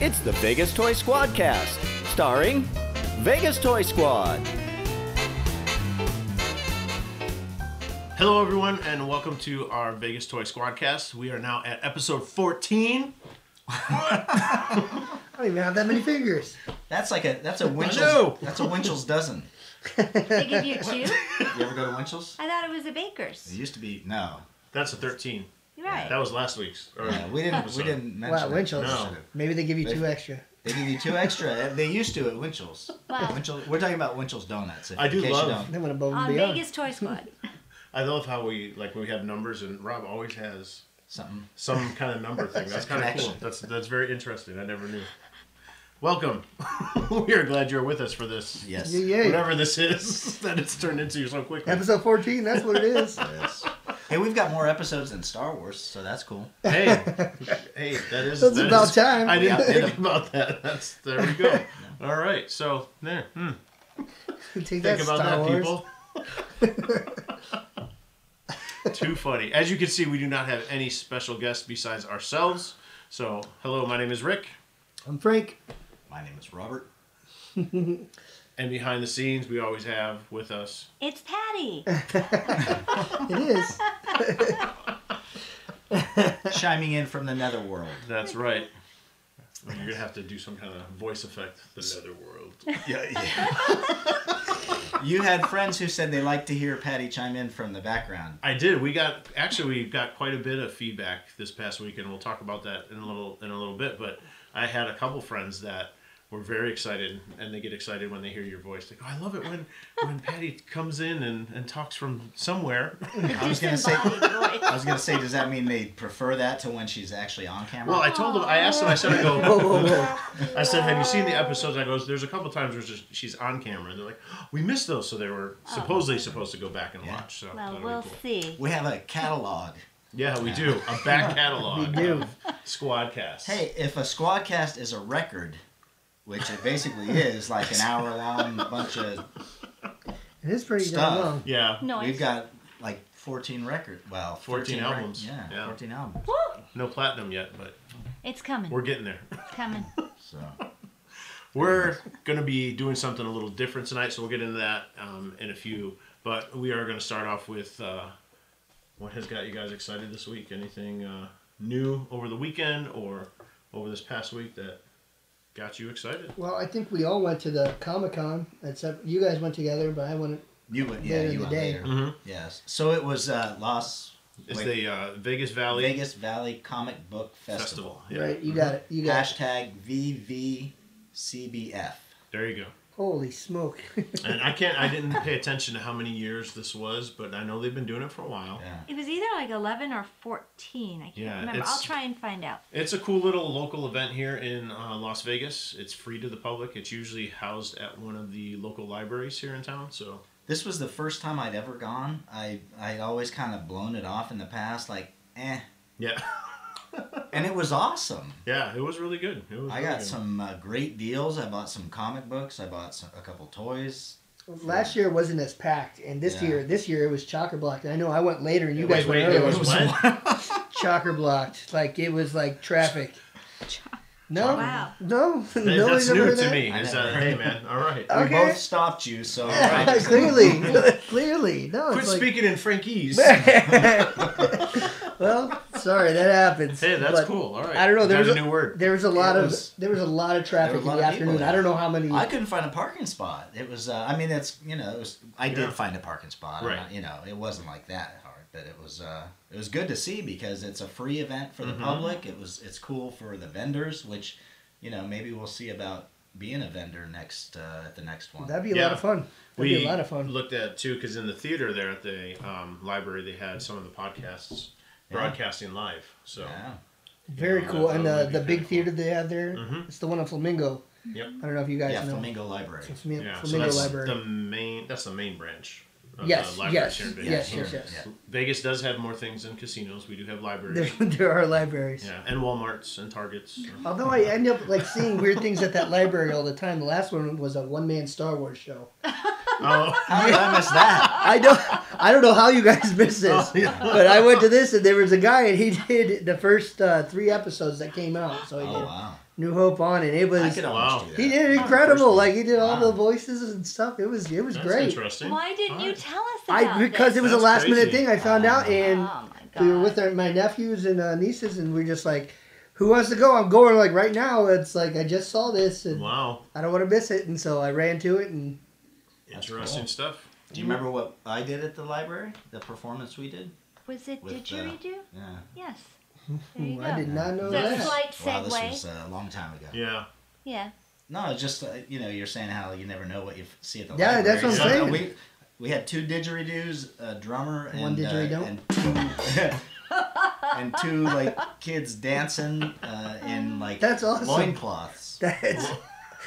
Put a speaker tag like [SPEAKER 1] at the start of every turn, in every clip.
[SPEAKER 1] It's the Vegas Toy Squad cast, starring Vegas Toy Squad.
[SPEAKER 2] Hello, everyone, and welcome to our Vegas Toy Squadcast. We are now at episode 14.
[SPEAKER 3] I don't even have that many fingers.
[SPEAKER 4] That's like a that's a
[SPEAKER 2] know.
[SPEAKER 4] Winchell's that's a Winchell's dozen.
[SPEAKER 5] They give you two?
[SPEAKER 4] You ever go to Winchell's?
[SPEAKER 5] I thought it was a
[SPEAKER 4] It
[SPEAKER 5] baker's.
[SPEAKER 4] used to be no.
[SPEAKER 2] That's a 13.
[SPEAKER 5] You're right.
[SPEAKER 2] That was last week's. Or,
[SPEAKER 4] Yeah, we didn't we
[SPEAKER 2] Episode.
[SPEAKER 4] didn't mention
[SPEAKER 3] Wow,
[SPEAKER 4] it.
[SPEAKER 3] Winchell's.
[SPEAKER 2] No.
[SPEAKER 3] Maybe they give you
[SPEAKER 4] They-
[SPEAKER 3] two extra.
[SPEAKER 4] They give you two extra. uh, They used to at Winchell's.
[SPEAKER 5] Wow.
[SPEAKER 4] Winchell, we're talking about Winchell's donuts. if-
[SPEAKER 2] I do
[SPEAKER 4] in case you
[SPEAKER 2] love-
[SPEAKER 4] don't.
[SPEAKER 3] They went above and
[SPEAKER 5] On
[SPEAKER 3] beyond.
[SPEAKER 5] Vegas Toy Squad.
[SPEAKER 2] I love how we like we have numbers, and Rob always has
[SPEAKER 4] something.
[SPEAKER 2] some kind of number thing. That's kind of cool.
[SPEAKER 4] Connection.
[SPEAKER 2] That's that's very interesting. I never knew. Welcome. we are glad you're with us for this.
[SPEAKER 4] Yes.
[SPEAKER 3] Yeah, yeah.
[SPEAKER 2] Whatever this is that it's turned into so quickly.
[SPEAKER 3] Episode 14, that's what it is.
[SPEAKER 4] Yes. Hey, we've got more episodes than Star Wars, so that's cool.
[SPEAKER 2] Hey, hey, that is.
[SPEAKER 3] That's
[SPEAKER 2] that
[SPEAKER 3] about
[SPEAKER 2] is-
[SPEAKER 3] time.
[SPEAKER 2] I didn't
[SPEAKER 4] Yeah.
[SPEAKER 2] think about that. That's there we go. All right, so there. Hmm.
[SPEAKER 3] Take that,
[SPEAKER 2] Think about
[SPEAKER 3] Star
[SPEAKER 2] that,
[SPEAKER 3] Wars.
[SPEAKER 2] people. Too funny. As you can see, we do not have any special guests besides ourselves. So, hello, my name is Rick,
[SPEAKER 3] I'm Frank.
[SPEAKER 4] My name is Robert.
[SPEAKER 2] and behind the scenes, we always have with us.
[SPEAKER 5] It's Patty.
[SPEAKER 3] It is.
[SPEAKER 4] Chiming in from the netherworld.
[SPEAKER 2] That's right. You're gonna have to do some kind of voice effect. The netherworld.
[SPEAKER 4] Yeah, yeah. you had friends who said they liked to hear Patty chime in from the background.
[SPEAKER 2] I did. We got actually we got quite a bit of feedback this past week, and we'll talk about that in a little in a little bit. But I had a couple friends that were very excited, and they get excited when they hear your voice. Like, oh, I love it when when Patty comes in and, and talks from somewhere.
[SPEAKER 4] I was gonna say.
[SPEAKER 5] Disembodied
[SPEAKER 4] I
[SPEAKER 5] voice.
[SPEAKER 4] was gonna say, does that mean they prefer that to when she's actually on camera?
[SPEAKER 2] Well, I told them. I asked them. I said, I go. I said, have you seen the episodes? I goes. There's a couple times where she's- she's on camera, and they're like, "Oh, we missed those, so they were supposedly supposed to go back and
[SPEAKER 4] Yeah.
[SPEAKER 2] watch. So that'll
[SPEAKER 5] Oh. Well,
[SPEAKER 2] be
[SPEAKER 5] we'll
[SPEAKER 2] cool.
[SPEAKER 5] see.
[SPEAKER 4] We have a catalog.
[SPEAKER 2] Yeah, we do a back catalog.
[SPEAKER 3] We do.
[SPEAKER 2] of Squadcast.
[SPEAKER 4] Hey, if a squadcast is a record, which it basically is, like an hour long bunch of
[SPEAKER 3] It is pretty
[SPEAKER 4] Stuff.
[SPEAKER 3] damn long.
[SPEAKER 2] Yeah.
[SPEAKER 5] Noise.
[SPEAKER 4] we've got like fourteen record. Well,
[SPEAKER 2] 14
[SPEAKER 4] rec-
[SPEAKER 2] albums.
[SPEAKER 4] yeah,
[SPEAKER 2] Yeah.
[SPEAKER 4] fourteen albums.
[SPEAKER 5] Woo!
[SPEAKER 2] No platinum yet, but
[SPEAKER 5] It's coming.
[SPEAKER 2] we're getting there.
[SPEAKER 5] It's coming.
[SPEAKER 4] So
[SPEAKER 2] We're going to be doing something a little different tonight, so we'll get into that um, in a few. But we are going to start off with uh, what has got you guys excited this week? Anything uh, new over the weekend or over this past week that got you excited?
[SPEAKER 3] Well, I think we all went to the Comic Con, except you guys went together, but I went.
[SPEAKER 4] you went,
[SPEAKER 3] Later
[SPEAKER 4] yeah,
[SPEAKER 3] in
[SPEAKER 4] you
[SPEAKER 3] the
[SPEAKER 4] went
[SPEAKER 3] day.
[SPEAKER 4] later.
[SPEAKER 2] Mhm.
[SPEAKER 4] Yes. So it was uh, Los
[SPEAKER 2] It's
[SPEAKER 4] wait,
[SPEAKER 2] the uh, Vegas Valley
[SPEAKER 4] Vegas Valley Comic Book Festival.
[SPEAKER 2] Festival. Yeah. Mm-hmm.
[SPEAKER 3] Right, you got it. You got it.
[SPEAKER 4] Hashtag VVCBF.
[SPEAKER 2] There you go.
[SPEAKER 3] Holy smoke.
[SPEAKER 2] And I can't. I didn't pay attention to how many years this was, but I know they've been doing it for a while.
[SPEAKER 4] Yeah.
[SPEAKER 5] It was either like 11 or 14. I can't
[SPEAKER 2] Yeah,
[SPEAKER 5] remember. I'll
[SPEAKER 2] it's-
[SPEAKER 5] try and find out.
[SPEAKER 2] It's a cool little local event here in uh, Las Vegas. It's free to the public. It's usually housed at one of the local libraries here in town. So
[SPEAKER 4] This was the first time I'd ever gone. I I'd always kind of blown it off in the past, like eh,
[SPEAKER 2] yeah,
[SPEAKER 4] and it was awesome.
[SPEAKER 2] yeah, it was really good. It was
[SPEAKER 4] I
[SPEAKER 2] really
[SPEAKER 4] got
[SPEAKER 2] good.
[SPEAKER 4] some uh, great deals. I bought some comic books. I bought some, a couple toys.
[SPEAKER 3] Last year wasn't as packed, and this
[SPEAKER 4] Yeah.
[SPEAKER 3] year, this year it was chocker blocked. And I know I went later, and you guys
[SPEAKER 2] wait,
[SPEAKER 3] went
[SPEAKER 2] wait,
[SPEAKER 3] early.
[SPEAKER 2] it was what?
[SPEAKER 3] chocker blocked. Like it was like traffic. No,
[SPEAKER 5] Wow.
[SPEAKER 3] no,
[SPEAKER 2] That-
[SPEAKER 3] nobody's
[SPEAKER 2] That's
[SPEAKER 3] ever
[SPEAKER 2] new
[SPEAKER 3] heard
[SPEAKER 2] to
[SPEAKER 3] that.
[SPEAKER 2] me.
[SPEAKER 4] I
[SPEAKER 2] Is
[SPEAKER 4] never
[SPEAKER 2] that
[SPEAKER 4] heard
[SPEAKER 2] hey
[SPEAKER 4] it.
[SPEAKER 2] man? All right.
[SPEAKER 3] Uh,
[SPEAKER 4] We
[SPEAKER 3] Okay.
[SPEAKER 4] both stopped you, so
[SPEAKER 3] Yeah, clearly, clearly, no.
[SPEAKER 2] Quit
[SPEAKER 3] it's like,
[SPEAKER 2] speaking in Frankese.
[SPEAKER 3] well, sorry, that happens.
[SPEAKER 2] hey, that's
[SPEAKER 3] But
[SPEAKER 2] cool. All right.
[SPEAKER 3] I don't know. There
[SPEAKER 2] There's
[SPEAKER 3] was
[SPEAKER 2] a
[SPEAKER 3] a,
[SPEAKER 2] new word.
[SPEAKER 3] There was a lot
[SPEAKER 4] It
[SPEAKER 3] of
[SPEAKER 4] was-
[SPEAKER 3] there was a lot of
[SPEAKER 4] There
[SPEAKER 3] traffic
[SPEAKER 4] were a
[SPEAKER 3] in the
[SPEAKER 4] lot of people
[SPEAKER 3] afternoon. I
[SPEAKER 4] there.
[SPEAKER 3] don't know how many.
[SPEAKER 4] I couldn't find a parking spot. It was. Uh, I mean, it's you know, it was, I
[SPEAKER 2] Yeah.
[SPEAKER 4] did find a parking spot. I'm
[SPEAKER 2] Right.
[SPEAKER 4] not- you know, it wasn't like that hard, but it was. Uh, it was good to see because it's a free event for the
[SPEAKER 2] Mm-hmm.
[SPEAKER 4] public. It was. It's cool for the vendors, which, you know, maybe we'll see about being a vendor next uh, at the next one.
[SPEAKER 3] that'd be a
[SPEAKER 2] Yeah.
[SPEAKER 3] lot of fun. That'd
[SPEAKER 2] we
[SPEAKER 3] be a lot of fun.
[SPEAKER 2] looked at too because in the theater there at the um, library they had some of the podcasts
[SPEAKER 4] Yeah.
[SPEAKER 2] broadcasting live. So
[SPEAKER 4] yeah.
[SPEAKER 3] Very
[SPEAKER 2] Yeah,
[SPEAKER 3] cool.
[SPEAKER 2] that
[SPEAKER 3] And
[SPEAKER 2] would
[SPEAKER 3] the
[SPEAKER 2] be
[SPEAKER 3] the big
[SPEAKER 2] kinda cool.
[SPEAKER 3] theater they have there.
[SPEAKER 2] Mhm.
[SPEAKER 3] It's the one on Flamingo.
[SPEAKER 2] Yep.
[SPEAKER 3] I don't know if you guys
[SPEAKER 4] yeah,
[SPEAKER 3] know.
[SPEAKER 4] Flamingo Library.
[SPEAKER 3] It's Flam-
[SPEAKER 2] yeah, so
[SPEAKER 3] Flamingo
[SPEAKER 2] that's
[SPEAKER 3] Library.
[SPEAKER 2] the main. That's the main branch. of the
[SPEAKER 3] yes,
[SPEAKER 2] libraries
[SPEAKER 3] yes,
[SPEAKER 2] here in Vegas.
[SPEAKER 3] yes,
[SPEAKER 4] Sure.
[SPEAKER 3] yes, yes.
[SPEAKER 4] Yeah.
[SPEAKER 2] Vegas does have more things than casinos. We do have libraries.
[SPEAKER 3] There, there are libraries.
[SPEAKER 2] yeah, and Walmarts and Targets.
[SPEAKER 3] Although I end up like seeing weird things at that library all the time. The last one was a one man Star Wars show.
[SPEAKER 2] Oh,
[SPEAKER 4] How did I miss that?
[SPEAKER 3] I don't I don't know how you guys missed this, but I went to this and there was a guy and he did the first uh, three episodes that came out. So he
[SPEAKER 4] Oh
[SPEAKER 3] did
[SPEAKER 4] wow.
[SPEAKER 3] New Hope on and it
[SPEAKER 4] I
[SPEAKER 3] was
[SPEAKER 4] could almost
[SPEAKER 2] Wow.
[SPEAKER 4] do that.
[SPEAKER 3] he did incredible.
[SPEAKER 4] Wow.
[SPEAKER 3] Like he did all
[SPEAKER 4] Wow.
[SPEAKER 3] the voices and stuff. It was it was
[SPEAKER 2] that's
[SPEAKER 3] great.
[SPEAKER 2] interesting.
[SPEAKER 5] Why didn't you
[SPEAKER 2] Alright.
[SPEAKER 5] tell us about
[SPEAKER 3] I because it
[SPEAKER 5] this?
[SPEAKER 3] was a
[SPEAKER 2] That's
[SPEAKER 3] last minute
[SPEAKER 2] crazy.
[SPEAKER 3] thing I found out and
[SPEAKER 5] oh my god.
[SPEAKER 3] we were with our, my nephews and uh, nieces and we are just like who wants to go? I'm going like right now. It's like I just saw this and
[SPEAKER 2] Wow,
[SPEAKER 3] I don't want to miss it and so I ran to it and
[SPEAKER 4] That's
[SPEAKER 2] interesting
[SPEAKER 4] cool.
[SPEAKER 2] stuff.
[SPEAKER 4] Do you remember what I did at the library? The performance we did?
[SPEAKER 5] Was it
[SPEAKER 4] with,
[SPEAKER 5] didgeridoo?
[SPEAKER 4] Yeah.
[SPEAKER 5] yes. There you
[SPEAKER 3] Hmm, I
[SPEAKER 5] go.
[SPEAKER 3] did not know
[SPEAKER 5] So
[SPEAKER 3] that.
[SPEAKER 5] slight
[SPEAKER 4] Wow, this
[SPEAKER 5] segue.
[SPEAKER 4] was uh, a long time ago.
[SPEAKER 2] Yeah,
[SPEAKER 5] yeah.
[SPEAKER 4] No, it's just uh, you know, you're saying how you never know what you f- see at the
[SPEAKER 3] Yeah,
[SPEAKER 4] library.
[SPEAKER 3] that's what I'm
[SPEAKER 4] So, uh,
[SPEAKER 3] saying.
[SPEAKER 4] We, we had two didgeridoos, a drummer, and
[SPEAKER 3] One
[SPEAKER 4] uh,
[SPEAKER 3] didgeridoo?
[SPEAKER 4] and two, and two like kids dancing uh, in like
[SPEAKER 3] That's awesome.
[SPEAKER 4] loincloths.
[SPEAKER 3] That's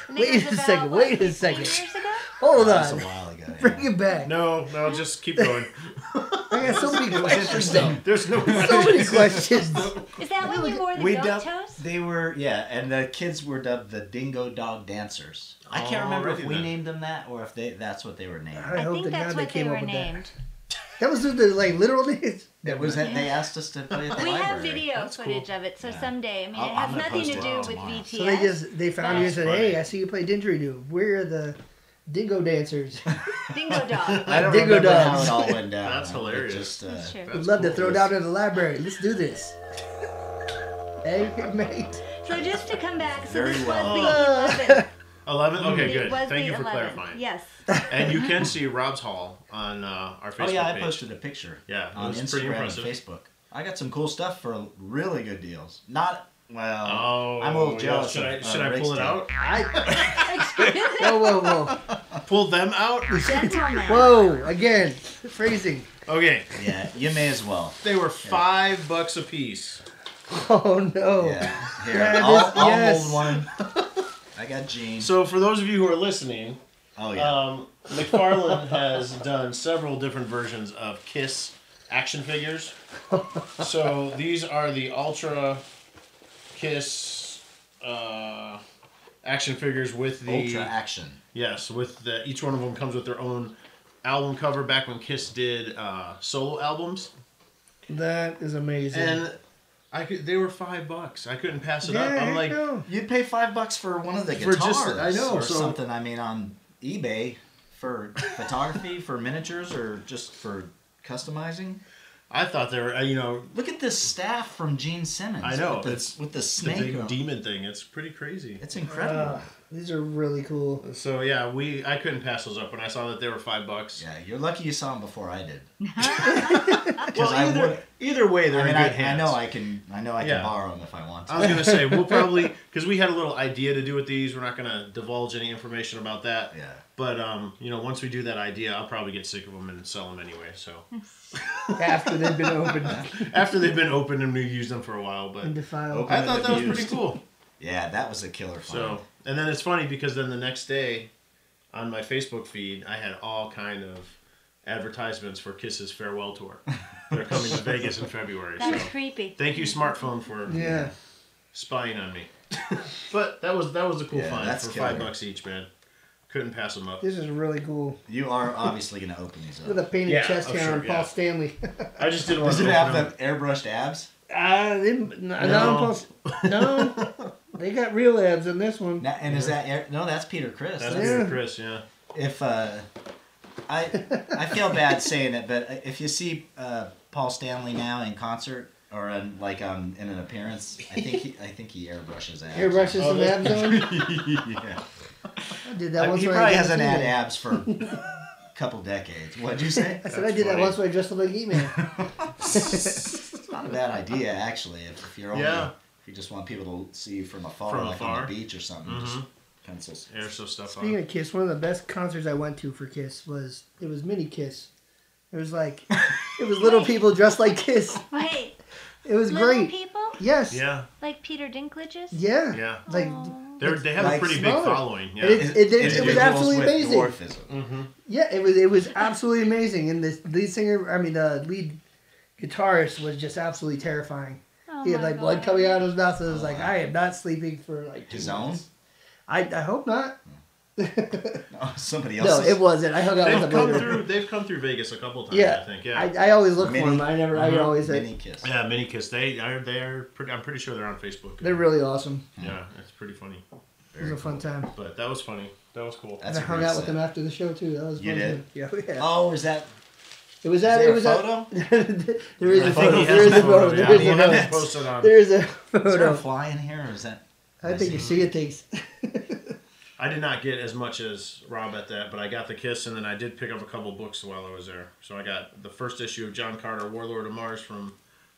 [SPEAKER 5] And it
[SPEAKER 3] Wait
[SPEAKER 5] was
[SPEAKER 3] a
[SPEAKER 5] about,
[SPEAKER 3] second,
[SPEAKER 5] what,
[SPEAKER 3] wait a
[SPEAKER 5] 15
[SPEAKER 3] second.
[SPEAKER 5] Years ago?
[SPEAKER 3] hold
[SPEAKER 4] That's a
[SPEAKER 3] on.
[SPEAKER 4] while ago.
[SPEAKER 3] Bring
[SPEAKER 4] yeah.
[SPEAKER 3] it back.
[SPEAKER 2] no, no, just keep going.
[SPEAKER 3] I got so many questions though.
[SPEAKER 2] There's no.
[SPEAKER 3] So many questions.
[SPEAKER 5] Is that when you wore the
[SPEAKER 4] We
[SPEAKER 5] goat
[SPEAKER 4] dubbed,
[SPEAKER 5] toes?
[SPEAKER 4] they were yeah, and the kids were dubbed the Dingo Dog Dancers. I can't remember if
[SPEAKER 2] Alrighty
[SPEAKER 4] we
[SPEAKER 2] then.
[SPEAKER 4] named them that or if they that's what they were named.
[SPEAKER 3] I
[SPEAKER 5] I
[SPEAKER 3] hope
[SPEAKER 5] think
[SPEAKER 3] to
[SPEAKER 5] that's
[SPEAKER 3] God they
[SPEAKER 5] what they
[SPEAKER 3] came
[SPEAKER 5] were
[SPEAKER 3] up with that.
[SPEAKER 5] named.
[SPEAKER 3] That was the like literal names.
[SPEAKER 4] It was that they asked us to play at the
[SPEAKER 5] We
[SPEAKER 4] library.
[SPEAKER 5] have video
[SPEAKER 4] That's cool.
[SPEAKER 5] footage of it, so
[SPEAKER 4] Yeah.
[SPEAKER 5] someday. I mean,
[SPEAKER 4] I'll-
[SPEAKER 5] it
[SPEAKER 4] I'm
[SPEAKER 5] has
[SPEAKER 4] gonna
[SPEAKER 5] nothing
[SPEAKER 4] post
[SPEAKER 5] to
[SPEAKER 4] it
[SPEAKER 5] do with
[SPEAKER 4] tomorrow.
[SPEAKER 5] VTS.
[SPEAKER 3] So they just they found you and said,
[SPEAKER 2] That's
[SPEAKER 3] "Hey,
[SPEAKER 2] funny.
[SPEAKER 3] I see you play didgeridoo. We're the dingo dancers.
[SPEAKER 5] Dingo dog.
[SPEAKER 4] I don't
[SPEAKER 3] Dingo
[SPEAKER 4] remember how
[SPEAKER 3] dogs.
[SPEAKER 4] it all went down.
[SPEAKER 2] That's
[SPEAKER 4] It
[SPEAKER 2] hilarious.
[SPEAKER 4] Just, uh,
[SPEAKER 5] That's true.
[SPEAKER 2] That's
[SPEAKER 3] We'd love to
[SPEAKER 2] cool.
[SPEAKER 3] throw down in the library. Let's do this." hey, mate.
[SPEAKER 5] So just to come back, so
[SPEAKER 4] Very
[SPEAKER 5] this
[SPEAKER 4] well.
[SPEAKER 5] was the 11th.
[SPEAKER 2] Eleven. Okay,
[SPEAKER 5] It
[SPEAKER 2] good.
[SPEAKER 5] was
[SPEAKER 2] Thank
[SPEAKER 5] the
[SPEAKER 2] you for
[SPEAKER 5] 11th.
[SPEAKER 2] clarifying.
[SPEAKER 5] Yes.
[SPEAKER 2] And you can see Rob's Hall on uh, our Facebook
[SPEAKER 4] oh yeah, I
[SPEAKER 2] page.
[SPEAKER 4] posted a picture.
[SPEAKER 2] Yeah, it
[SPEAKER 4] on
[SPEAKER 2] was
[SPEAKER 4] Instagram
[SPEAKER 2] pretty
[SPEAKER 4] and
[SPEAKER 2] impressive.
[SPEAKER 4] Facebook. I got some cool stuff for really good deals. Not well.
[SPEAKER 2] Oh,
[SPEAKER 4] I'm a little
[SPEAKER 2] yeah.
[SPEAKER 4] jealous.
[SPEAKER 2] Should I,
[SPEAKER 4] of,
[SPEAKER 2] should
[SPEAKER 4] uh,
[SPEAKER 2] I
[SPEAKER 4] Rick's
[SPEAKER 2] pull it
[SPEAKER 4] deal.
[SPEAKER 2] out?
[SPEAKER 3] I
[SPEAKER 5] Excuse
[SPEAKER 3] whoa whoa whoa
[SPEAKER 2] Pull them out?
[SPEAKER 5] Gentlemen.
[SPEAKER 3] whoa again phrasing.
[SPEAKER 2] Okay.
[SPEAKER 4] Yeah, you may as well.
[SPEAKER 2] They were five bucks a piece.
[SPEAKER 3] Oh no.
[SPEAKER 4] Yeah, here
[SPEAKER 3] Yeah,
[SPEAKER 4] I'll,
[SPEAKER 3] this-
[SPEAKER 4] I'll
[SPEAKER 3] yes.
[SPEAKER 4] hold one. I got jeans.
[SPEAKER 2] So for those of you who are listening,
[SPEAKER 4] oh yeah,
[SPEAKER 2] um, McFarlane has done several different versions of Kiss action figures. So these are the Ultra Kiss uh, action figures with the
[SPEAKER 4] ultra action.
[SPEAKER 2] Yes, with the each one of them comes with their own album cover. Back when Kiss did uh, solo albums,
[SPEAKER 3] That is amazing.
[SPEAKER 2] and I could they were five bucks. I couldn't pass it
[SPEAKER 3] yeah,
[SPEAKER 2] up. I'm
[SPEAKER 3] heck
[SPEAKER 2] like,
[SPEAKER 3] no.
[SPEAKER 4] You'd pay five bucks for one of the
[SPEAKER 2] For
[SPEAKER 4] guitars,
[SPEAKER 2] just- I know,
[SPEAKER 4] or
[SPEAKER 2] so-
[SPEAKER 4] something. I mean, on eBay for photography, for miniatures, or just for customizing.
[SPEAKER 2] I thought they were. uh, You know,
[SPEAKER 4] Look at this staff from Gene Simmons.
[SPEAKER 2] I know,
[SPEAKER 4] with the,
[SPEAKER 2] it's-
[SPEAKER 4] with the
[SPEAKER 2] the
[SPEAKER 4] snake.
[SPEAKER 2] big
[SPEAKER 4] on-
[SPEAKER 2] demon thing. It's pretty crazy.
[SPEAKER 4] It's incredible.
[SPEAKER 3] Uh, these are really cool.
[SPEAKER 2] So yeah, we I couldn't pass those up when I saw that they were five bucks.
[SPEAKER 4] yeah, you're lucky you saw him before I did.
[SPEAKER 2] Well,
[SPEAKER 4] I
[SPEAKER 2] either,
[SPEAKER 4] would-
[SPEAKER 2] either way, they're
[SPEAKER 4] I mean,
[SPEAKER 2] in
[SPEAKER 4] I,
[SPEAKER 2] good
[SPEAKER 4] I
[SPEAKER 2] hands.
[SPEAKER 4] know I can. I know I can
[SPEAKER 2] Yeah.
[SPEAKER 4] borrow him if I want to.
[SPEAKER 2] I was gonna say we'll probably because we had a little idea to do with these. We're not gonna divulge any information about that.
[SPEAKER 4] Yeah.
[SPEAKER 2] But um, you know, once we do that idea, I'll probably get sick of them and sell them anyway. So
[SPEAKER 3] After they've been opened
[SPEAKER 2] after they've been open and we've used them for a while, but
[SPEAKER 3] and defiled.
[SPEAKER 4] Okay.
[SPEAKER 2] I thought that was pretty
[SPEAKER 4] Abused.
[SPEAKER 2] cool.
[SPEAKER 4] Yeah, that was a killer find.
[SPEAKER 2] So and then it's funny because then the next day on my Facebook feed, I had all kind of advertisements for Kiss's farewell tour. They're coming to Vegas in February.
[SPEAKER 5] That
[SPEAKER 2] So
[SPEAKER 5] was creepy.
[SPEAKER 2] thank you, smartphone, for
[SPEAKER 3] Yeah.
[SPEAKER 2] spying on me. but that was that was a cool
[SPEAKER 4] Yeah,
[SPEAKER 2] find
[SPEAKER 4] that's
[SPEAKER 2] for
[SPEAKER 4] killer.
[SPEAKER 2] five bucks each, man. Couldn't pass them up.
[SPEAKER 3] This is really cool.
[SPEAKER 4] you are obviously going to open these
[SPEAKER 3] With a
[SPEAKER 4] up.
[SPEAKER 3] painted
[SPEAKER 2] Yeah,
[SPEAKER 3] chest
[SPEAKER 2] oh,
[SPEAKER 3] here
[SPEAKER 2] sure,
[SPEAKER 3] on Paul
[SPEAKER 2] yeah.
[SPEAKER 3] Stanley.
[SPEAKER 2] I just didn't want
[SPEAKER 4] Does
[SPEAKER 2] to
[SPEAKER 4] it
[SPEAKER 2] open
[SPEAKER 4] have
[SPEAKER 2] them.
[SPEAKER 4] the airbrushed abs?
[SPEAKER 3] Uh, they, no.
[SPEAKER 2] No.
[SPEAKER 3] no, they got real abs on this one.
[SPEAKER 4] Now, and is that air, no? That's Peter Chris.
[SPEAKER 2] That's
[SPEAKER 4] That's-
[SPEAKER 3] Yeah.
[SPEAKER 2] Peter Chris, yeah.
[SPEAKER 4] If uh, I I feel bad saying it, but if you see uh, Paul Stanley now in concert or in, like um, in an appearance, I think he, I think he airbrushes abs.
[SPEAKER 3] Airbrushes
[SPEAKER 2] Oh,
[SPEAKER 3] some
[SPEAKER 2] that's-
[SPEAKER 3] abs on.
[SPEAKER 4] yeah.
[SPEAKER 3] I did that
[SPEAKER 4] I mean,
[SPEAKER 3] once.
[SPEAKER 4] he
[SPEAKER 3] when I
[SPEAKER 4] probably
[SPEAKER 3] did
[SPEAKER 4] hasn't
[SPEAKER 3] the
[SPEAKER 4] had
[SPEAKER 3] email.
[SPEAKER 4] abs for a couple decades. What'd you say?
[SPEAKER 3] I said I
[SPEAKER 2] That's
[SPEAKER 3] did that
[SPEAKER 2] funny.
[SPEAKER 3] once when I dressed up like E-Man.
[SPEAKER 4] It's not a bad idea, actually. If, if you're only,
[SPEAKER 2] Yeah.
[SPEAKER 4] if you just want people to see you from afar,
[SPEAKER 2] From
[SPEAKER 4] like
[SPEAKER 2] afar. Mm-hmm.
[SPEAKER 4] on the beach or something, just pencils.
[SPEAKER 2] Air some stuff
[SPEAKER 3] Speaking
[SPEAKER 2] on.
[SPEAKER 3] of Kiss, one of the best concerts I went to for Kiss was it was Mini Kiss. It was like it was little people dressed like Kiss.
[SPEAKER 5] Wait,
[SPEAKER 3] It was
[SPEAKER 5] little
[SPEAKER 3] great.
[SPEAKER 5] people?
[SPEAKER 3] Yes.
[SPEAKER 2] Yeah,
[SPEAKER 5] Like Peter Dinklage's?
[SPEAKER 3] Yeah.
[SPEAKER 2] yeah.
[SPEAKER 3] Like
[SPEAKER 5] Aw.
[SPEAKER 2] They're, they have a
[SPEAKER 4] Like
[SPEAKER 2] pretty big
[SPEAKER 3] smaller.
[SPEAKER 2] following. Yeah.
[SPEAKER 3] is- It- it- it was
[SPEAKER 4] Individuals
[SPEAKER 3] absolutely
[SPEAKER 4] with
[SPEAKER 3] amazing.
[SPEAKER 4] dwarfism.
[SPEAKER 2] Mm-hmm.
[SPEAKER 3] yeah, it was it was absolutely amazing. And the lead singer, I mean the lead guitarist was just absolutely terrifying.
[SPEAKER 5] Oh
[SPEAKER 3] He had
[SPEAKER 5] my
[SPEAKER 3] like blood
[SPEAKER 5] God.
[SPEAKER 3] coming out of his mouth. So it was
[SPEAKER 4] Oh,
[SPEAKER 3] like,
[SPEAKER 4] wow.
[SPEAKER 3] I am not sleeping for like two
[SPEAKER 4] His own?
[SPEAKER 3] minutes. I, I hope not.
[SPEAKER 4] Oh, somebody else.
[SPEAKER 3] No, it wasn't. I hung out with
[SPEAKER 2] They've
[SPEAKER 3] him
[SPEAKER 2] come
[SPEAKER 3] later.
[SPEAKER 2] through. They've come through Vegas a couple times.
[SPEAKER 3] yeah,
[SPEAKER 2] I think. Yeah.
[SPEAKER 3] I, I always look
[SPEAKER 4] Mini-
[SPEAKER 3] for him. I never. I
[SPEAKER 2] Mhm.
[SPEAKER 3] always. uh,
[SPEAKER 4] Mini kiss.
[SPEAKER 2] yeah, Mini Kiss. They are. They're. Pretty, I'm pretty sure they're on Facebook.
[SPEAKER 3] They're really awesome.
[SPEAKER 2] Yeah, it's pretty funny.
[SPEAKER 3] It was a fun time.
[SPEAKER 2] But that was funny. That was cool.
[SPEAKER 4] That's
[SPEAKER 3] and I
[SPEAKER 4] a
[SPEAKER 3] hung
[SPEAKER 4] great
[SPEAKER 3] out with
[SPEAKER 4] set.
[SPEAKER 3] them after the show too. That was
[SPEAKER 4] You
[SPEAKER 3] fun
[SPEAKER 4] did?
[SPEAKER 3] too. Yeah, yeah.
[SPEAKER 4] Oh, is that?
[SPEAKER 3] it was
[SPEAKER 4] Is
[SPEAKER 3] at.
[SPEAKER 4] there
[SPEAKER 3] It
[SPEAKER 4] a
[SPEAKER 3] was at.
[SPEAKER 4] photo?
[SPEAKER 3] there is a
[SPEAKER 2] I think
[SPEAKER 3] photo.
[SPEAKER 2] he
[SPEAKER 3] There
[SPEAKER 2] has
[SPEAKER 3] is
[SPEAKER 2] a
[SPEAKER 3] a photo.
[SPEAKER 2] photo. Yeah,
[SPEAKER 3] There is
[SPEAKER 2] we'll
[SPEAKER 3] a
[SPEAKER 2] have
[SPEAKER 3] photo.
[SPEAKER 2] it posted on.
[SPEAKER 3] There is a
[SPEAKER 4] Is there a
[SPEAKER 3] photo.
[SPEAKER 4] fly in here, or is that?
[SPEAKER 3] I think you see it takes.
[SPEAKER 2] I did not get as much as Rob at that, but I got the kiss, and then I did pick up a couple books while I was there. So I got the first issue of John Carter, Warlord of Mars from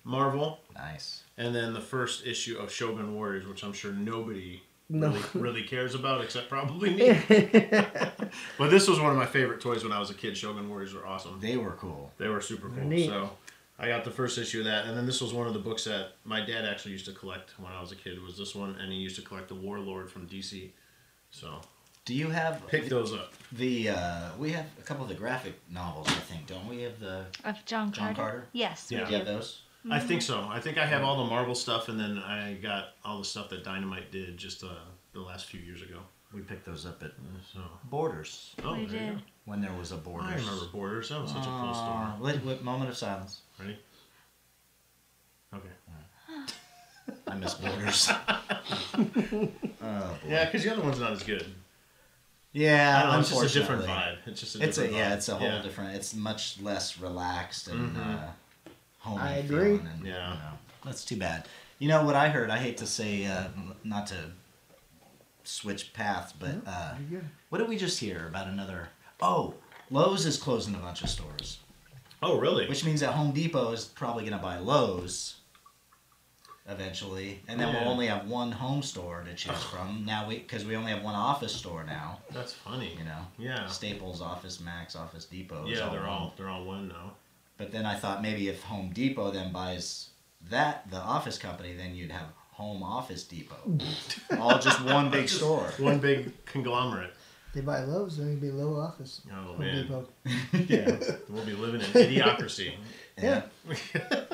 [SPEAKER 2] Marvel,
[SPEAKER 4] Nice.
[SPEAKER 2] and then the first issue of Shogun Warriors, which I'm sure nobody
[SPEAKER 3] No.
[SPEAKER 2] really, really cares about except probably me. but this was one of my favorite toys when I was a kid. Shogun Warriors were awesome.
[SPEAKER 4] They were cool.
[SPEAKER 2] They were super cool.
[SPEAKER 3] neat.
[SPEAKER 2] So I got the first issue of that, and then this was one of the books that my dad actually used to collect when I was a kid. Was this one, and he used to collect the Warlord from DC. So
[SPEAKER 4] Do you have
[SPEAKER 2] pick those up.
[SPEAKER 4] the? Uh, we have a couple of the graphic novels, I think, don't we? Of the
[SPEAKER 5] Of John Carter.
[SPEAKER 4] John Carter?
[SPEAKER 5] Yes.
[SPEAKER 2] Yeah.
[SPEAKER 4] do you have those?
[SPEAKER 2] I
[SPEAKER 5] Mhm.
[SPEAKER 2] think so. I think I have all the Marvel stuff, and then I got all the stuff that Dynamite did just uh, the last few years ago.
[SPEAKER 4] We picked those up at uh,
[SPEAKER 2] So
[SPEAKER 4] Borders
[SPEAKER 2] oh,
[SPEAKER 5] We
[SPEAKER 2] there you
[SPEAKER 5] did.
[SPEAKER 2] go.
[SPEAKER 4] when there was a Borders.
[SPEAKER 2] I remember Borders. That was such a cool store.
[SPEAKER 4] Aw, Wait, wait, moment of silence.
[SPEAKER 2] Ready? Okay.
[SPEAKER 4] I miss Borders. oh boy.
[SPEAKER 2] Yeah, because the other one's not as good.
[SPEAKER 4] Yeah,
[SPEAKER 2] I don't know, it's just a different
[SPEAKER 4] unfortunately.
[SPEAKER 2] vibe. It's just a
[SPEAKER 4] It's a
[SPEAKER 2] different
[SPEAKER 4] yeah,
[SPEAKER 2] vibe. Mm-hmm.
[SPEAKER 4] it's a whole different. It's much less relaxed and uh, homey.
[SPEAKER 3] I agree.
[SPEAKER 4] feeling and,
[SPEAKER 2] Yeah.
[SPEAKER 4] you know, that's too bad. You know what I heard? I hate to say, uh, n- not to switch paths, but
[SPEAKER 2] Mm-hmm.
[SPEAKER 4] uh,
[SPEAKER 3] you're good.
[SPEAKER 4] what did we just hear about another? Oh, Lowe's is closing a bunch of stores,
[SPEAKER 2] Oh, really?
[SPEAKER 4] which means that Home Depot is probably going to buy Lowe's eventually, and then
[SPEAKER 2] Yeah.
[SPEAKER 4] we'll only have one home store to choose from now. We because we only have one office store now.
[SPEAKER 2] That's funny.
[SPEAKER 4] You know.
[SPEAKER 2] Yeah.
[SPEAKER 4] Staples, Office Max, Office Depot. is
[SPEAKER 2] Yeah, they're
[SPEAKER 4] one.
[SPEAKER 2] all they're all one now.
[SPEAKER 4] But then I thought maybe if Home Depot then buys that, the office company, then you'd have Home Office Depot. All just one big store.
[SPEAKER 2] One big conglomerate.
[SPEAKER 3] They buy Lowe's, then it'd be Lowe office.
[SPEAKER 2] Oh
[SPEAKER 3] Home
[SPEAKER 2] man.
[SPEAKER 3] Depot.
[SPEAKER 2] Yeah. We'll be living in idiocracy.
[SPEAKER 3] Yeah.
[SPEAKER 4] All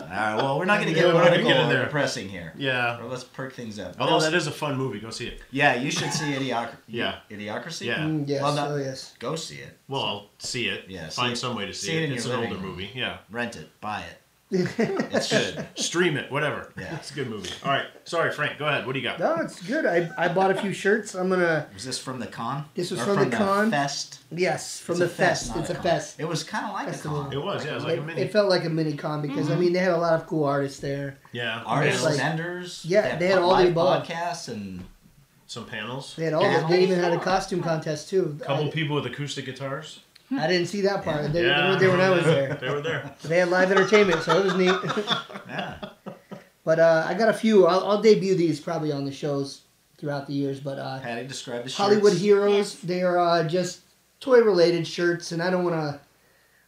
[SPEAKER 4] right, well, we're not going to
[SPEAKER 2] Yeah,
[SPEAKER 4] get
[SPEAKER 2] we're not gonna
[SPEAKER 4] political
[SPEAKER 2] get in
[SPEAKER 4] or
[SPEAKER 2] there.
[SPEAKER 4] depressing here.
[SPEAKER 2] Yeah.
[SPEAKER 4] Or let's perk things up. What
[SPEAKER 2] Although
[SPEAKER 4] else-
[SPEAKER 2] that is a fun movie. Go see it.
[SPEAKER 4] yeah, you should see Idioc-
[SPEAKER 2] Yeah.
[SPEAKER 4] Idiocracy.
[SPEAKER 2] Yeah.
[SPEAKER 3] Mm, yes.
[SPEAKER 4] Well, not-
[SPEAKER 3] oh yes.
[SPEAKER 4] Go see it.
[SPEAKER 2] Well, I'll see it.
[SPEAKER 4] Yeah, see
[SPEAKER 2] Find
[SPEAKER 4] it.
[SPEAKER 2] some way to see,
[SPEAKER 4] See it
[SPEAKER 2] it.
[SPEAKER 4] in
[SPEAKER 2] it's
[SPEAKER 4] your
[SPEAKER 2] an
[SPEAKER 4] living
[SPEAKER 2] older
[SPEAKER 4] room.
[SPEAKER 2] movie. Yeah.
[SPEAKER 4] Rent it. Buy it. It's good.
[SPEAKER 2] Stream it. Whatever.
[SPEAKER 4] Yeah.
[SPEAKER 2] It's a good movie. All right. Sorry, Frank. Go ahead. What do you got?
[SPEAKER 3] No, it's good. I, I bought a few shirts. I'm gonna
[SPEAKER 4] Was this from the con?
[SPEAKER 3] This was
[SPEAKER 4] Or
[SPEAKER 3] from the con.
[SPEAKER 4] Fest.
[SPEAKER 3] yes from
[SPEAKER 4] It's
[SPEAKER 3] the
[SPEAKER 4] a
[SPEAKER 3] fest.
[SPEAKER 4] not
[SPEAKER 3] It's a
[SPEAKER 4] con.
[SPEAKER 3] fest.
[SPEAKER 4] It was kind of like
[SPEAKER 3] Festival.
[SPEAKER 4] a con.
[SPEAKER 2] It was. Yeah. It was like
[SPEAKER 3] It,
[SPEAKER 2] a mini.
[SPEAKER 3] it felt like a mini con because I mean they had a lot of cool artists there.
[SPEAKER 2] yeah.
[SPEAKER 4] artists,
[SPEAKER 3] Like-
[SPEAKER 4] vendors.
[SPEAKER 3] yeah, they had all the
[SPEAKER 4] live
[SPEAKER 3] above.
[SPEAKER 4] podcasts and
[SPEAKER 2] Some panels.
[SPEAKER 3] They had all. The,
[SPEAKER 4] Yeah.
[SPEAKER 3] they even had a costume contest too.
[SPEAKER 2] couple
[SPEAKER 3] I,
[SPEAKER 2] people with acoustic guitars.
[SPEAKER 3] I didn't see that part. They,
[SPEAKER 2] yeah.
[SPEAKER 3] they were there when I was there.
[SPEAKER 2] They were there.
[SPEAKER 3] They had live entertainment, so it was neat.
[SPEAKER 4] yeah.
[SPEAKER 3] But uh, I got a few. I'll, I'll debut these probably on the shows throughout the years. But uh,
[SPEAKER 4] Patty described the
[SPEAKER 3] Hollywood
[SPEAKER 4] shirts.
[SPEAKER 3] heroes. They are uh, just toy related shirts, and I don't want to.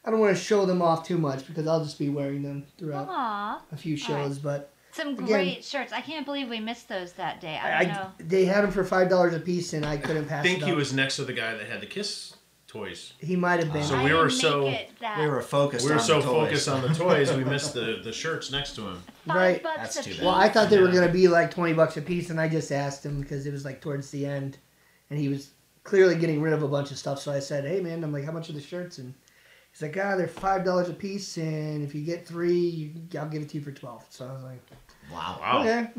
[SPEAKER 3] I don't want to show them off too much because I'll just be wearing them throughout
[SPEAKER 5] Aw.
[SPEAKER 3] a few shows. But
[SPEAKER 5] Some
[SPEAKER 3] Again-
[SPEAKER 5] great shirts. I can't believe we missed those that day. I
[SPEAKER 3] I,
[SPEAKER 5] don't know.
[SPEAKER 3] they had them for five dollars a piece, and I couldn't
[SPEAKER 2] I
[SPEAKER 3] pass.
[SPEAKER 2] think
[SPEAKER 3] it
[SPEAKER 2] he
[SPEAKER 3] up.
[SPEAKER 2] was next to the guy that had the Kiss toys.
[SPEAKER 3] He might have been.
[SPEAKER 2] So
[SPEAKER 5] I
[SPEAKER 2] we were
[SPEAKER 5] didn't
[SPEAKER 2] so-
[SPEAKER 5] make it that
[SPEAKER 4] We were focused.
[SPEAKER 2] We were
[SPEAKER 4] on
[SPEAKER 2] so
[SPEAKER 4] the toys.
[SPEAKER 2] focused on the toys, we missed the, the shirts next to him.
[SPEAKER 5] five
[SPEAKER 3] right.
[SPEAKER 5] bucks
[SPEAKER 4] That's
[SPEAKER 5] a
[SPEAKER 4] too
[SPEAKER 5] piece.
[SPEAKER 4] bad.
[SPEAKER 3] Well, I thought they were
[SPEAKER 2] Yeah.
[SPEAKER 3] gonna be like twenty bucks a piece, and I just asked him because it was like towards the end, and he was clearly getting rid of a bunch of stuff. So I said, "Hey, man, I'm like, how much are the shirts?" And he's like, "Ah, they're five dollars a piece, and if you get three, you, I'll give it to you for 12 So I was like,
[SPEAKER 4] Wow.
[SPEAKER 2] Wow.
[SPEAKER 3] "Okay."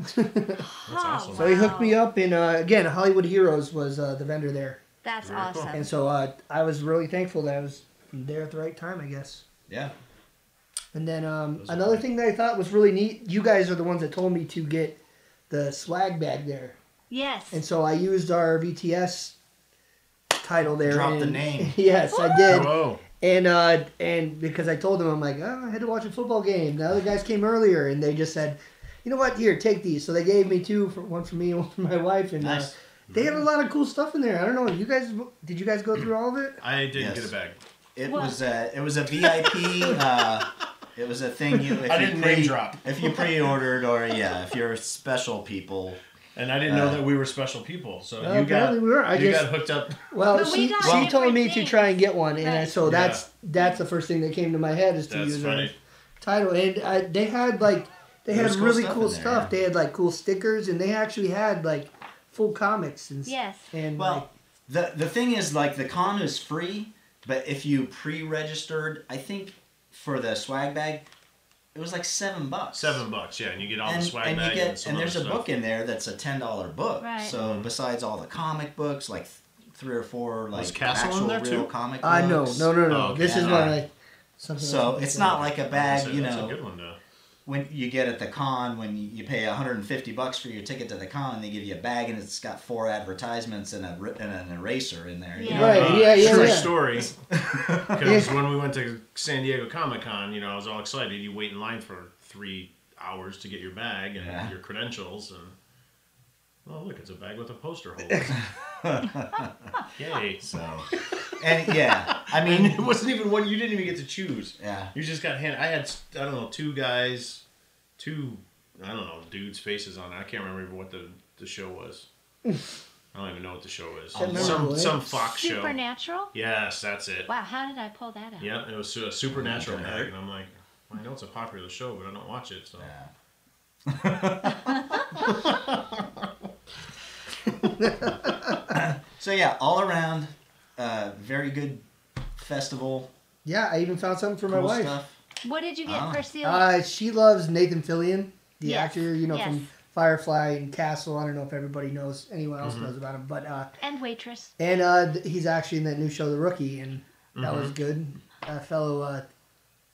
[SPEAKER 5] Oh,
[SPEAKER 2] awesome.
[SPEAKER 3] so he hooked me
[SPEAKER 5] wow.
[SPEAKER 3] up, and uh, again, Hollywood Heroes was uh, the vendor there,
[SPEAKER 5] That's
[SPEAKER 2] Very cool.
[SPEAKER 5] awesome.
[SPEAKER 3] and so uh, I was really thankful that I was there at the right time, I guess.
[SPEAKER 4] Yeah.
[SPEAKER 3] And then um,
[SPEAKER 4] Those are
[SPEAKER 3] another
[SPEAKER 4] fun.
[SPEAKER 3] thing that I thought was really neat. You guys are the ones that told me to get the swag bag there.
[SPEAKER 5] Yes.
[SPEAKER 3] And so I used our VTS title there.
[SPEAKER 4] Drop
[SPEAKER 3] and-
[SPEAKER 4] the name.
[SPEAKER 3] yes, I did.
[SPEAKER 2] Whoa.
[SPEAKER 3] And uh, and because I told them, I'm like, oh, I had to watch a football game. The other guys came earlier, and they just said, you know what? Here, take these. So they gave me two, for, one for me and one for my wife. And uh,
[SPEAKER 4] Nice.
[SPEAKER 3] they
[SPEAKER 4] Mm-hmm.
[SPEAKER 3] had a lot of cool stuff in there. I don't know. You guys, did you guys go through all of it?
[SPEAKER 2] I
[SPEAKER 4] Yes.
[SPEAKER 2] didn't get a bag.
[SPEAKER 4] It
[SPEAKER 5] What?
[SPEAKER 4] was a it was a VIP. uh, it was a thing you. If
[SPEAKER 2] I
[SPEAKER 4] you
[SPEAKER 2] didn't
[SPEAKER 4] pre,
[SPEAKER 2] name drop.
[SPEAKER 4] If you pre-ordered or yeah, if you're special people.
[SPEAKER 2] And I didn't know
[SPEAKER 4] Uh,
[SPEAKER 2] that we were special people. So
[SPEAKER 3] Well,
[SPEAKER 2] you got
[SPEAKER 3] apparently we were. I
[SPEAKER 2] you
[SPEAKER 3] just-
[SPEAKER 2] got hooked up.
[SPEAKER 3] Well,
[SPEAKER 5] But we
[SPEAKER 3] she,
[SPEAKER 5] got
[SPEAKER 3] she told
[SPEAKER 5] different
[SPEAKER 3] me to
[SPEAKER 5] things.
[SPEAKER 3] try and get one, and I,
[SPEAKER 5] Right.
[SPEAKER 3] so that's that's the first thing that came to my head is to
[SPEAKER 2] That's
[SPEAKER 3] use
[SPEAKER 2] funny.
[SPEAKER 3] our title. And I, they had like they had
[SPEAKER 4] There's cool
[SPEAKER 3] really
[SPEAKER 4] stuff
[SPEAKER 3] cool
[SPEAKER 4] in there,
[SPEAKER 3] stuff.
[SPEAKER 4] yeah.
[SPEAKER 3] They had like cool stickers, and they actually had like full comics and s-
[SPEAKER 5] Yes.
[SPEAKER 3] and
[SPEAKER 4] Well,
[SPEAKER 3] like,
[SPEAKER 4] the the thing is like the con is free, but if you pre-registered, I think for the swag bag, it was like seven bucks.
[SPEAKER 2] Seven bucks, yeah, and you get all
[SPEAKER 4] and,
[SPEAKER 2] the swag
[SPEAKER 4] and you
[SPEAKER 2] bag
[SPEAKER 4] get
[SPEAKER 2] and some
[SPEAKER 4] and
[SPEAKER 2] other
[SPEAKER 4] there's a
[SPEAKER 2] stuff. Mm-hmm.
[SPEAKER 4] book in there that's a ten dollar book.
[SPEAKER 5] Right.
[SPEAKER 4] So besides all the comic books, like th- three or four like
[SPEAKER 2] Was Castle in
[SPEAKER 4] actual
[SPEAKER 2] there,
[SPEAKER 4] real
[SPEAKER 2] too?
[SPEAKER 4] comic books.
[SPEAKER 3] Uh, no, no, no, no.
[SPEAKER 2] Oh, okay.
[SPEAKER 3] This is
[SPEAKER 4] Yeah.
[SPEAKER 3] what I. Something
[SPEAKER 4] So
[SPEAKER 3] else.
[SPEAKER 4] it's not like a
[SPEAKER 2] I'd say
[SPEAKER 4] bag, you
[SPEAKER 2] that's a
[SPEAKER 4] know,
[SPEAKER 2] good one though.
[SPEAKER 4] when you get at the con when you you pay 150 bucks for your ticket to the con, they give you a bag and it's got four advertisements and a ri- and an eraser in there. you
[SPEAKER 5] Yeah.
[SPEAKER 4] know?
[SPEAKER 3] Right, yeah, yeah,
[SPEAKER 2] Uh, True
[SPEAKER 3] yeah.
[SPEAKER 2] story. Because when we went to San Diego Comic Con, you know, I was all excited. You wait in line for three hours to get your bag and
[SPEAKER 4] Yeah.
[SPEAKER 2] your credentials, and oh look, it's a bag with a poster holder. Yay!
[SPEAKER 4] So, and yeah, I
[SPEAKER 2] And
[SPEAKER 4] mean,
[SPEAKER 2] it wasn't even one. You didn't even get to choose.
[SPEAKER 4] yeah,
[SPEAKER 2] You just got hand. I had I don't know two guys, two I don't know dudes' faces on. it. I can't remember what the the show was. I don't even know what the show is.
[SPEAKER 4] Can't remember
[SPEAKER 2] Some
[SPEAKER 3] what it
[SPEAKER 2] some Fox show.
[SPEAKER 5] Supernatural?
[SPEAKER 2] Yes, that's it.
[SPEAKER 5] Wow, how did I pull that out?
[SPEAKER 2] Yeah, it was a supernatural
[SPEAKER 4] Okay.
[SPEAKER 2] bag, and I'm like, well, I know it's a popular show, but I don't watch it. So
[SPEAKER 4] yeah. so yeah, all around, uh, very good festival.
[SPEAKER 3] Yeah, I even found something for my
[SPEAKER 4] cool
[SPEAKER 3] wife.
[SPEAKER 4] stuff.
[SPEAKER 5] What did you get
[SPEAKER 4] Ah.
[SPEAKER 5] for seal?
[SPEAKER 3] Uh, she loves Nathan Fillion, the
[SPEAKER 5] Yes,
[SPEAKER 3] actor, you know,
[SPEAKER 5] yes.
[SPEAKER 3] from Firefly and Castle. I don't know if everybody knows, anyone else knows about him, but uh,
[SPEAKER 5] and waitress.
[SPEAKER 3] and uh, th- he's actually in that new show, The Rookie, and that
[SPEAKER 2] Mm-hmm.
[SPEAKER 3] was good. A fellow, uh,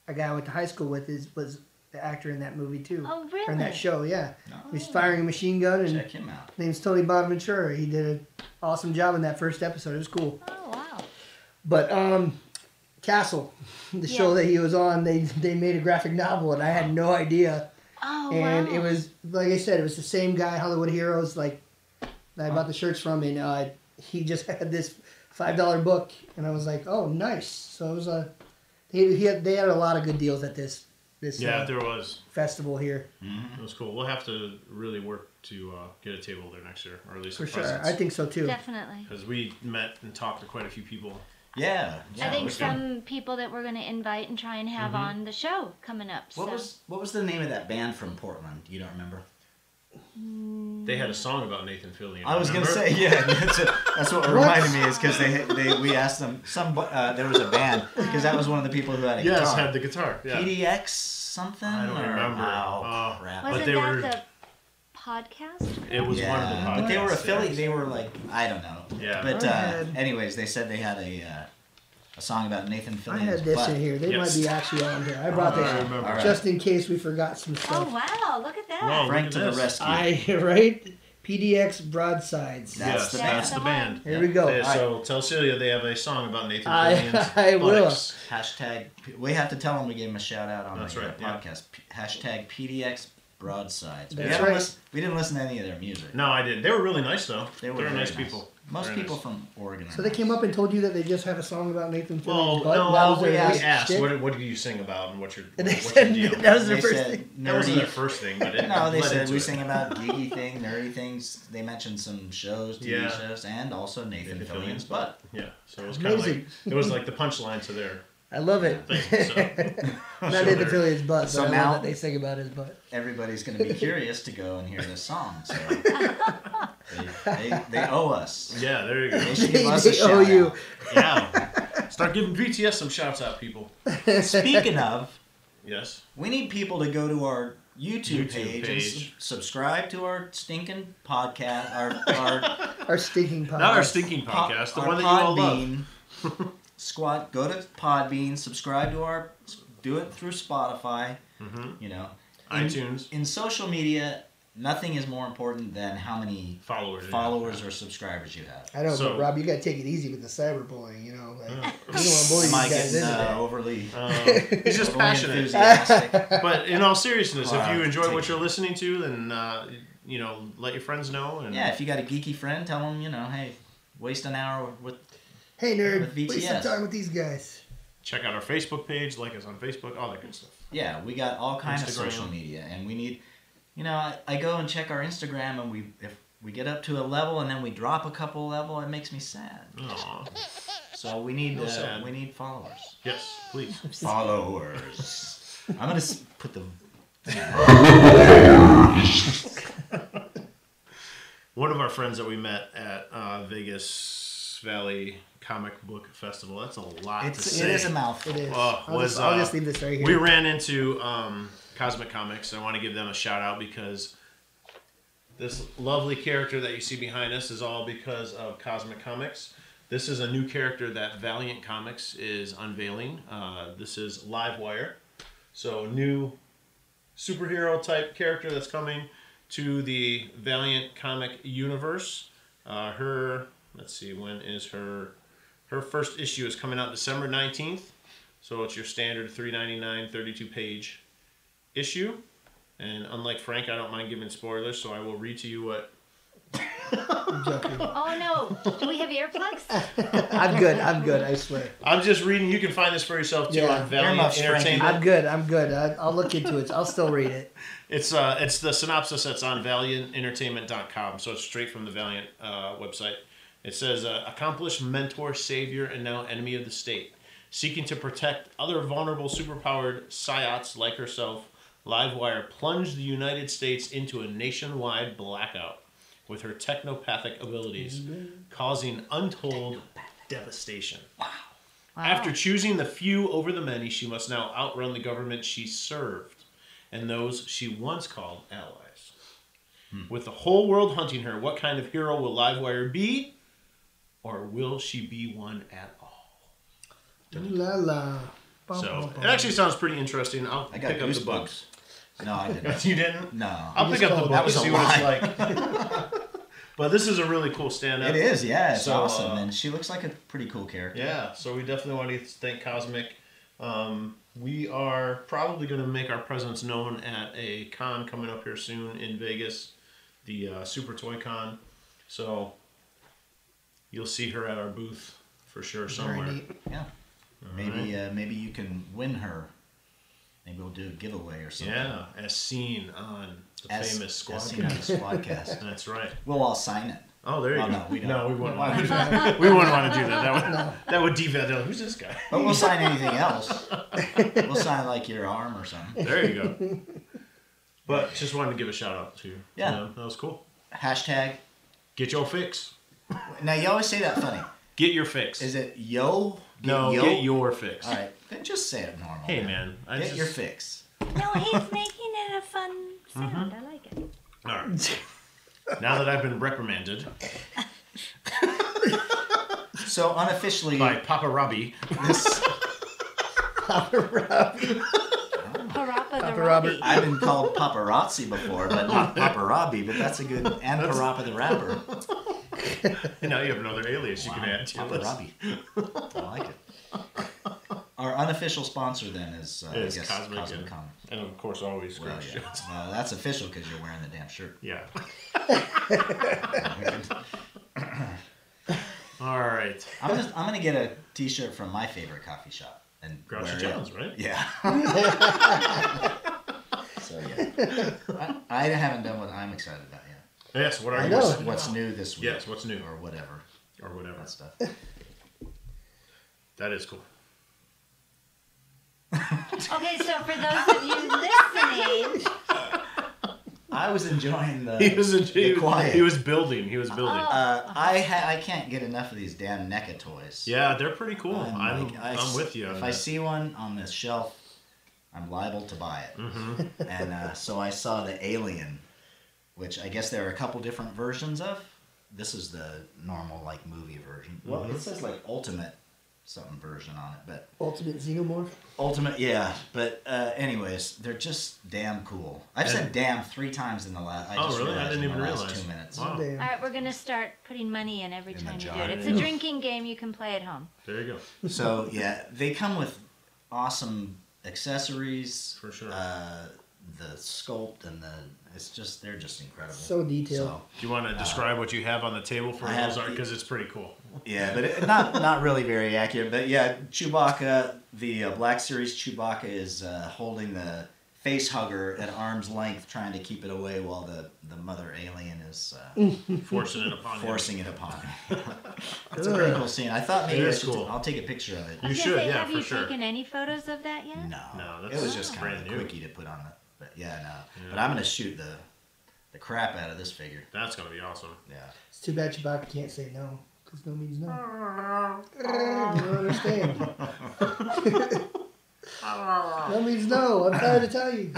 [SPEAKER 3] a guy I went to high school with, is was the actor in that movie too,
[SPEAKER 5] Oh,
[SPEAKER 3] or in
[SPEAKER 5] really?
[SPEAKER 3] that show. Yeah,
[SPEAKER 4] Oh.
[SPEAKER 3] he's firing a machine gun, and
[SPEAKER 4] Check him out.
[SPEAKER 3] his name's Tony Bonaventura. He did an awesome job in that first episode. It was cool.
[SPEAKER 5] Oh, wow.
[SPEAKER 3] But um, Castle, the show
[SPEAKER 5] Yeah.
[SPEAKER 3] that he was on, they they made a graphic novel, and I had no idea.
[SPEAKER 5] Oh,
[SPEAKER 3] and
[SPEAKER 5] wow.
[SPEAKER 3] it was like I said, it was the same guy, Hollywood Heroes, like that I bought the shirts from, and uh, he just had this five dollar book, and I was like, oh, nice. So it was a he, he had, they had a lot of good deals at this this
[SPEAKER 2] yeah,
[SPEAKER 3] uh,
[SPEAKER 2] there was.
[SPEAKER 3] festival here
[SPEAKER 2] It was cool. We'll have to really work to uh, get a table there next year, or at least
[SPEAKER 3] for sure. I think so too.
[SPEAKER 5] Definitely.
[SPEAKER 2] because we met and talked to quite a few people.
[SPEAKER 4] Yeah, yeah.
[SPEAKER 5] I think
[SPEAKER 4] we're good.
[SPEAKER 5] some people that we're going to invite and try and have on the show coming up.
[SPEAKER 4] What
[SPEAKER 5] so.
[SPEAKER 4] was what was the name of that band from Portland? You don't remember?
[SPEAKER 2] They had a song about Nathan Fillion.
[SPEAKER 4] I was
[SPEAKER 2] remember?
[SPEAKER 4] gonna say yeah. That's, it that's what reminded me is because they they we asked them some uh, there was a band because that was one of the people who had a
[SPEAKER 2] Yes,
[SPEAKER 4] guitar.
[SPEAKER 2] had the guitar. Yeah.
[SPEAKER 4] PDX something.
[SPEAKER 2] I don't
[SPEAKER 4] or-
[SPEAKER 2] remember.
[SPEAKER 4] Oh,
[SPEAKER 2] Oh.
[SPEAKER 4] crap.
[SPEAKER 5] Wasn't
[SPEAKER 2] but they
[SPEAKER 5] that
[SPEAKER 2] were-
[SPEAKER 5] the podcast?
[SPEAKER 2] It was one of the podcasts.
[SPEAKER 4] but they were affiliate.
[SPEAKER 2] yes.
[SPEAKER 4] They were like I don't know.
[SPEAKER 2] Yeah.
[SPEAKER 4] But
[SPEAKER 3] I
[SPEAKER 4] uh,
[SPEAKER 3] had-
[SPEAKER 4] anyways, they said they had a uh, a song about Nathan Fillion's
[SPEAKER 3] I had this
[SPEAKER 4] butt.
[SPEAKER 3] in here. They
[SPEAKER 2] Yes.
[SPEAKER 3] might be actually on here. I brought
[SPEAKER 2] I
[SPEAKER 3] this
[SPEAKER 2] remember.
[SPEAKER 4] All right.
[SPEAKER 3] just in case we forgot some stuff.
[SPEAKER 5] Oh, wow. Look at that.
[SPEAKER 2] Whoa, look
[SPEAKER 4] Frank
[SPEAKER 2] at
[SPEAKER 4] to the
[SPEAKER 2] this.
[SPEAKER 4] rescue.
[SPEAKER 3] I right? PDX broadsides.
[SPEAKER 4] That's
[SPEAKER 2] yes,
[SPEAKER 4] the
[SPEAKER 2] that's the band.
[SPEAKER 3] Here we go.
[SPEAKER 2] They- so tell Celia they have a song about Nathan
[SPEAKER 3] I-
[SPEAKER 2] Fillion's
[SPEAKER 3] I will.
[SPEAKER 2] buttocks.
[SPEAKER 4] Hashtag. We have to tell them we gave them a shout out on
[SPEAKER 2] That's
[SPEAKER 4] the uh,
[SPEAKER 2] right, yeah.
[SPEAKER 4] podcast. P- hashtag PDX broadsides. We,
[SPEAKER 3] That's
[SPEAKER 4] haven't
[SPEAKER 3] right.
[SPEAKER 4] lis- we didn't listen to any of their music.
[SPEAKER 2] No, I didn't. They were really nice though. They were,
[SPEAKER 4] very
[SPEAKER 2] nice, people.
[SPEAKER 4] Most
[SPEAKER 2] Very
[SPEAKER 4] people
[SPEAKER 2] nice.
[SPEAKER 4] from Oregon. are
[SPEAKER 3] So they
[SPEAKER 4] nice.
[SPEAKER 3] came up and told you that they just have a song about Nathan Fillion's
[SPEAKER 2] Well,
[SPEAKER 3] butt.
[SPEAKER 2] no,
[SPEAKER 3] and that was
[SPEAKER 4] we
[SPEAKER 3] their
[SPEAKER 2] We
[SPEAKER 4] asked-
[SPEAKER 3] last
[SPEAKER 2] asked,
[SPEAKER 3] shtick?
[SPEAKER 2] what, what do you sing about and what's your,
[SPEAKER 3] And they
[SPEAKER 2] what's your
[SPEAKER 3] said
[SPEAKER 2] deal?
[SPEAKER 3] that was
[SPEAKER 4] They
[SPEAKER 3] their first
[SPEAKER 4] said
[SPEAKER 3] thing.
[SPEAKER 2] That wasn't
[SPEAKER 4] nerdy.
[SPEAKER 2] their first thing, but it
[SPEAKER 4] No, they
[SPEAKER 2] led
[SPEAKER 4] said
[SPEAKER 2] into
[SPEAKER 4] we
[SPEAKER 2] it.
[SPEAKER 4] sing about geeky thing, nerdy things. They mentioned some shows, TV
[SPEAKER 2] Yeah.
[SPEAKER 4] shows, and also Nathan
[SPEAKER 2] Nathan
[SPEAKER 4] Fillion's
[SPEAKER 2] Fillion's
[SPEAKER 4] butt.
[SPEAKER 2] Yeah, so it was kind of like
[SPEAKER 3] Amazing.
[SPEAKER 2] it was like the punchline to their
[SPEAKER 3] I love it.
[SPEAKER 2] thing. So,
[SPEAKER 3] Not
[SPEAKER 2] So
[SPEAKER 3] Nathan
[SPEAKER 2] they're-
[SPEAKER 3] Fillion's butt, but
[SPEAKER 4] So
[SPEAKER 3] I love
[SPEAKER 4] now-
[SPEAKER 3] that they sing about his butt.
[SPEAKER 4] Everybody's going to be curious to go and hear this song. So they, they, they owe us.
[SPEAKER 2] yeah, there you go.
[SPEAKER 4] They should give us a
[SPEAKER 3] They
[SPEAKER 4] shout
[SPEAKER 3] owe you.
[SPEAKER 4] out.
[SPEAKER 2] Yeah, start giving BTS some shouts out, people.
[SPEAKER 4] Speaking of,
[SPEAKER 2] Yes,
[SPEAKER 4] we need people to go to our YouTube,
[SPEAKER 2] YouTube
[SPEAKER 4] page, and
[SPEAKER 2] page.
[SPEAKER 4] sub- subscribe to our stinking podcast, our our,
[SPEAKER 3] Our stinking podcast.
[SPEAKER 2] not our stinking
[SPEAKER 4] Uh, po-
[SPEAKER 2] podcast, the
[SPEAKER 4] our
[SPEAKER 2] one that you all love.
[SPEAKER 4] Podbean squad. Go to Podbean, subscribe to our, do it through Spotify. You know,
[SPEAKER 2] Mm-hmm. iTunes
[SPEAKER 4] in social media, nothing is more important than how many
[SPEAKER 2] followers. yeah.
[SPEAKER 4] followers or subscribers you have.
[SPEAKER 3] I know,
[SPEAKER 2] So-
[SPEAKER 3] but Rob, you gotta take it easy with the cyberbullying. You know, like, you don't want to bully
[SPEAKER 4] Am I
[SPEAKER 3] these guys
[SPEAKER 4] getting
[SPEAKER 3] into
[SPEAKER 4] uh,
[SPEAKER 3] that.
[SPEAKER 4] overly?
[SPEAKER 2] Um, he's just
[SPEAKER 4] overly
[SPEAKER 2] passionate.
[SPEAKER 4] enthusiastic?
[SPEAKER 2] But in all seriousness, if
[SPEAKER 4] Wow,
[SPEAKER 2] you enjoy
[SPEAKER 4] take
[SPEAKER 2] what
[SPEAKER 4] it.
[SPEAKER 2] you're listening to, then uh, you know let your friends know. And
[SPEAKER 4] yeah, if you got a geeky friend, tell them you know, hey, waste an hour with
[SPEAKER 3] Hey, nerd,
[SPEAKER 4] With
[SPEAKER 3] waste some
[SPEAKER 4] BTS.
[SPEAKER 3] time with these guys.
[SPEAKER 2] check out our Facebook page, like us on Facebook, all that good stuff.
[SPEAKER 4] Yeah, we got all kinds of
[SPEAKER 2] Instagram.
[SPEAKER 4] social media, and we need, you know, I, I go and check our Instagram, and we if we get up to a level and then we drop a couple level, it makes me sad.
[SPEAKER 2] Aw.
[SPEAKER 4] So we need
[SPEAKER 2] Feel
[SPEAKER 4] uh,
[SPEAKER 2] sad.
[SPEAKER 4] we need followers.
[SPEAKER 2] Yes, please.
[SPEAKER 4] Followers. I'm gonna s- put the
[SPEAKER 2] One of our friends that we met at uh, Vegas Valley Comic Book Festival. That's a lot to
[SPEAKER 4] It's,
[SPEAKER 2] say.
[SPEAKER 4] it is a mouthful.
[SPEAKER 3] It is.
[SPEAKER 2] Oh,
[SPEAKER 3] I'll,
[SPEAKER 2] was,
[SPEAKER 3] just, I'll
[SPEAKER 2] uh,
[SPEAKER 3] just leave this right here.
[SPEAKER 2] We ran into um, Cosmic Comics. I want to give them a shout out because this lovely character that you see behind us is all because of Cosmic Comics. This is a new character that Valiant Comics is unveiling. Uh, this is Livewire. So, new superhero type character that's coming to the Valiant comic universe. Uh, her, let's see, when is her? Her first issue is coming out December 19th. So it's your standard 399 32 page issue. And unlike Frank, I don't mind giving spoilers, so I will read to you what
[SPEAKER 3] I'm joking.
[SPEAKER 5] Oh no! Do we have earplugs?
[SPEAKER 3] I'm good. I'm good. I swear.
[SPEAKER 2] I'm just reading. You can find this for yourself too
[SPEAKER 3] Yeah.
[SPEAKER 2] on Valiant
[SPEAKER 4] Earmuffs, Frankie.
[SPEAKER 2] Entertainment.
[SPEAKER 3] I'm good. I'm good. I, I'll look into it. I'll still read it.
[SPEAKER 2] It's uh, it's the synopsis that's on ValiantEntertainment.com, so it's straight from the Valiant uh, website. It says, uh, "Accomplished mentor, savior, and now enemy of the state, seeking to protect other vulnerable, superpowered psyops like herself." Livewire plunged the United States into a nationwide blackout with her technopathic abilities, causing untold devastation.
[SPEAKER 5] Wow.
[SPEAKER 2] After choosing the few over the many, she must now outrun the government she served and those she once called allies.
[SPEAKER 4] Hmm.
[SPEAKER 2] With the whole world hunting her, what kind of hero will Livewire be? Or will she be one at all?
[SPEAKER 3] La la. Bum,
[SPEAKER 2] So
[SPEAKER 3] bum,
[SPEAKER 2] it
[SPEAKER 3] bum.
[SPEAKER 2] actually sounds pretty interesting. I'll
[SPEAKER 4] I got
[SPEAKER 2] pick up the
[SPEAKER 4] goosebumps.
[SPEAKER 2] book.
[SPEAKER 4] No, I didn't.
[SPEAKER 2] You didn't?
[SPEAKER 4] No.
[SPEAKER 2] I'll pick
[SPEAKER 3] just
[SPEAKER 2] up the
[SPEAKER 3] called-
[SPEAKER 2] book
[SPEAKER 4] that
[SPEAKER 2] and
[SPEAKER 4] was a
[SPEAKER 2] see what it's like. but this is a really cool stand up.
[SPEAKER 4] It is, yeah. It's
[SPEAKER 2] So,
[SPEAKER 4] awesome.
[SPEAKER 2] uh,
[SPEAKER 4] and she looks like a pretty cool character.
[SPEAKER 2] Yeah, so we definitely want to thank Cosmic. Um, we are probably going to make our presence known at a con coming up here soon in Vegas, the uh, Super Toy Con. So you'll see her at our booth for sure
[SPEAKER 3] Very
[SPEAKER 2] somewhere.
[SPEAKER 3] neat.
[SPEAKER 4] Yeah. Maybe uh, maybe you can win her. Maybe we'll do a giveaway or something.
[SPEAKER 2] Yeah, as seen on the
[SPEAKER 4] As-
[SPEAKER 2] famous squad.
[SPEAKER 4] as seen on the Squadcast.
[SPEAKER 2] That's right.
[SPEAKER 4] we'll all sign it.
[SPEAKER 2] Oh, there you
[SPEAKER 4] Oh,
[SPEAKER 2] go.
[SPEAKER 4] no, we don't.
[SPEAKER 2] No, we wouldn't want to do that. We wouldn't want to do that. That would, that would devalue. Who's this guy?
[SPEAKER 4] But we'll sign anything else. we'll sign like your arm or something.
[SPEAKER 2] There you go. But just wanted to give a shout out to you.
[SPEAKER 4] Yeah.
[SPEAKER 2] know, that was cool.
[SPEAKER 4] Hashtag.
[SPEAKER 2] Get your fix.
[SPEAKER 4] Now you always say that funny.
[SPEAKER 2] Get your fix.
[SPEAKER 4] Is it yo? Get
[SPEAKER 2] no,
[SPEAKER 4] yo?
[SPEAKER 2] get your fix.
[SPEAKER 4] All right, then just say it normal.
[SPEAKER 2] Hey man, I
[SPEAKER 4] get
[SPEAKER 2] just,
[SPEAKER 4] your fix.
[SPEAKER 5] no, he's making it a fun sound. I like it.
[SPEAKER 2] All right. now that I've been reprimanded
[SPEAKER 4] So unofficially,
[SPEAKER 2] by Papa Robbie,
[SPEAKER 4] this
[SPEAKER 5] Parappa
[SPEAKER 3] Papa
[SPEAKER 5] the
[SPEAKER 3] Robert.
[SPEAKER 5] Robbie.
[SPEAKER 4] I've been called paparazzi before, but not paparazzi. But that's a good and Parappa the rapper.
[SPEAKER 2] now you have another alias you can add to your list.
[SPEAKER 4] Paparazzi. I like it. Our unofficial sponsor then is, uh,
[SPEAKER 2] Is
[SPEAKER 4] I guess,
[SPEAKER 2] Cosmic,
[SPEAKER 4] Cosmic,
[SPEAKER 2] yeah.
[SPEAKER 4] Comic.
[SPEAKER 2] And of course, always
[SPEAKER 4] Well,
[SPEAKER 2] Scrooge
[SPEAKER 4] yeah.
[SPEAKER 2] Jones.
[SPEAKER 4] Well, that's official because you're wearing the damn shirt.
[SPEAKER 2] Yeah. All right.
[SPEAKER 4] I'm gonna, I'm gonna get a T-shirt from my favorite coffee shop and
[SPEAKER 2] Grouchy
[SPEAKER 4] wear it.
[SPEAKER 2] Jones, right?
[SPEAKER 4] Yeah. so yeah, I, I haven't done what I'm excited about yet.
[SPEAKER 2] Yes. What are
[SPEAKER 3] I
[SPEAKER 2] you?
[SPEAKER 3] know.
[SPEAKER 4] What's, what's new this week?
[SPEAKER 2] Oh, Yes. What's new
[SPEAKER 4] or whatever
[SPEAKER 2] or whatever?
[SPEAKER 4] that stuff.
[SPEAKER 2] That is cool.
[SPEAKER 5] Okay, so for those of you listening,
[SPEAKER 4] I was enjoying the.
[SPEAKER 2] He was a, he,
[SPEAKER 4] the quiet.
[SPEAKER 2] he was building. He was building.
[SPEAKER 4] Uh, I ha- I can't get enough of these damn NECA toys.
[SPEAKER 2] yeah, they're pretty cool.
[SPEAKER 4] I'm,
[SPEAKER 2] I'm,
[SPEAKER 4] like,
[SPEAKER 2] I'm,
[SPEAKER 4] I s-
[SPEAKER 2] with you. on
[SPEAKER 4] If I
[SPEAKER 2] that.
[SPEAKER 4] see one on this shelf, I'm liable to buy it.
[SPEAKER 2] Mm-hmm.
[SPEAKER 4] and uh, so I saw the Alien, which I guess there are a couple different versions of. This is the normal like movie version. Well, it says like Ultimate something version on it, but
[SPEAKER 3] Ultimate Xenomorph.
[SPEAKER 4] Ultimate, yeah. But uh, anyways, they're just damn cool. I've said
[SPEAKER 2] And-
[SPEAKER 4] damn three times in the last. I
[SPEAKER 2] Oh,
[SPEAKER 4] just
[SPEAKER 2] really? I
[SPEAKER 4] realized
[SPEAKER 2] didn't
[SPEAKER 4] in the
[SPEAKER 2] even
[SPEAKER 4] last
[SPEAKER 2] realize.
[SPEAKER 4] Two minutes.
[SPEAKER 2] Wow.
[SPEAKER 5] all
[SPEAKER 3] Damn.
[SPEAKER 5] right, we're gonna start putting money in every
[SPEAKER 4] In the
[SPEAKER 5] time you do
[SPEAKER 4] jar.
[SPEAKER 5] it. It's a
[SPEAKER 2] Yeah.
[SPEAKER 5] drinking game you can play at home.
[SPEAKER 2] There you go.
[SPEAKER 4] So yeah, they come with awesome accessories.
[SPEAKER 2] For sure.
[SPEAKER 4] Uh, the sculpt and the it's just they're just incredible.
[SPEAKER 3] So detailed.
[SPEAKER 4] So,
[SPEAKER 2] Do you want to describe what you have on the table for
[SPEAKER 4] Uh, I have
[SPEAKER 2] those art?
[SPEAKER 4] the-
[SPEAKER 2] Because it's pretty cool.
[SPEAKER 4] yeah, but it, not not really very accurate. But yeah, Chewbacca, the uh, Black Series Chewbacca is uh, holding the face hugger at arm's length, trying to keep it away while the the mother alien is. Uh,
[SPEAKER 2] Forcing it upon you.
[SPEAKER 4] forcing it upon me. it's a pretty cool scene. I thought maybe
[SPEAKER 2] It
[SPEAKER 4] I
[SPEAKER 2] is
[SPEAKER 4] should
[SPEAKER 2] cool.
[SPEAKER 4] I'll take a picture of it.
[SPEAKER 2] You
[SPEAKER 5] Yes,
[SPEAKER 2] should,
[SPEAKER 5] they-
[SPEAKER 2] yeah,
[SPEAKER 5] Have
[SPEAKER 2] for
[SPEAKER 5] you
[SPEAKER 2] sure.
[SPEAKER 5] taken any photos of that yet?
[SPEAKER 4] No,
[SPEAKER 2] No,
[SPEAKER 4] it was
[SPEAKER 2] that's
[SPEAKER 4] just kind
[SPEAKER 2] brand
[SPEAKER 4] of a
[SPEAKER 2] new.
[SPEAKER 4] quickie to put on the. But yeah, no. But I'm gonna shoot the the crap out of this figure.
[SPEAKER 2] That's gonna be awesome.
[SPEAKER 4] Yeah.
[SPEAKER 3] It's too bad Chewbacca can't say no. Because no means no. I don't understand. no means no. I'm trying to tell you.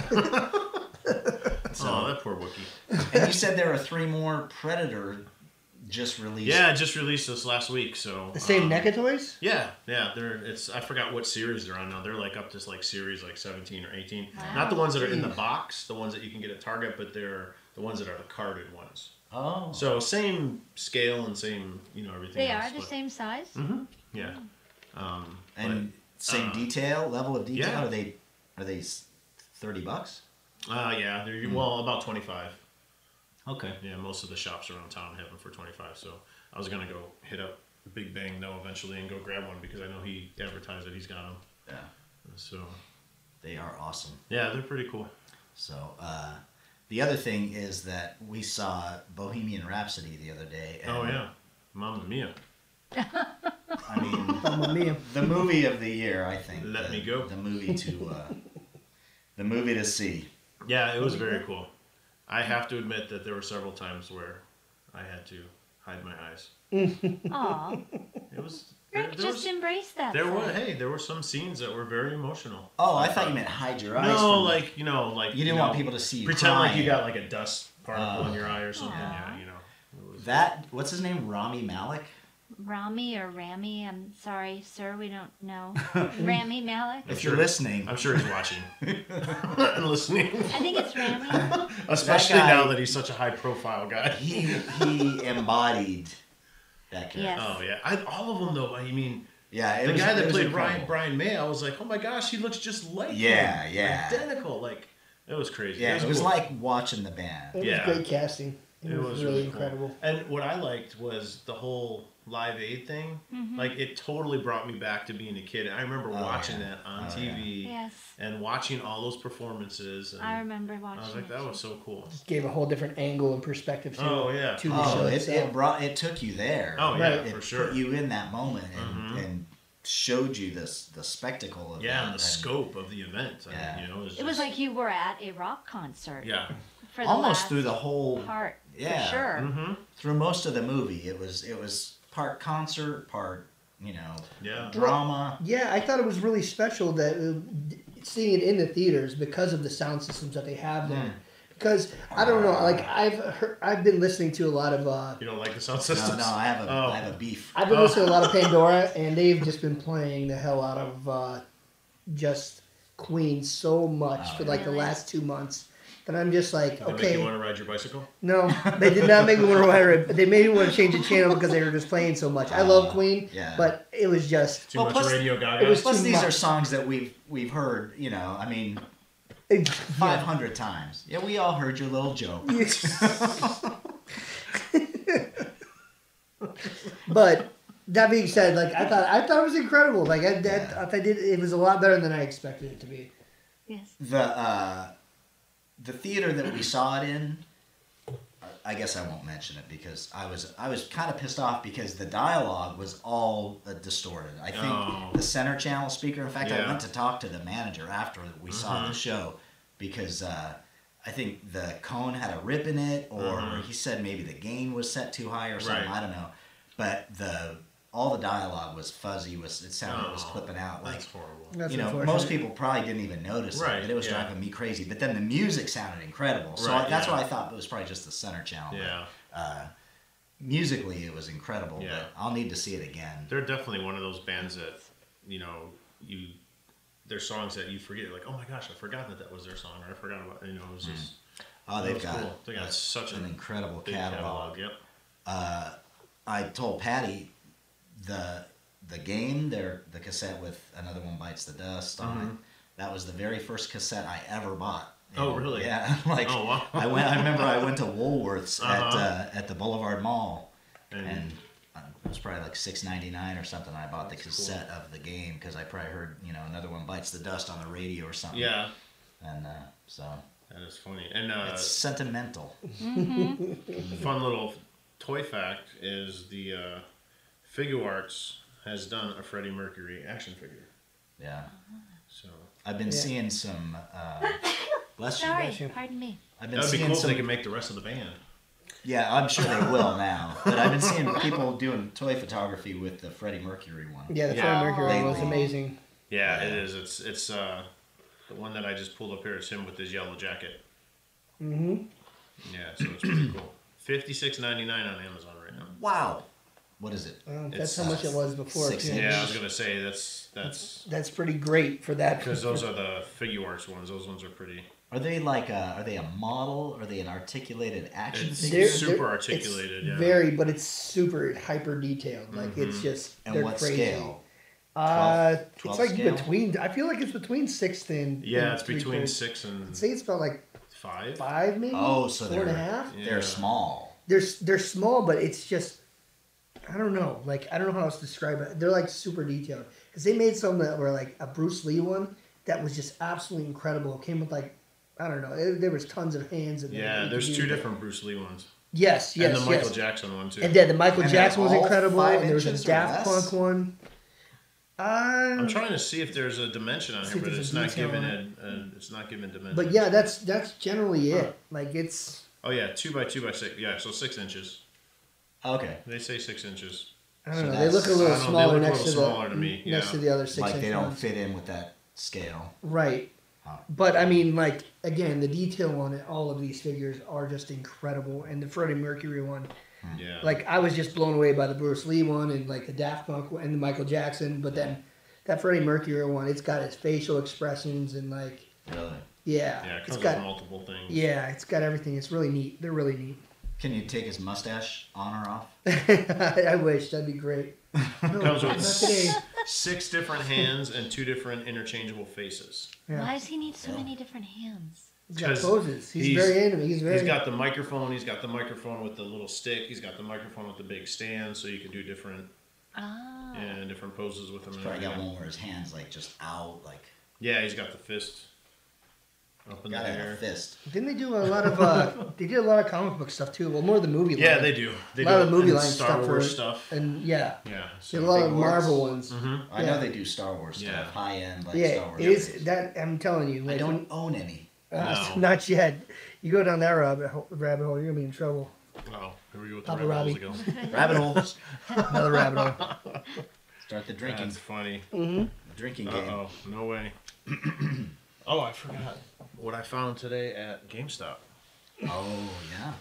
[SPEAKER 2] oh, that poor Wookie.
[SPEAKER 4] And you said there are three more Predator just released.
[SPEAKER 2] Yeah, it just released this last week, so
[SPEAKER 3] The same
[SPEAKER 2] um,
[SPEAKER 4] E
[SPEAKER 3] Nekatoys?
[SPEAKER 2] Yeah, yeah. They're it's I forgot what series they're on now. They're like up to like series like seventeen or eighteen. Not the ones that are in the
[SPEAKER 3] Jeez.
[SPEAKER 2] box, the ones that you can get at Target, but they're the ones that are the carded ones.
[SPEAKER 4] Oh.
[SPEAKER 2] So same scale and same you know everything.
[SPEAKER 5] They
[SPEAKER 2] else,
[SPEAKER 5] are the
[SPEAKER 2] but-
[SPEAKER 5] same size.
[SPEAKER 2] Yeah. Um,
[SPEAKER 4] and same
[SPEAKER 2] uh,
[SPEAKER 4] detail, level of detail.
[SPEAKER 2] yeah.
[SPEAKER 4] Are they are they s- thirty bucks?
[SPEAKER 2] but, uh, yeah, they're well about twenty five.
[SPEAKER 4] Okay.
[SPEAKER 2] Yeah, most of the shops around town have them for 25. So I was gonna go hit up Big Bang though eventually and go grab one because I know he advertised that he's got them.
[SPEAKER 4] Yeah.
[SPEAKER 2] So
[SPEAKER 4] They are awesome.
[SPEAKER 2] yeah, they're pretty cool.
[SPEAKER 4] So uh, the other thing is that we saw Bohemian Rhapsody the other day. And,
[SPEAKER 2] Oh yeah, Mamma Mia.
[SPEAKER 4] I mean,
[SPEAKER 3] Mamma mia.
[SPEAKER 4] the movie of the year, I think.
[SPEAKER 2] Let
[SPEAKER 4] the,
[SPEAKER 2] me go.
[SPEAKER 4] The movie to uh, the movie to see.
[SPEAKER 2] Yeah, it was very cool. I have to admit that there were several times where I had to hide my eyes.
[SPEAKER 5] Aw.
[SPEAKER 2] It was there,
[SPEAKER 5] Rick,
[SPEAKER 2] there
[SPEAKER 5] just
[SPEAKER 2] was,
[SPEAKER 5] embrace that.
[SPEAKER 2] there were
[SPEAKER 5] side.
[SPEAKER 2] hey there were some scenes that were very emotional.
[SPEAKER 4] Oh, I thought you meant hide your eyes.
[SPEAKER 2] No,
[SPEAKER 4] from-
[SPEAKER 2] like you know, like
[SPEAKER 4] You didn't
[SPEAKER 2] know,
[SPEAKER 4] want people to see you
[SPEAKER 2] pretend like you
[SPEAKER 4] crying.
[SPEAKER 2] got like a dust particle
[SPEAKER 4] Oh.
[SPEAKER 2] in your eye or something.
[SPEAKER 5] Aw.
[SPEAKER 2] Yeah, you know. It was-
[SPEAKER 4] that. What's his name? Rami Malik.
[SPEAKER 5] Rami or Rami? I'm sorry, sir, we don't know. Rami Malik?
[SPEAKER 4] If
[SPEAKER 2] sure-
[SPEAKER 4] you're listening,
[SPEAKER 2] I'm sure he's watching and listening,
[SPEAKER 5] I think it's Rami.
[SPEAKER 2] especially
[SPEAKER 4] guy-
[SPEAKER 2] now that he's such a high-profile guy.
[SPEAKER 4] he he embodied that character.
[SPEAKER 5] Yes.
[SPEAKER 2] Oh yeah, I, all of them though. I mean,
[SPEAKER 4] Yeah, it
[SPEAKER 2] the
[SPEAKER 4] was-
[SPEAKER 2] guy
[SPEAKER 4] it
[SPEAKER 2] that
[SPEAKER 4] was
[SPEAKER 2] played
[SPEAKER 4] incredible.
[SPEAKER 2] Brian Brian May, I was like, oh my gosh, he looks just like
[SPEAKER 4] Yeah,
[SPEAKER 2] him.
[SPEAKER 4] yeah.
[SPEAKER 2] identical. Like it was crazy.
[SPEAKER 4] Yeah, it was
[SPEAKER 2] cool.
[SPEAKER 4] like watching the band.
[SPEAKER 3] It
[SPEAKER 2] Yeah.
[SPEAKER 3] was great casting. It,
[SPEAKER 2] It
[SPEAKER 3] was,
[SPEAKER 2] was
[SPEAKER 3] really
[SPEAKER 2] cool.
[SPEAKER 3] incredible.
[SPEAKER 2] And what I liked was the whole Live Aid thing.
[SPEAKER 3] Mm-hmm.
[SPEAKER 2] Like it totally brought me back to being a kid. I remember
[SPEAKER 4] Oh,
[SPEAKER 2] watching
[SPEAKER 4] yeah.
[SPEAKER 2] that on
[SPEAKER 4] Oh,
[SPEAKER 2] TV
[SPEAKER 5] Yes.
[SPEAKER 2] and watching all those performances. And
[SPEAKER 5] I remember watching
[SPEAKER 2] I was like,
[SPEAKER 5] it.
[SPEAKER 2] that was so cool.
[SPEAKER 3] Gave a whole different angle and perspective to,
[SPEAKER 2] Oh, yeah.
[SPEAKER 3] to the show
[SPEAKER 4] Oh, it,
[SPEAKER 3] itself.
[SPEAKER 4] it brought it took you there.
[SPEAKER 2] Oh yeah,
[SPEAKER 3] Right.
[SPEAKER 4] it
[SPEAKER 2] for sure. Mm-hmm.
[SPEAKER 4] put you in that moment and, and showed you this the spectacle of
[SPEAKER 2] yeah,
[SPEAKER 4] that
[SPEAKER 2] and the
[SPEAKER 4] and
[SPEAKER 2] scope of the event. I
[SPEAKER 4] Yeah.
[SPEAKER 2] mean, you know, it was,
[SPEAKER 5] It was
[SPEAKER 2] just-
[SPEAKER 5] like you were at a rock concert.
[SPEAKER 2] yeah,
[SPEAKER 5] For the
[SPEAKER 4] almost
[SPEAKER 5] last
[SPEAKER 4] through the whole
[SPEAKER 5] part.
[SPEAKER 4] Yeah.
[SPEAKER 5] For sure.
[SPEAKER 4] through most of the movie. It was it was part concert, part you know
[SPEAKER 2] yeah.
[SPEAKER 4] drama.
[SPEAKER 3] Yeah, I thought it was really special that uh, d- seeing it in the theaters because of the sound systems that they have there.
[SPEAKER 2] Hmm.
[SPEAKER 3] Because I don't know, like I've heard, I've been listening to a lot of uh,
[SPEAKER 2] You don't like the sound
[SPEAKER 4] No,
[SPEAKER 2] systems?
[SPEAKER 4] no, I have a
[SPEAKER 2] Oh.
[SPEAKER 4] I have a beef.
[SPEAKER 3] I've been listening to a lot
[SPEAKER 4] Oh.
[SPEAKER 3] of Pandora, and they've just been playing the hell out of uh, just Queen so much
[SPEAKER 4] Oh,
[SPEAKER 3] for like the
[SPEAKER 5] Really?
[SPEAKER 3] last two months that I'm just like,
[SPEAKER 2] Did it make you
[SPEAKER 3] okay,
[SPEAKER 2] want to ride your bicycle?
[SPEAKER 3] no, they did not make me want to wire it. They made me want to change the channel because they were just playing so much. I love Queen,
[SPEAKER 4] Oh, Yeah.
[SPEAKER 3] but it was just
[SPEAKER 2] Too
[SPEAKER 4] Well,
[SPEAKER 2] much
[SPEAKER 4] plus-
[SPEAKER 2] Radio Gaga.
[SPEAKER 3] it was-
[SPEAKER 4] Plus,
[SPEAKER 3] too
[SPEAKER 4] these
[SPEAKER 3] much.
[SPEAKER 4] are songs that we've we've heard. You know, I mean, five hundred times. Yeah, we all heard your little joke.
[SPEAKER 3] but that being said, like I thought, I thought it was incredible. Like I, that,
[SPEAKER 4] Yeah.
[SPEAKER 3] I did, it was a lot better than I expected it to be.
[SPEAKER 2] Mm-hmm.
[SPEAKER 5] Yes.
[SPEAKER 4] the uh, the theater that we saw it in. I- I guess I won't mention it because I was I was kind of pissed off because the dialogue was all uh, distorted. I think
[SPEAKER 2] Oh.
[SPEAKER 4] the center channel speaker. In fact, I
[SPEAKER 2] Yeah. Mm-hmm.
[SPEAKER 4] went to talk to the manager after we saw the show because uh, I think the cone had a rip in it, or he said maybe the gain was set too high or something.
[SPEAKER 2] Mm-hmm. Right.
[SPEAKER 4] I don't know, but the all the dialogue was fuzzy. Was it sounded it was
[SPEAKER 2] Oh,
[SPEAKER 4] clipping out like
[SPEAKER 2] That's horrible.
[SPEAKER 3] That's
[SPEAKER 4] you know,
[SPEAKER 3] unfortunate.
[SPEAKER 4] most people probably didn't even notice it,
[SPEAKER 2] Right,
[SPEAKER 4] but it was
[SPEAKER 2] yeah.
[SPEAKER 4] driving me crazy. But then the music sounded incredible, so
[SPEAKER 2] Right,
[SPEAKER 4] I, that's
[SPEAKER 2] yeah.
[SPEAKER 4] why I thought it was probably just the center channel.
[SPEAKER 2] Yeah.
[SPEAKER 4] But, uh, musically, it was incredible.
[SPEAKER 2] Yeah.
[SPEAKER 4] But I'll need to see it again.
[SPEAKER 2] They're definitely one of those bands that, you know, you their songs that you forget. Like, oh my gosh, I forgot that that was their song, or I forgot about. You know, it was just
[SPEAKER 4] Oh, they've
[SPEAKER 2] That's
[SPEAKER 4] got
[SPEAKER 2] cool. They got
[SPEAKER 4] uh,
[SPEAKER 2] such
[SPEAKER 4] an
[SPEAKER 2] a
[SPEAKER 4] incredible
[SPEAKER 2] big
[SPEAKER 4] catalog.
[SPEAKER 2] catalog. Yep.
[SPEAKER 4] I told Patty the the game there the cassette with another one bites the dust on it. That was the very first cassette I ever bought.
[SPEAKER 2] Mm-hmm. Oh, really?
[SPEAKER 4] Yeah, like
[SPEAKER 2] Oh, wow.
[SPEAKER 4] I went. I remember I went to Woolworths
[SPEAKER 2] Uh-huh.
[SPEAKER 4] at uh, at the Boulevard Mall,
[SPEAKER 2] And-
[SPEAKER 4] and, uh, it was probably like six ninety nine or something. I bought the cassette of the game because I probably heard you know another one bites the dust on the radio or something.
[SPEAKER 2] Yeah,
[SPEAKER 4] and uh, so
[SPEAKER 2] that is funny. And uh,
[SPEAKER 4] it's sentimental.
[SPEAKER 2] fun little toy fact is the uh, Figure Arts has done a Freddie Mercury action figure.
[SPEAKER 4] Yeah,
[SPEAKER 2] So
[SPEAKER 4] I've been
[SPEAKER 3] Yeah.
[SPEAKER 4] seeing some. Uh, bless you.
[SPEAKER 5] Sorry,
[SPEAKER 3] you.
[SPEAKER 5] pardon me.
[SPEAKER 4] I've been
[SPEAKER 2] that would be
[SPEAKER 4] seeing
[SPEAKER 2] cool if
[SPEAKER 4] some
[SPEAKER 2] they could make the rest of the band.
[SPEAKER 4] Yeah, I'm sure they will now. But I've been seeing people doing toy photography with the Freddie Mercury one.
[SPEAKER 3] Yeah, the
[SPEAKER 2] Yeah.
[SPEAKER 3] Freddie Mercury one was
[SPEAKER 5] Lately.
[SPEAKER 3] amazing.
[SPEAKER 2] Yeah, it is. It's it's uh, the one that I just pulled up here. It's him with his yellow jacket.
[SPEAKER 3] Mm-hmm.
[SPEAKER 2] Yeah, so it's pretty cool. Fifty six ninety nine on Amazon right now.
[SPEAKER 4] Wow. What is it?
[SPEAKER 2] It's,
[SPEAKER 3] that's how much it was before.
[SPEAKER 4] six
[SPEAKER 3] too.
[SPEAKER 4] inch.
[SPEAKER 2] Yeah, I was gonna say that's that's
[SPEAKER 3] That's pretty great for that.
[SPEAKER 2] because those are the figure arts ones. Those ones are pretty.
[SPEAKER 4] Are they like a, are they a model? Are they an articulated action
[SPEAKER 2] It's
[SPEAKER 4] figure?
[SPEAKER 2] super articulated,
[SPEAKER 3] it's
[SPEAKER 2] yeah. Mm-hmm.
[SPEAKER 3] Very, but it's super hyper detailed. Like it's just
[SPEAKER 4] And
[SPEAKER 3] they're
[SPEAKER 4] what
[SPEAKER 3] crazy.
[SPEAKER 4] scale?
[SPEAKER 3] Uh,
[SPEAKER 4] 12
[SPEAKER 3] it's like
[SPEAKER 4] scale?
[SPEAKER 3] between. I feel like it's between sixth and
[SPEAKER 2] Yeah,
[SPEAKER 3] and
[SPEAKER 2] it's
[SPEAKER 3] three
[SPEAKER 2] between
[SPEAKER 3] quarters.
[SPEAKER 2] six and
[SPEAKER 3] I'd say it's about like
[SPEAKER 2] five.
[SPEAKER 3] five, maybe.
[SPEAKER 4] Oh, so
[SPEAKER 3] four
[SPEAKER 4] they're
[SPEAKER 3] and a half.
[SPEAKER 2] Yeah.
[SPEAKER 4] They're small.
[SPEAKER 3] They're s- they're small, but it's just I don't know. Like I don't know how else to describe it. They're like super detailed because they made some that were like a Bruce Lee one that was just absolutely incredible. It came with like I don't know. It, there was tons of hands. in there that
[SPEAKER 2] Yeah,
[SPEAKER 3] you
[SPEAKER 2] there's
[SPEAKER 3] could
[SPEAKER 2] two
[SPEAKER 3] use.
[SPEAKER 2] different Bruce Lee ones.
[SPEAKER 3] Yes, yes,
[SPEAKER 2] and the Michael
[SPEAKER 3] yes.
[SPEAKER 2] Jackson one too.
[SPEAKER 3] And then the Michael
[SPEAKER 4] And they're
[SPEAKER 3] Jackson was
[SPEAKER 4] all
[SPEAKER 3] incredible,
[SPEAKER 4] five
[SPEAKER 3] and there was a
[SPEAKER 4] inches or
[SPEAKER 3] Daft
[SPEAKER 4] less?
[SPEAKER 3] Punk one.
[SPEAKER 2] I'm
[SPEAKER 3] Uh,
[SPEAKER 2] trying to see if there's a dimension on
[SPEAKER 3] See
[SPEAKER 2] here,
[SPEAKER 3] if
[SPEAKER 2] but
[SPEAKER 3] there's
[SPEAKER 2] it's
[SPEAKER 3] a
[SPEAKER 2] not
[SPEAKER 3] detail
[SPEAKER 2] given
[SPEAKER 3] on
[SPEAKER 2] it. Uh, it's not given dimension.
[SPEAKER 3] but yeah, that's that's generally
[SPEAKER 2] Huh.
[SPEAKER 3] it. Like it's
[SPEAKER 2] Oh yeah, two by two by six. Yeah, so six inches.
[SPEAKER 4] Okay.
[SPEAKER 2] They say six inches.
[SPEAKER 3] I
[SPEAKER 4] So
[SPEAKER 3] don't know. They look a
[SPEAKER 4] that's-
[SPEAKER 3] little
[SPEAKER 2] I don't know, they
[SPEAKER 3] smaller
[SPEAKER 2] look a
[SPEAKER 3] next
[SPEAKER 2] little
[SPEAKER 3] to the
[SPEAKER 2] smaller to me,
[SPEAKER 3] next
[SPEAKER 2] yeah.
[SPEAKER 3] to the other six
[SPEAKER 4] Like
[SPEAKER 3] inch
[SPEAKER 4] they don't
[SPEAKER 3] ones.
[SPEAKER 4] fit in with that scale.
[SPEAKER 3] Right.
[SPEAKER 4] Huh.
[SPEAKER 3] But I mean, like again, the detail on it. All of these figures are just incredible, and the Freddie Mercury one.
[SPEAKER 4] Hmm.
[SPEAKER 2] Yeah.
[SPEAKER 3] Like I was just blown away by the Bruce Lee one, and like the Daft Punk one, and the Michael Jackson. But then that Freddie Mercury one, it's got his facial expressions and like
[SPEAKER 4] Really?
[SPEAKER 3] yeah,
[SPEAKER 2] yeah, it
[SPEAKER 3] it's
[SPEAKER 2] comes
[SPEAKER 3] got
[SPEAKER 2] with multiple things.
[SPEAKER 3] yeah, it's got everything. It's really neat. They're really neat.
[SPEAKER 4] Can you take his mustache on or off?
[SPEAKER 3] I wish that'd be great. No,
[SPEAKER 2] Comes with
[SPEAKER 3] not today.
[SPEAKER 2] six different hands and two different interchangeable faces.
[SPEAKER 5] Why
[SPEAKER 3] Yeah.
[SPEAKER 5] does he need so many different hands?
[SPEAKER 3] He's got
[SPEAKER 2] 'Cause
[SPEAKER 3] poses. He's,
[SPEAKER 2] he's-
[SPEAKER 3] very animated. He's very.
[SPEAKER 2] He's got the microphone. He's got the microphone with the little stick. He's got the microphone with the big stand, so you can do different
[SPEAKER 5] Oh.
[SPEAKER 2] yeah, different poses with him. and
[SPEAKER 4] Probably got
[SPEAKER 2] everything.
[SPEAKER 4] one where his hands like just out, like
[SPEAKER 2] Yeah, he's got the fist up in the
[SPEAKER 4] got to have a
[SPEAKER 2] air.
[SPEAKER 4] fist.
[SPEAKER 3] Didn't they do a lot of? Uh, they did a lot of comic book stuff too. Well, more the movie.
[SPEAKER 2] Yeah,
[SPEAKER 3] line.
[SPEAKER 2] they do. They
[SPEAKER 3] A lot
[SPEAKER 2] do
[SPEAKER 3] of the movie
[SPEAKER 2] and
[SPEAKER 3] line
[SPEAKER 2] Star
[SPEAKER 3] stuff
[SPEAKER 2] Wars
[SPEAKER 3] were-
[SPEAKER 2] stuff.
[SPEAKER 3] And yeah,
[SPEAKER 2] Yeah,
[SPEAKER 3] a
[SPEAKER 2] so
[SPEAKER 3] lot
[SPEAKER 4] big
[SPEAKER 3] of
[SPEAKER 4] words.
[SPEAKER 3] Marvel
[SPEAKER 2] Mm-hmm.
[SPEAKER 3] ones.
[SPEAKER 4] I
[SPEAKER 3] Yeah.
[SPEAKER 4] know they do Star Wars stuff,
[SPEAKER 2] Yeah.
[SPEAKER 4] high end like Star
[SPEAKER 3] Yeah,
[SPEAKER 4] Wars.
[SPEAKER 3] it is
[SPEAKER 4] figures.
[SPEAKER 3] that I'm telling you.
[SPEAKER 4] I
[SPEAKER 3] like,
[SPEAKER 4] don't own any.
[SPEAKER 3] uh,
[SPEAKER 2] No.
[SPEAKER 3] Not yet. You go down that rabbit hole, rabbit hole, you're gonna be in trouble.
[SPEAKER 2] oh, here we go with the
[SPEAKER 3] Papa
[SPEAKER 2] rabbit holes
[SPEAKER 3] Robbie.
[SPEAKER 2] again.
[SPEAKER 4] Rabbit holes.
[SPEAKER 3] Another rabbit hole.
[SPEAKER 4] Start the drinking
[SPEAKER 2] That's funny.
[SPEAKER 4] drinking
[SPEAKER 2] Uh
[SPEAKER 4] game.
[SPEAKER 2] oh, no way. oh, I forgot what I found today at GameStop.
[SPEAKER 4] Oh yeah.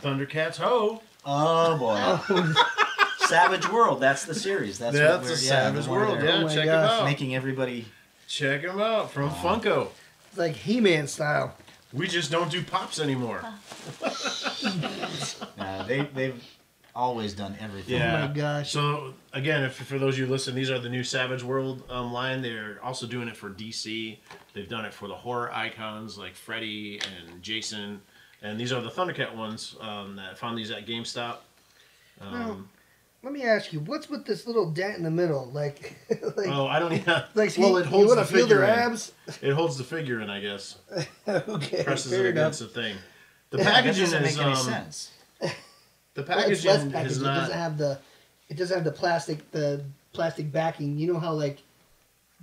[SPEAKER 2] Thundercats Ho.
[SPEAKER 4] Oh boy.
[SPEAKER 3] Oh.
[SPEAKER 4] Savage World. That's the series. That's, what
[SPEAKER 2] That's
[SPEAKER 4] we're-
[SPEAKER 2] a
[SPEAKER 4] yeah, the
[SPEAKER 2] Savage
[SPEAKER 4] one
[SPEAKER 2] World.
[SPEAKER 4] they're
[SPEAKER 2] Yeah,
[SPEAKER 3] Oh my
[SPEAKER 2] check him
[SPEAKER 3] gosh. Oh.
[SPEAKER 2] out.
[SPEAKER 4] Making everybody.
[SPEAKER 2] Check him out from Funko.
[SPEAKER 3] It's like He-Man style.
[SPEAKER 2] We just don't do pops anymore.
[SPEAKER 4] Uh, they they've always done everything.
[SPEAKER 2] Yeah.
[SPEAKER 3] Oh my gosh.
[SPEAKER 2] So again, if, for those of you who listen, these are the new Savage World um, line. They're also doing it for DC. They've done it for the horror icons like Freddy and Jason, and these are the Thundercat ones um, that I found these at GameStop. Um,
[SPEAKER 3] Let me ask you, what's with this little dent in the middle? Like, like,
[SPEAKER 2] oh, I don't. Yeah.
[SPEAKER 3] like so
[SPEAKER 2] well,
[SPEAKER 3] you,
[SPEAKER 2] it holds
[SPEAKER 3] you
[SPEAKER 2] the
[SPEAKER 3] want to feel their
[SPEAKER 2] figure in.
[SPEAKER 3] abs?
[SPEAKER 2] It holds the figure in, I guess.
[SPEAKER 3] okay,
[SPEAKER 2] Presses
[SPEAKER 3] fair
[SPEAKER 2] it
[SPEAKER 3] enough.
[SPEAKER 2] against the thing. The
[SPEAKER 4] Yeah, that
[SPEAKER 2] packaging
[SPEAKER 4] doesn't
[SPEAKER 2] is
[SPEAKER 4] make any
[SPEAKER 2] um,
[SPEAKER 4] sense.
[SPEAKER 2] the
[SPEAKER 3] Well, it's less
[SPEAKER 2] packaging
[SPEAKER 3] packaging.
[SPEAKER 2] is
[SPEAKER 3] It doesn't
[SPEAKER 2] not.
[SPEAKER 3] have the, it doesn't have the plastic, the plastic backing. You know how like,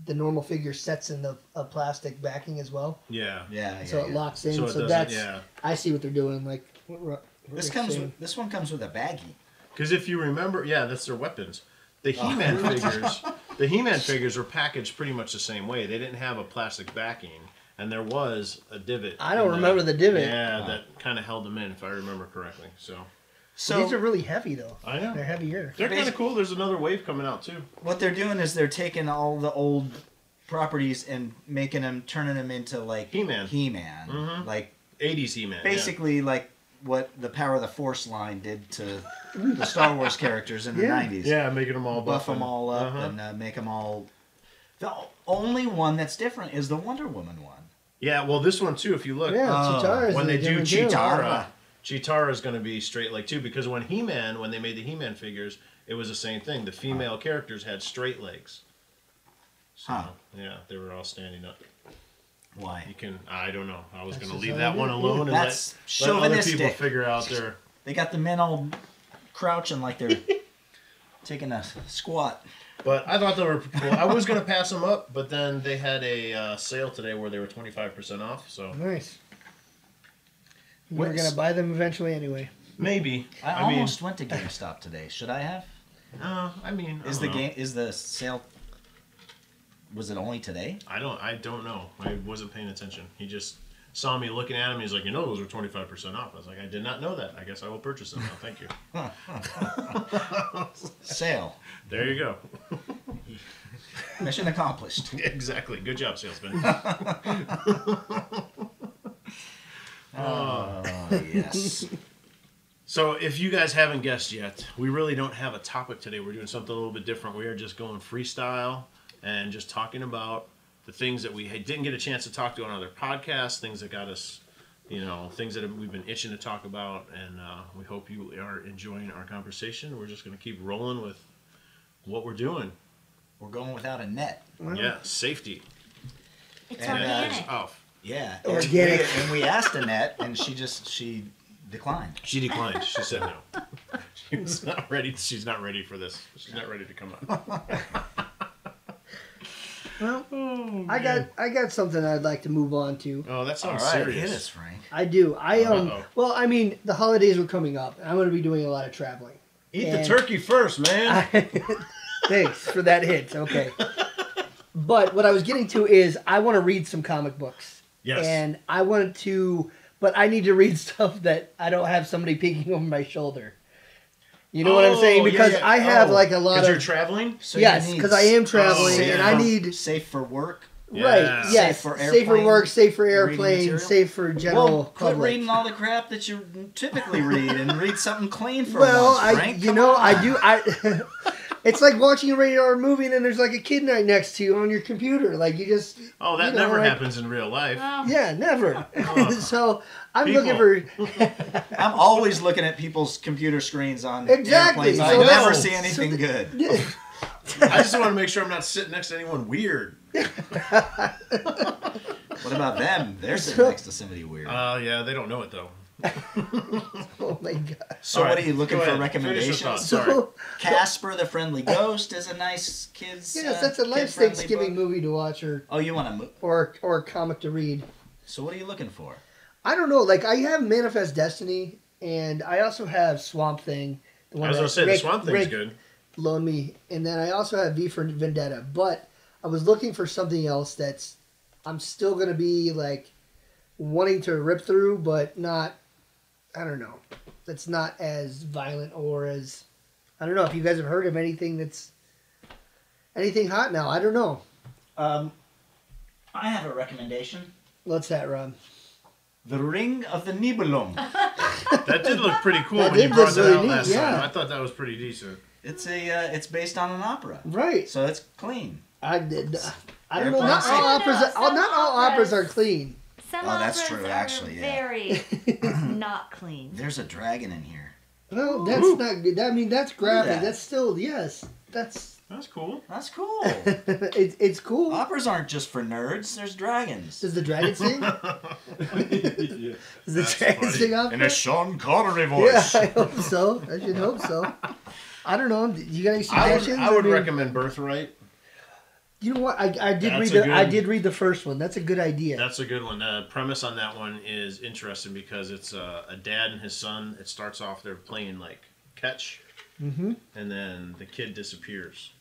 [SPEAKER 3] the normal figure sets in the a plastic backing as well,
[SPEAKER 2] Yeah.
[SPEAKER 4] Yeah, yeah.
[SPEAKER 3] so it
[SPEAKER 4] yeah.
[SPEAKER 3] locks in.
[SPEAKER 2] So
[SPEAKER 3] So,
[SPEAKER 2] it doesn't-
[SPEAKER 3] that's,
[SPEAKER 2] yeah.
[SPEAKER 3] I see what they're doing. Like, what, what
[SPEAKER 4] This
[SPEAKER 3] they're
[SPEAKER 4] comes.
[SPEAKER 3] saying.
[SPEAKER 4] With, this one comes with a baggie.
[SPEAKER 2] Because if you remember, yeah, that's their weapons. The
[SPEAKER 4] Oh.
[SPEAKER 2] He-Man figures, the He-Man figures were packaged pretty much the same way. They didn't have a plastic backing, and there was a divot.
[SPEAKER 3] I don't
[SPEAKER 2] in
[SPEAKER 3] remember the divot.
[SPEAKER 2] Yeah, that kind of held them in, if I remember correctly. So
[SPEAKER 4] So
[SPEAKER 3] these are really heavy though.
[SPEAKER 2] I know.
[SPEAKER 3] They're heavier.
[SPEAKER 2] they're kind of cool. There's another wave coming out too.
[SPEAKER 4] what they're doing is they're taking all the old properties and making them, turning them into like
[SPEAKER 2] He-Man.
[SPEAKER 4] He-Man, like
[SPEAKER 2] 80s He-Man. yeah.
[SPEAKER 4] basically like what the Power of the Force line did to the Star Wars characters in the
[SPEAKER 3] Yeah.
[SPEAKER 4] '90s.
[SPEAKER 2] Yeah, making them all
[SPEAKER 4] buff
[SPEAKER 2] buff
[SPEAKER 4] them
[SPEAKER 2] and-
[SPEAKER 4] all up
[SPEAKER 2] Uh-huh.
[SPEAKER 4] and uh, make them all. The only one that's different is the Wonder Woman one.
[SPEAKER 2] yeah, well, this one too. If you look,
[SPEAKER 3] Yeah,
[SPEAKER 4] Oh, Uh-huh.
[SPEAKER 3] Chitara's
[SPEAKER 2] when
[SPEAKER 3] in a
[SPEAKER 2] they do
[SPEAKER 3] different deal.
[SPEAKER 2] Chitara, Chitara is going to be straight leg too. Because when He-Man, when they made the He-Man figures, it was the same thing. The female characters had straight legs. So,
[SPEAKER 4] Huh.
[SPEAKER 2] Yeah, they were all standing up. You
[SPEAKER 4] Why?
[SPEAKER 2] can. I don't know. I was
[SPEAKER 3] That's
[SPEAKER 2] going to
[SPEAKER 3] just
[SPEAKER 2] leave
[SPEAKER 3] how
[SPEAKER 2] that
[SPEAKER 3] it
[SPEAKER 2] one
[SPEAKER 3] is.
[SPEAKER 2] alone and
[SPEAKER 4] That's
[SPEAKER 2] let, let other people
[SPEAKER 4] chauvinistic.
[SPEAKER 2] figure out their.
[SPEAKER 4] They got the men all crouching like they're taking a squat.
[SPEAKER 2] But I thought they were cool. I was going to pass them up, but then
[SPEAKER 4] Mm-hmm.
[SPEAKER 2] they had a uh, sale today where they were twenty five percent off. So
[SPEAKER 3] Nice. We were
[SPEAKER 4] What's-
[SPEAKER 3] gonna buy them eventually anyway.
[SPEAKER 2] Maybe.
[SPEAKER 4] I,
[SPEAKER 2] I mean,
[SPEAKER 4] almost went to GameStop today. Should I have?
[SPEAKER 2] uh, I mean, I
[SPEAKER 4] Is
[SPEAKER 2] don't
[SPEAKER 4] the
[SPEAKER 2] know.
[SPEAKER 4] game is the sale? Was it only today?
[SPEAKER 2] I don't. I don't know. I wasn't paying attention. He just saw me looking at him. He's like, you know, those are twenty five percent off. I was like, I did not know that. I guess I will purchase them now. Thank you.
[SPEAKER 4] Sale.
[SPEAKER 2] There you go.
[SPEAKER 4] Mission accomplished.
[SPEAKER 2] exactly. Good job, salesman.
[SPEAKER 4] Oh yes.
[SPEAKER 2] so, if you guys haven't guessed yet, we really don't have a topic today. We're doing something a little bit different. We are just going freestyle and just talking about the things that we had- didn't get a chance to talk to on other podcasts, things that got us, you know, things that we've been itching to talk about. And uh, we hope you are enjoying our conversation. We're just going to keep rolling with what we're doing.
[SPEAKER 4] We're going without a net.
[SPEAKER 3] Well,
[SPEAKER 2] Yeah, safety.
[SPEAKER 5] It's
[SPEAKER 4] And, uh,
[SPEAKER 5] organic.
[SPEAKER 2] Oh,
[SPEAKER 4] Yeah.
[SPEAKER 3] Organic.
[SPEAKER 4] And we, and we asked a net, and she just she declined.
[SPEAKER 2] she declined. She said no. She was not ready. She's not ready for this. She's not ready to come up.
[SPEAKER 3] Well, I got I got something I'd like to move on to.
[SPEAKER 2] Oh, that
[SPEAKER 4] All
[SPEAKER 2] sounds
[SPEAKER 4] right, hit
[SPEAKER 2] serious.
[SPEAKER 4] us, Frank.
[SPEAKER 3] I do. I um.
[SPEAKER 2] Uh-oh.
[SPEAKER 3] Well, I mean, the holidays were coming up, and I'm gonna be doing a lot of traveling.
[SPEAKER 2] Eat
[SPEAKER 3] And-
[SPEAKER 2] the turkey first, man.
[SPEAKER 3] Thanks for that hint. Okay. But what I was getting to is I want to read some comic books.
[SPEAKER 2] Yes.
[SPEAKER 3] And I wanted to, but I need to read stuff that I don't have somebody peeking over my shoulder. You know what I'm
[SPEAKER 2] Oh,
[SPEAKER 3] saying?
[SPEAKER 2] yeah,
[SPEAKER 3] Because
[SPEAKER 2] yeah.
[SPEAKER 3] I have
[SPEAKER 2] Oh,
[SPEAKER 3] like a lot
[SPEAKER 2] 'cause
[SPEAKER 3] of.
[SPEAKER 2] you're traveling.
[SPEAKER 4] So
[SPEAKER 3] Yes,
[SPEAKER 4] you need
[SPEAKER 3] 'cause I am traveling,
[SPEAKER 2] and
[SPEAKER 4] safe
[SPEAKER 2] I
[SPEAKER 4] for-
[SPEAKER 3] need-
[SPEAKER 4] safe for work.
[SPEAKER 2] Oh, Yeah.
[SPEAKER 3] Right. Yes.
[SPEAKER 4] Safe for
[SPEAKER 3] Safe for
[SPEAKER 4] airplane
[SPEAKER 3] work. Safe for
[SPEAKER 4] reading
[SPEAKER 3] airplanes.
[SPEAKER 4] material?
[SPEAKER 3] Safe for general
[SPEAKER 4] well, quit
[SPEAKER 3] public.
[SPEAKER 4] reading all the crap that you typically read and read something clean for
[SPEAKER 3] well,
[SPEAKER 4] once,
[SPEAKER 3] I
[SPEAKER 4] Frank.
[SPEAKER 3] you
[SPEAKER 4] Come
[SPEAKER 3] know
[SPEAKER 4] on.
[SPEAKER 3] I do I. it's like watching a rated R movie and then there's like a kid right next to you on your computer. Like you just.
[SPEAKER 2] Oh, that
[SPEAKER 3] you know,
[SPEAKER 2] never
[SPEAKER 3] like-
[SPEAKER 2] happens in real life.
[SPEAKER 5] Oh,
[SPEAKER 3] Yeah, never. so I'm
[SPEAKER 2] Uh-huh. People.
[SPEAKER 3] looking for
[SPEAKER 4] I'm always looking at people's computer screens on
[SPEAKER 3] Exactly,
[SPEAKER 4] airplanes.
[SPEAKER 3] so
[SPEAKER 4] I
[SPEAKER 2] that's-
[SPEAKER 4] never
[SPEAKER 2] so
[SPEAKER 4] see anything good.
[SPEAKER 2] I just want to make sure I'm not sitting next to anyone weird.
[SPEAKER 4] What about them? They're sitting next to somebody weird.
[SPEAKER 2] Uh, yeah, they don't know it though.
[SPEAKER 3] Oh my god.
[SPEAKER 4] so
[SPEAKER 2] All
[SPEAKER 4] what
[SPEAKER 2] right,
[SPEAKER 4] are you looking
[SPEAKER 2] go
[SPEAKER 4] for
[SPEAKER 2] ahead. Finish your thought.
[SPEAKER 3] So
[SPEAKER 2] Sorry.
[SPEAKER 4] Casper the Friendly Ghost is a nice kids.
[SPEAKER 3] yes,
[SPEAKER 4] uh,
[SPEAKER 3] that's a nice
[SPEAKER 4] kid-friendly
[SPEAKER 3] Thanksgiving
[SPEAKER 4] book.
[SPEAKER 3] movie to watch or
[SPEAKER 4] Oh, you want to move?
[SPEAKER 3] or or comic to read.
[SPEAKER 4] So what are you looking for?
[SPEAKER 3] I don't know. Like I have Manifest Destiny, and I also have Swamp Thing. The
[SPEAKER 2] I was
[SPEAKER 3] that
[SPEAKER 2] gonna say the
[SPEAKER 3] Rick-
[SPEAKER 2] swamp thing's
[SPEAKER 3] Rick
[SPEAKER 2] good.
[SPEAKER 3] Loaned me, and then I also have V for Vendetta. But I was looking for something else that's I'm still gonna be like wanting to rip through, but not. I don't know. That's not as violent or as I don't know if you guys have heard of anything that's anything hot now. I don't know.
[SPEAKER 4] Um, I have a recommendation.
[SPEAKER 3] What's that, Rob?
[SPEAKER 4] The Ring of the Nibelung.
[SPEAKER 2] That did look pretty cool
[SPEAKER 3] That
[SPEAKER 2] when you
[SPEAKER 3] did
[SPEAKER 2] brought
[SPEAKER 3] look
[SPEAKER 2] that
[SPEAKER 3] really
[SPEAKER 2] out
[SPEAKER 3] neat,
[SPEAKER 2] last time.
[SPEAKER 3] yeah.
[SPEAKER 2] I thought that was pretty decent.
[SPEAKER 4] It's a. Uh, it's based on an opera,
[SPEAKER 3] Right.
[SPEAKER 4] so it's clean.
[SPEAKER 3] I did. I don't know.
[SPEAKER 4] Airplane
[SPEAKER 3] Not all
[SPEAKER 5] safe.
[SPEAKER 3] operas. all- not all operas are clean.
[SPEAKER 5] Some
[SPEAKER 4] Oh, that's
[SPEAKER 5] operas
[SPEAKER 4] true,
[SPEAKER 5] are
[SPEAKER 4] actually, yeah.
[SPEAKER 5] very not clean.
[SPEAKER 4] There's a dragon in here.
[SPEAKER 3] Well, that's
[SPEAKER 2] Ooh.
[SPEAKER 3] not good. I mean, that's
[SPEAKER 4] at
[SPEAKER 3] graphic.
[SPEAKER 4] that.
[SPEAKER 3] That's still yes. That's
[SPEAKER 2] That's cool.
[SPEAKER 4] That's cool.
[SPEAKER 3] it's it's cool.
[SPEAKER 4] Operas aren't just for nerds. There's dragons.
[SPEAKER 3] Does the dragon sing? Does the
[SPEAKER 2] That's
[SPEAKER 3] dragon
[SPEAKER 2] funny.
[SPEAKER 3] sing opera?
[SPEAKER 4] Sean Connery
[SPEAKER 3] yeah, I hope so. I should hope so. I don't know. Do You got any
[SPEAKER 2] I would,
[SPEAKER 3] suggestions?
[SPEAKER 2] I would
[SPEAKER 3] mean,
[SPEAKER 2] recommend Birthright.
[SPEAKER 3] You know what? I, I did
[SPEAKER 2] That's
[SPEAKER 3] read
[SPEAKER 2] a
[SPEAKER 3] the I
[SPEAKER 2] good-
[SPEAKER 3] did read the first one. That's a good idea.
[SPEAKER 2] That's a good one. The premise on that one is interesting because it's uh, a, a dad and his son. It starts off they're playing like catch,
[SPEAKER 3] Mhm.
[SPEAKER 2] and then the kid disappears,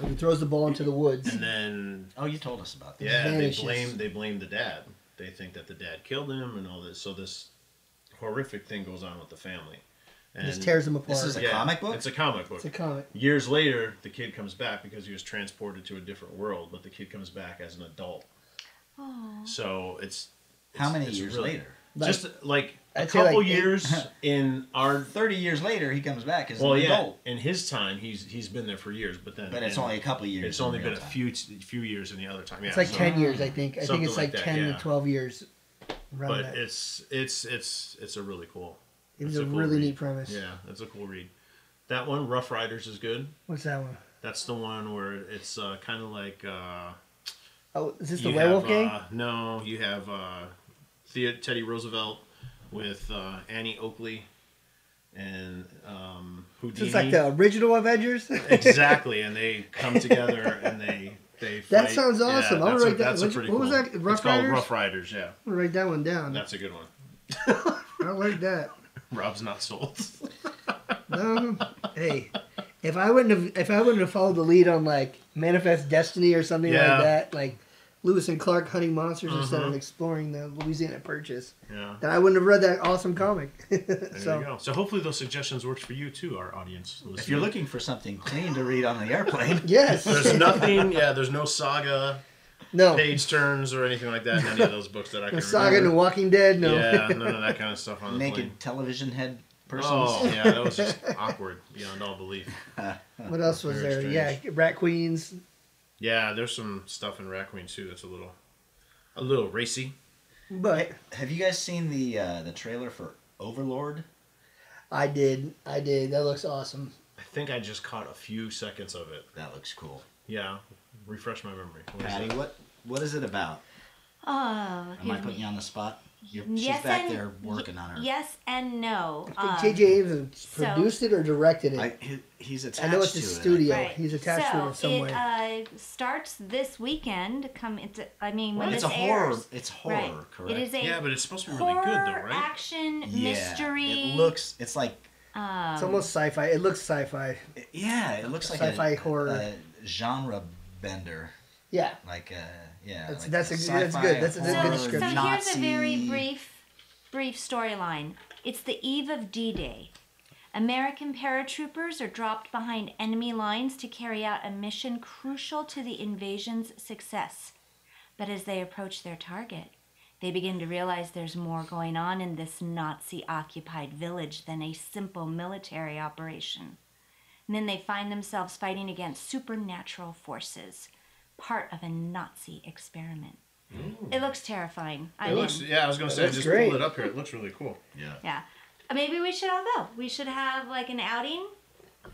[SPEAKER 3] Like, he throws the ball into the woods.
[SPEAKER 2] and then
[SPEAKER 4] Oh, you told us about that.
[SPEAKER 2] yeah, they
[SPEAKER 3] Vanishes.
[SPEAKER 2] blame they blame the dad. They think that the dad killed him and all this. So this horrific thing goes on with the family. And
[SPEAKER 3] Just tears him apart.
[SPEAKER 4] This is a comic book.
[SPEAKER 2] It's a comic book.
[SPEAKER 3] it's a comic.
[SPEAKER 2] Years later, the kid comes back because he was transported to a different world, but the kid comes back as an adult.
[SPEAKER 5] Oh,
[SPEAKER 2] So it's
[SPEAKER 4] How
[SPEAKER 2] it's-
[SPEAKER 4] many
[SPEAKER 2] it's
[SPEAKER 4] years
[SPEAKER 2] really-
[SPEAKER 4] later?
[SPEAKER 2] just like a
[SPEAKER 3] I'd say like
[SPEAKER 2] couple
[SPEAKER 3] eight-
[SPEAKER 2] years in our
[SPEAKER 4] Thirty years later, he comes back as
[SPEAKER 2] well,
[SPEAKER 4] an
[SPEAKER 2] yeah.
[SPEAKER 4] adult.
[SPEAKER 2] In his time, he's he's been there for years, but then
[SPEAKER 4] But it's
[SPEAKER 2] in-
[SPEAKER 4] only a couple years.
[SPEAKER 2] it's
[SPEAKER 4] in
[SPEAKER 2] only
[SPEAKER 4] real
[SPEAKER 2] been a
[SPEAKER 4] time.
[SPEAKER 2] few few years in the other time. Yeah,
[SPEAKER 3] It's like
[SPEAKER 2] so-
[SPEAKER 3] ten years, I think. I think
[SPEAKER 2] Something
[SPEAKER 3] it's like,
[SPEAKER 2] like that,
[SPEAKER 3] ten
[SPEAKER 2] yeah.
[SPEAKER 3] to twelve years. Around
[SPEAKER 2] But
[SPEAKER 3] that.
[SPEAKER 2] it's it's it's it's a really cool.
[SPEAKER 3] It was
[SPEAKER 2] it's
[SPEAKER 3] a,
[SPEAKER 2] a cool
[SPEAKER 3] really
[SPEAKER 2] read.
[SPEAKER 3] neat premise.
[SPEAKER 2] Yeah, that's a cool read. That one, Rough Riders, is good.
[SPEAKER 3] What's that one?
[SPEAKER 2] That's the one where it's uh, kind of like uh,
[SPEAKER 3] Oh, is this the
[SPEAKER 2] you
[SPEAKER 3] werewolf
[SPEAKER 2] have,
[SPEAKER 3] gang?
[SPEAKER 2] Uh, no, you have uh, the- Teddy Roosevelt with uh, Annie Oakley and um, Houdini.
[SPEAKER 3] It's like the original Avengers.
[SPEAKER 2] exactly, and they come together and they they. Fight.
[SPEAKER 3] That sounds awesome.
[SPEAKER 2] that's
[SPEAKER 3] I'm gonna
[SPEAKER 2] a-
[SPEAKER 3] write that-
[SPEAKER 2] that's a
[SPEAKER 3] what-
[SPEAKER 2] pretty
[SPEAKER 3] what was
[SPEAKER 2] cool-
[SPEAKER 3] that? Rough
[SPEAKER 2] it's called
[SPEAKER 3] Riders?
[SPEAKER 2] Rough Riders. Yeah,
[SPEAKER 3] I'm gonna write that one down.
[SPEAKER 2] that's a good one.
[SPEAKER 3] I don't like that.
[SPEAKER 2] Rob's not sold.
[SPEAKER 3] No. Hey, if I wouldn't have if I wouldn't have followed the lead on like Manifest Destiny or something
[SPEAKER 2] Yeah. Mm-hmm.
[SPEAKER 3] like that, like Lewis and Clark hunting monsters instead of exploring the Louisiana Purchase,
[SPEAKER 2] Yeah.
[SPEAKER 3] then I wouldn't have read that awesome comic.
[SPEAKER 2] There you
[SPEAKER 3] so
[SPEAKER 2] go. So hopefully those suggestions worked for you too, our audience.
[SPEAKER 4] If you're looking for something clean to read on the airplane,
[SPEAKER 3] yes,
[SPEAKER 2] there's nothing. Yeah, there's no saga
[SPEAKER 3] no
[SPEAKER 2] page turns or anything like that in any of those books that I
[SPEAKER 3] no
[SPEAKER 2] can
[SPEAKER 3] Saga and The
[SPEAKER 2] remember.
[SPEAKER 3] Walking Dead. No,
[SPEAKER 2] Yeah, none of that kind of stuff on the plane.
[SPEAKER 4] naked television head persons.
[SPEAKER 2] Oh yeah, that was just awkward beyond all belief.
[SPEAKER 3] what else was
[SPEAKER 2] Very
[SPEAKER 3] there? Yeah, Rat Queens.
[SPEAKER 2] Yeah, there's some stuff in Rat Queen too that's a little, a little racy.
[SPEAKER 3] But
[SPEAKER 4] Have you guys seen the uh, the trailer for Overlord?
[SPEAKER 3] I did, I did. That looks awesome.
[SPEAKER 2] I think I just caught a few seconds of it.
[SPEAKER 4] That looks cool.
[SPEAKER 2] Yeah, refresh my memory. What is
[SPEAKER 4] Patty,
[SPEAKER 2] it?
[SPEAKER 4] what what is it about?
[SPEAKER 5] Oh,
[SPEAKER 4] Am I
[SPEAKER 5] goodness.
[SPEAKER 4] putting you on the spot? You're,
[SPEAKER 5] Yes
[SPEAKER 4] she's back
[SPEAKER 5] and-
[SPEAKER 4] there working on her.
[SPEAKER 5] Yes and no.
[SPEAKER 3] I
[SPEAKER 5] Um,
[SPEAKER 3] think J.J. Abrams
[SPEAKER 5] so- Um,
[SPEAKER 3] produced it or directed it.
[SPEAKER 4] I,
[SPEAKER 3] I,
[SPEAKER 4] he, he's attached
[SPEAKER 3] know it's
[SPEAKER 4] to
[SPEAKER 3] his
[SPEAKER 4] it, I
[SPEAKER 3] studio.
[SPEAKER 5] Right.
[SPEAKER 3] He's attached to it in
[SPEAKER 5] so
[SPEAKER 3] some way.
[SPEAKER 5] it uh, starts this weekend. Come, it's I mean when
[SPEAKER 4] Well, it's a
[SPEAKER 5] this
[SPEAKER 4] horror.
[SPEAKER 5] airs,
[SPEAKER 4] It's horror,
[SPEAKER 5] right?
[SPEAKER 4] correct?
[SPEAKER 5] It is a
[SPEAKER 2] Yeah, but it's supposed to be really
[SPEAKER 5] horror
[SPEAKER 2] good though, right?
[SPEAKER 5] action
[SPEAKER 4] yeah,
[SPEAKER 5] mystery.
[SPEAKER 4] It looks. It's like.
[SPEAKER 5] um,
[SPEAKER 3] it's almost sci-fi. It looks sci-fi.
[SPEAKER 4] Yeah, it looks like
[SPEAKER 3] Sci-fi
[SPEAKER 4] a,
[SPEAKER 3] horror.
[SPEAKER 4] a genre bender.
[SPEAKER 3] Yeah.
[SPEAKER 4] Like uh yeah.
[SPEAKER 3] That's-
[SPEAKER 4] like
[SPEAKER 3] that's
[SPEAKER 4] a
[SPEAKER 3] a- that's
[SPEAKER 4] sci-fi
[SPEAKER 3] good. That's a- that's a
[SPEAKER 5] so,
[SPEAKER 3] good
[SPEAKER 4] horror,
[SPEAKER 5] so
[SPEAKER 3] description.
[SPEAKER 5] here's a very
[SPEAKER 4] Nazi-
[SPEAKER 5] brief, brief storyline. It's the eve of D-Day. American paratroopers are dropped behind enemy lines to carry out a mission crucial to the invasion's success. But as they approach their target, they begin to realize there's more going on in this Nazi occupied village than a simple military operation. And then they find themselves fighting against supernatural forces, part of a Nazi experiment. It looks terrifying. I
[SPEAKER 2] Mm. It looks.
[SPEAKER 5] in.
[SPEAKER 2] Yeah, I was gonna say
[SPEAKER 3] looks
[SPEAKER 2] just
[SPEAKER 3] great.
[SPEAKER 2] pull it up here. It looks really cool.
[SPEAKER 4] Yeah.
[SPEAKER 5] Yeah. Uh, Maybe we should all go. We should have like an outing.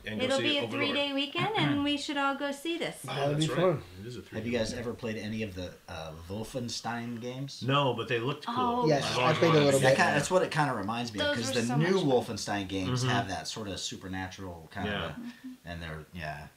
[SPEAKER 2] And go
[SPEAKER 5] It'll
[SPEAKER 2] see
[SPEAKER 5] be a
[SPEAKER 2] Overlord.
[SPEAKER 5] three day weekend and we should all go see this.
[SPEAKER 2] Oh,
[SPEAKER 3] That would
[SPEAKER 2] that's
[SPEAKER 3] be
[SPEAKER 2] right.
[SPEAKER 3] fun.
[SPEAKER 2] It is a three.
[SPEAKER 4] Have you guys ever played any of the uh, Wolfenstein games?
[SPEAKER 2] No, but they looked cool.
[SPEAKER 5] Oh,
[SPEAKER 3] Yes,
[SPEAKER 2] I've
[SPEAKER 3] I
[SPEAKER 2] always
[SPEAKER 3] played a
[SPEAKER 2] wanted to
[SPEAKER 3] little
[SPEAKER 2] see
[SPEAKER 4] That
[SPEAKER 3] bit.
[SPEAKER 2] that.
[SPEAKER 4] kind that's what it kind of reminds me of
[SPEAKER 5] Those
[SPEAKER 4] because
[SPEAKER 5] were
[SPEAKER 4] the
[SPEAKER 5] so
[SPEAKER 4] new
[SPEAKER 5] much fun.
[SPEAKER 4] Wolfenstein games have that sort of supernatural kind
[SPEAKER 2] Mm-hmm. Yeah.
[SPEAKER 4] of, and they're yeah.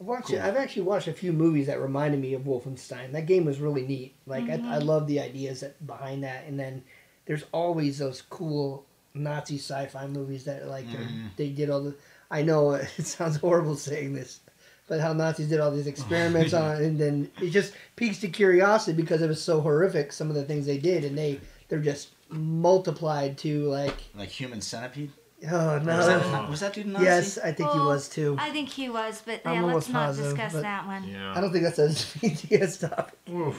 [SPEAKER 3] I've, watched,
[SPEAKER 4] Cool.
[SPEAKER 3] I've actually watched a few movies that reminded me of Wolfenstein. That game was really neat. Like I, I
[SPEAKER 5] Mm-hmm.
[SPEAKER 3] love the ideas that, behind that. And then there's always those cool Nazi sci-fi movies that like are-
[SPEAKER 4] Mm-hmm.
[SPEAKER 3] they did all the. I know it sounds horrible saying this, but how Nazis did all these experiments on, and then it just piques the curiosity because it was so horrific. Some of the things they did, and they they're just multiplied to like
[SPEAKER 4] Like Human Centipede.
[SPEAKER 3] oh
[SPEAKER 4] Was,
[SPEAKER 3] no.
[SPEAKER 4] that, was that dude a Nazi?
[SPEAKER 3] Yes, I think he
[SPEAKER 5] Well,
[SPEAKER 3] was too.
[SPEAKER 5] I think he was, but
[SPEAKER 3] I'm
[SPEAKER 5] yeah, let's
[SPEAKER 3] almost
[SPEAKER 5] not
[SPEAKER 3] positive,
[SPEAKER 5] discuss
[SPEAKER 3] but-
[SPEAKER 5] that one.
[SPEAKER 2] Yeah.
[SPEAKER 3] Oh, I don't think that's a BTS topic.
[SPEAKER 4] The,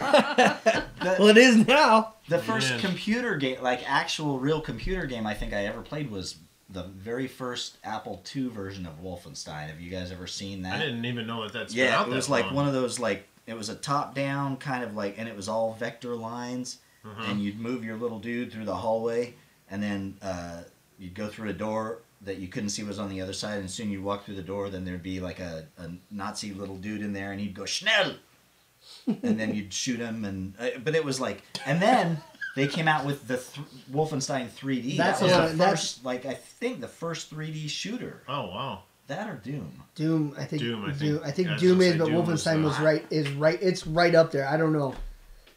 [SPEAKER 3] Well, it is now.
[SPEAKER 4] the first
[SPEAKER 2] Man.
[SPEAKER 4] computer game, like actual real computer game, I think I ever played was the very first Apple II version of Wolfenstein. Have you guys ever seen that?
[SPEAKER 2] I didn't even know that that's been
[SPEAKER 4] Yeah,
[SPEAKER 2] out
[SPEAKER 4] it was
[SPEAKER 2] that
[SPEAKER 4] like
[SPEAKER 2] long.
[SPEAKER 4] one of those like it was a top down kind of like, and it was all vector lines,
[SPEAKER 2] Mm-hmm.
[SPEAKER 4] and you'd move your little dude through the hallway, and then uh, you'd go through a door that you couldn't see was on the other side, and soon you'd walk through the door, then there'd be like a, a Nazi little dude in there, and he'd go Schnell, and then you'd shoot him, and uh, but it was like, and then. They came out with the th- Wolfenstein 3D.
[SPEAKER 3] That's
[SPEAKER 4] that was
[SPEAKER 3] the
[SPEAKER 4] the
[SPEAKER 3] one-
[SPEAKER 4] first,
[SPEAKER 3] that's-
[SPEAKER 4] like I think the first 3D shooter.
[SPEAKER 2] Oh wow.
[SPEAKER 4] That or Doom.
[SPEAKER 3] Doom, I think.
[SPEAKER 2] Doom, I think.
[SPEAKER 3] Doom, I think
[SPEAKER 2] Yeah, I was
[SPEAKER 3] Doom
[SPEAKER 2] gonna
[SPEAKER 3] is,
[SPEAKER 2] say
[SPEAKER 3] but
[SPEAKER 2] Doom was
[SPEAKER 3] Wolfenstein
[SPEAKER 2] the-
[SPEAKER 3] was right. Is right. It's right up there. I don't know.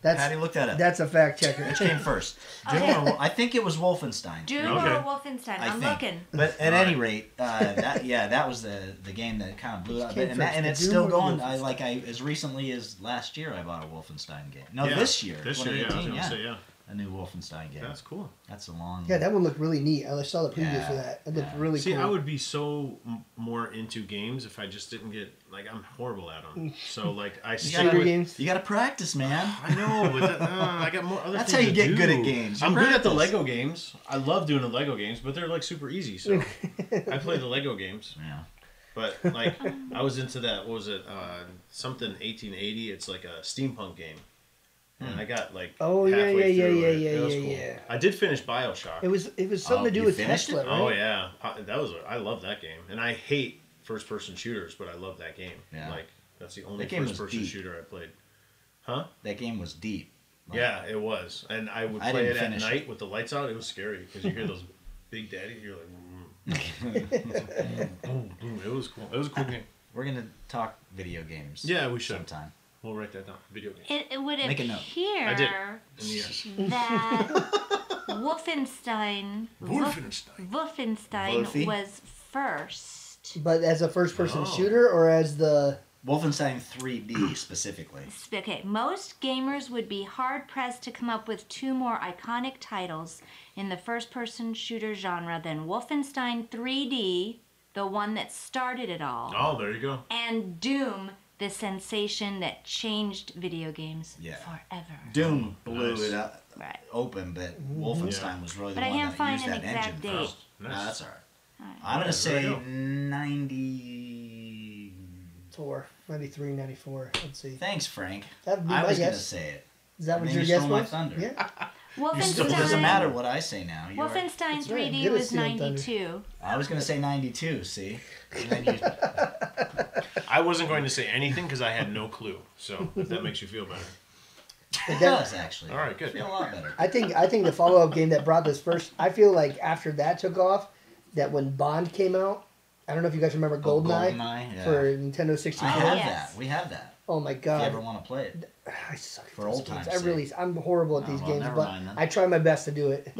[SPEAKER 3] That's
[SPEAKER 4] Patty, look that up.
[SPEAKER 3] that's a fact checker.
[SPEAKER 4] Which came first? Doom
[SPEAKER 5] Okay.
[SPEAKER 4] or, I think it was Wolfenstein.
[SPEAKER 5] Doom or
[SPEAKER 2] Okay.
[SPEAKER 5] Wolfenstein?
[SPEAKER 4] I
[SPEAKER 5] I'm
[SPEAKER 4] think.
[SPEAKER 5] looking.
[SPEAKER 4] But at
[SPEAKER 2] Alright.
[SPEAKER 4] any rate, uh, that, yeah, that was the, the game that kind of blew up.
[SPEAKER 3] came
[SPEAKER 4] And, that,
[SPEAKER 3] first,
[SPEAKER 4] and
[SPEAKER 3] the
[SPEAKER 4] it's
[SPEAKER 3] Doom
[SPEAKER 4] still
[SPEAKER 3] or
[SPEAKER 4] going. I,
[SPEAKER 3] Wolfenstein?
[SPEAKER 4] like I as recently as last year, I bought a Wolfenstein game. No,
[SPEAKER 2] Yeah,
[SPEAKER 4] this year.
[SPEAKER 2] This year, yeah. I was
[SPEAKER 4] 2018,
[SPEAKER 2] gonna say yeah.
[SPEAKER 4] A new Wolfenstein game.
[SPEAKER 2] That's
[SPEAKER 4] That's,
[SPEAKER 2] cool.
[SPEAKER 4] a long.
[SPEAKER 3] Yeah, that one looked really neat. I saw the preview
[SPEAKER 4] Yeah,
[SPEAKER 3] for that. It looked
[SPEAKER 4] yeah.
[SPEAKER 3] really
[SPEAKER 2] See,
[SPEAKER 3] cool.
[SPEAKER 2] I would be so m- more into games if I just didn't get like I'm horrible at them. So like I stick
[SPEAKER 4] gotta-
[SPEAKER 3] Shooter
[SPEAKER 2] with-
[SPEAKER 3] games.
[SPEAKER 4] You got to practice, man.
[SPEAKER 2] I know, but that, uh, I got more other
[SPEAKER 4] That's
[SPEAKER 2] things
[SPEAKER 4] how you
[SPEAKER 2] to
[SPEAKER 4] get good
[SPEAKER 2] do.
[SPEAKER 4] at games. You
[SPEAKER 2] I'm good at the
[SPEAKER 4] practice.
[SPEAKER 2] Lego games. I love doing the Lego games, but they're like super easy. So I play the Lego games,
[SPEAKER 4] Yeah.
[SPEAKER 2] but like I was into that. What was it? Uh, something 1880. It's like a steampunk game, and I got like
[SPEAKER 3] Oh, yeah,
[SPEAKER 2] halfway
[SPEAKER 3] yeah, yeah,
[SPEAKER 2] through
[SPEAKER 3] yeah,
[SPEAKER 2] it.
[SPEAKER 3] yeah,
[SPEAKER 2] It was
[SPEAKER 3] yeah,
[SPEAKER 2] cool.
[SPEAKER 3] yeah.
[SPEAKER 2] I did finish Bioshock.
[SPEAKER 3] It was it was something
[SPEAKER 4] Oh,
[SPEAKER 3] to do
[SPEAKER 4] you
[SPEAKER 3] with
[SPEAKER 4] finished
[SPEAKER 3] Tesla,
[SPEAKER 4] it?
[SPEAKER 3] right?
[SPEAKER 2] Oh yeah, I- that was I love that game, and I hate first person shooters, but I love that game.
[SPEAKER 4] Yeah.
[SPEAKER 2] Like that's the only
[SPEAKER 4] That game was
[SPEAKER 2] first person
[SPEAKER 4] deep.
[SPEAKER 2] shooter I played.
[SPEAKER 4] That game was deep. Like,
[SPEAKER 2] yeah, it was, and I would
[SPEAKER 4] I
[SPEAKER 2] play it
[SPEAKER 4] didn't
[SPEAKER 2] at
[SPEAKER 4] finish
[SPEAKER 2] night with the lights out. It was scary because you hear those big daddies. You're like, mm. boom, boom. It was cool. It was a cool game.
[SPEAKER 4] We're gonna talk video games.
[SPEAKER 2] Yeah, we should.
[SPEAKER 4] sometime.
[SPEAKER 2] We'll write that down. Video game.
[SPEAKER 5] It, it would
[SPEAKER 4] Make a note.
[SPEAKER 5] appear
[SPEAKER 2] I did. In the year.
[SPEAKER 5] that Wolfenstein
[SPEAKER 2] Wolfenstein.
[SPEAKER 5] Wolfenstein
[SPEAKER 4] Wolfie?
[SPEAKER 5] was first
[SPEAKER 3] But as a first person
[SPEAKER 2] Oh.
[SPEAKER 3] shooter or as the
[SPEAKER 4] Wolfenstein 3D specifically.
[SPEAKER 5] Okay, most gamers would be hard pressed to come up with two more iconic titles in the first person shooter genre than Wolfenstein 3D, the one that started it all,
[SPEAKER 2] Oh, there you go.
[SPEAKER 5] and Doom, the sensation that changed video games
[SPEAKER 4] Yeah.
[SPEAKER 5] forever.
[SPEAKER 4] Doom blew
[SPEAKER 2] Nice.
[SPEAKER 4] it up
[SPEAKER 5] Right.
[SPEAKER 4] open, but
[SPEAKER 3] Mm-hmm.
[SPEAKER 4] Wolfenstein was really the
[SPEAKER 5] But I
[SPEAKER 4] one
[SPEAKER 5] can't
[SPEAKER 4] that
[SPEAKER 5] find
[SPEAKER 4] used
[SPEAKER 5] an
[SPEAKER 4] that
[SPEAKER 5] exact
[SPEAKER 4] engine
[SPEAKER 5] date.
[SPEAKER 4] first. No,
[SPEAKER 2] Oh, Nice.
[SPEAKER 4] that's all right.
[SPEAKER 5] Alright.
[SPEAKER 4] I'm gonna
[SPEAKER 2] Yeah, there
[SPEAKER 4] say
[SPEAKER 2] you go.
[SPEAKER 4] 90.
[SPEAKER 3] tour, 93, 94, let's see.
[SPEAKER 4] Thanks, Frank.
[SPEAKER 3] That'd be
[SPEAKER 4] I
[SPEAKER 3] my
[SPEAKER 4] was gonna
[SPEAKER 3] guess.
[SPEAKER 4] say it.
[SPEAKER 3] Is that what
[SPEAKER 4] Then
[SPEAKER 3] your
[SPEAKER 4] you
[SPEAKER 3] guess
[SPEAKER 4] stole my
[SPEAKER 3] was?
[SPEAKER 4] thunder.
[SPEAKER 3] Yeah.
[SPEAKER 4] It
[SPEAKER 2] Don't
[SPEAKER 4] doesn't
[SPEAKER 2] worry.
[SPEAKER 4] matter
[SPEAKER 5] Wolfenstein,
[SPEAKER 4] what I say now. You're right.
[SPEAKER 5] Wolfenstein
[SPEAKER 3] That's right,
[SPEAKER 5] 3D
[SPEAKER 3] give us
[SPEAKER 5] was
[SPEAKER 3] Steel Thunder.
[SPEAKER 5] 92.
[SPEAKER 4] I was gonna say 92. See, and then you
[SPEAKER 2] I wasn't going to say anything because I had no clue. So if that makes you feel better.
[SPEAKER 4] it does actually.
[SPEAKER 2] All right, good.
[SPEAKER 4] I feel a lot better.
[SPEAKER 3] I think I think the follow up game that brought this first I feel like after that took off, that when Bond came out, I don't know if you guys remember
[SPEAKER 4] Oh,
[SPEAKER 3] Goldeneye,
[SPEAKER 4] Goldeneye, yeah.
[SPEAKER 3] for Nintendo
[SPEAKER 4] I
[SPEAKER 3] 64.
[SPEAKER 4] have
[SPEAKER 5] Yes.
[SPEAKER 4] that. We have that.
[SPEAKER 3] Oh my
[SPEAKER 4] If you ever
[SPEAKER 3] god.
[SPEAKER 4] want to play it,
[SPEAKER 3] I suck at
[SPEAKER 4] For
[SPEAKER 3] those
[SPEAKER 4] old
[SPEAKER 3] games.
[SPEAKER 4] times'
[SPEAKER 3] I really I'm horrible at
[SPEAKER 4] Oh,
[SPEAKER 3] these
[SPEAKER 4] well,
[SPEAKER 3] games,
[SPEAKER 4] never
[SPEAKER 3] but
[SPEAKER 4] mind then.
[SPEAKER 3] I try my best to do it.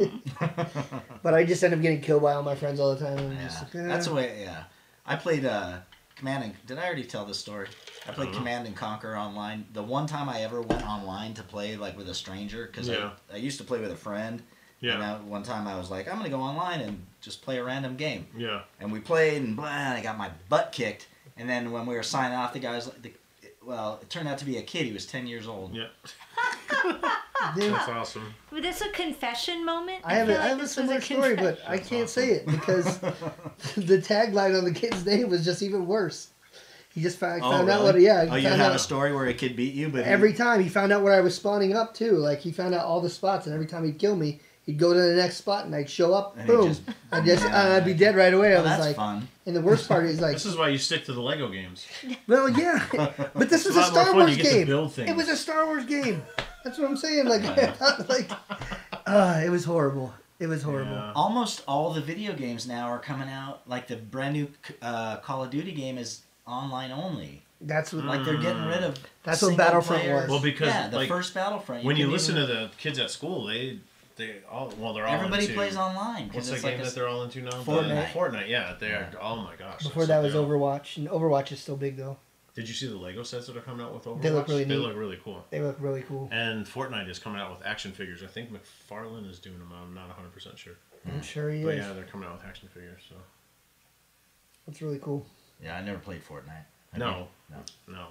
[SPEAKER 3] but I just end up getting killed by all my friends all the time. and I'm
[SPEAKER 4] yeah.
[SPEAKER 3] just like, eh.
[SPEAKER 4] that's the way. Yeah, I played uh, Command and. Did I already tell this story? I played
[SPEAKER 2] Uh-huh.
[SPEAKER 4] Command and Conquer online. The one time I ever went online to play like with a stranger, because
[SPEAKER 2] Yeah.
[SPEAKER 4] I, I used to play with a friend. And
[SPEAKER 2] Yeah.
[SPEAKER 4] I, one time I was like, I'm gonna go online and just play a random game.
[SPEAKER 2] Yeah.
[SPEAKER 4] and we played and blah. And I got my butt kicked. And then when we were signing off, the guy was like, the, well, it turned out to be a kid. He was ten years old.
[SPEAKER 2] Yeah.
[SPEAKER 3] Dude,
[SPEAKER 2] That's awesome.
[SPEAKER 5] Was this a confession moment?
[SPEAKER 3] I have,
[SPEAKER 5] feel
[SPEAKER 3] a, I
[SPEAKER 5] like
[SPEAKER 3] have a
[SPEAKER 5] this was
[SPEAKER 3] similar story,
[SPEAKER 5] confession.
[SPEAKER 3] but I
[SPEAKER 2] That's
[SPEAKER 3] can't
[SPEAKER 2] awesome.
[SPEAKER 3] say it because the tagline on the kid's name was just even worse. He just found,
[SPEAKER 4] Oh,
[SPEAKER 3] found out
[SPEAKER 4] really?
[SPEAKER 3] what, yeah. he
[SPEAKER 4] Oh, you
[SPEAKER 3] found
[SPEAKER 4] had
[SPEAKER 3] out-
[SPEAKER 4] a story where a kid beat you, but he-
[SPEAKER 3] Every time he found out where I was spawning up too, like he found out all the spots, and every time he'd kill me, he'd go to the next spot, and I'd show up,
[SPEAKER 4] And he'd
[SPEAKER 3] boom,
[SPEAKER 4] just-
[SPEAKER 3] I just uh, I'd be dead right away. I
[SPEAKER 4] Oh,
[SPEAKER 3] was
[SPEAKER 4] that's
[SPEAKER 3] like,
[SPEAKER 4] fun.
[SPEAKER 3] and the worst part is like,
[SPEAKER 2] This is why you stick to the Lego games.
[SPEAKER 3] well, yeah, but this was
[SPEAKER 2] a
[SPEAKER 3] a
[SPEAKER 2] lot more
[SPEAKER 3] Star
[SPEAKER 2] fun, you
[SPEAKER 3] Wars
[SPEAKER 2] get to
[SPEAKER 3] game.
[SPEAKER 2] build things. Oh,
[SPEAKER 3] It was a Star Wars game. That's what I'm saying. Like, like, uh, it was horrible. It was horrible.
[SPEAKER 2] Yeah.
[SPEAKER 4] Almost all the video games now are coming out. Like the brand new uh, Call of Duty game is online only.
[SPEAKER 3] That's what
[SPEAKER 2] Mm.
[SPEAKER 4] Like they're getting rid of.
[SPEAKER 3] That's what
[SPEAKER 4] single
[SPEAKER 3] Battlefront
[SPEAKER 4] player-
[SPEAKER 3] was.
[SPEAKER 2] Well, because,
[SPEAKER 4] yeah, the
[SPEAKER 2] like,
[SPEAKER 4] first Battlefront.
[SPEAKER 2] When you
[SPEAKER 4] couldn't
[SPEAKER 2] listen
[SPEAKER 4] even-
[SPEAKER 2] to the kids at school, they they all well they're all
[SPEAKER 4] everybody
[SPEAKER 2] into-
[SPEAKER 4] plays online. 'cause
[SPEAKER 2] What's the
[SPEAKER 4] it's
[SPEAKER 2] game
[SPEAKER 4] like a-
[SPEAKER 2] that they're all into now? The-
[SPEAKER 4] Fortnite.
[SPEAKER 2] Fortnite. Yeah, they are.
[SPEAKER 4] Yeah.
[SPEAKER 2] Oh my gosh.
[SPEAKER 3] Before
[SPEAKER 2] that's
[SPEAKER 3] that was
[SPEAKER 2] something else.
[SPEAKER 3] Overwatch, and Overwatch is still big though.
[SPEAKER 2] Did you see the Lego sets that are coming out with Overwatch?
[SPEAKER 3] They look really
[SPEAKER 2] They
[SPEAKER 3] neat.
[SPEAKER 2] look really cool.
[SPEAKER 3] They look really cool.
[SPEAKER 2] And Fortnite is coming out with action figures. I think McFarlane is doing them. I'm not 100 percent sure.
[SPEAKER 3] I'm sure he
[SPEAKER 2] But
[SPEAKER 3] is.
[SPEAKER 2] yeah, they're coming out with action figures. So
[SPEAKER 3] It's really cool.
[SPEAKER 4] yeah, I never played Fortnite. Have
[SPEAKER 2] No.
[SPEAKER 4] you?
[SPEAKER 2] no.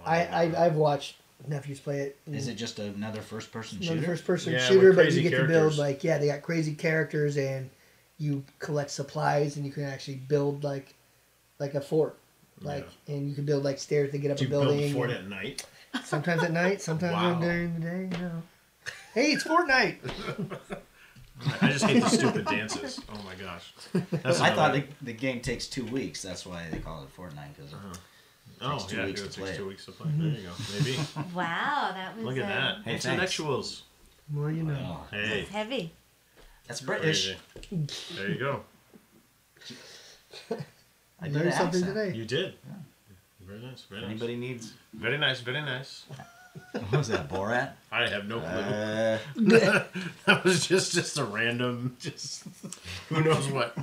[SPEAKER 3] I,
[SPEAKER 2] don't know.
[SPEAKER 3] I I've watched nephews play it.
[SPEAKER 4] no. Is it just another first-person
[SPEAKER 3] Another
[SPEAKER 4] shooter?
[SPEAKER 3] first person
[SPEAKER 2] Yeah,
[SPEAKER 3] shooter,
[SPEAKER 2] with
[SPEAKER 3] but
[SPEAKER 2] crazy
[SPEAKER 3] you get to build
[SPEAKER 2] characters.
[SPEAKER 3] like yeah, they got crazy characters and you collect supplies and you can actually build like like a fort. Like and you can build like stairs to get up
[SPEAKER 2] Do
[SPEAKER 3] a
[SPEAKER 2] you
[SPEAKER 3] building.
[SPEAKER 2] build a fort
[SPEAKER 3] and
[SPEAKER 2] at night?
[SPEAKER 3] Sometimes at night, sometimes
[SPEAKER 2] Wow.
[SPEAKER 3] during the day, you know. Hey, it's Fortnite.
[SPEAKER 2] I just hate the stupid dances. Oh my gosh. That's
[SPEAKER 4] I thought
[SPEAKER 2] another-
[SPEAKER 4] the, the game takes two weeks. That's why they call it Fortnite because
[SPEAKER 2] Oh,
[SPEAKER 4] takes two
[SPEAKER 2] yeah,
[SPEAKER 4] weeks
[SPEAKER 2] it
[SPEAKER 4] to
[SPEAKER 2] takes
[SPEAKER 4] play. Mm-hmm.
[SPEAKER 2] two weeks to play. There you go. Maybe.
[SPEAKER 5] Wow, that was
[SPEAKER 2] Look at
[SPEAKER 5] uh,
[SPEAKER 2] that.
[SPEAKER 4] Hey, thanks.
[SPEAKER 2] Intellectuals.
[SPEAKER 3] Well, you know.
[SPEAKER 5] that
[SPEAKER 2] Hey.
[SPEAKER 5] was heavy.
[SPEAKER 4] that's British.
[SPEAKER 2] Oh. Crazy. There you go.
[SPEAKER 4] I did
[SPEAKER 3] Learned
[SPEAKER 4] an
[SPEAKER 3] something
[SPEAKER 4] accent.
[SPEAKER 3] today.
[SPEAKER 2] You did. Very nice. Very nice.
[SPEAKER 4] Anybody needs?
[SPEAKER 2] Very nice. Very nice.
[SPEAKER 4] What was that Borat?
[SPEAKER 2] I have no clue.
[SPEAKER 4] Uh,
[SPEAKER 2] that was just just a random. Just who knows what.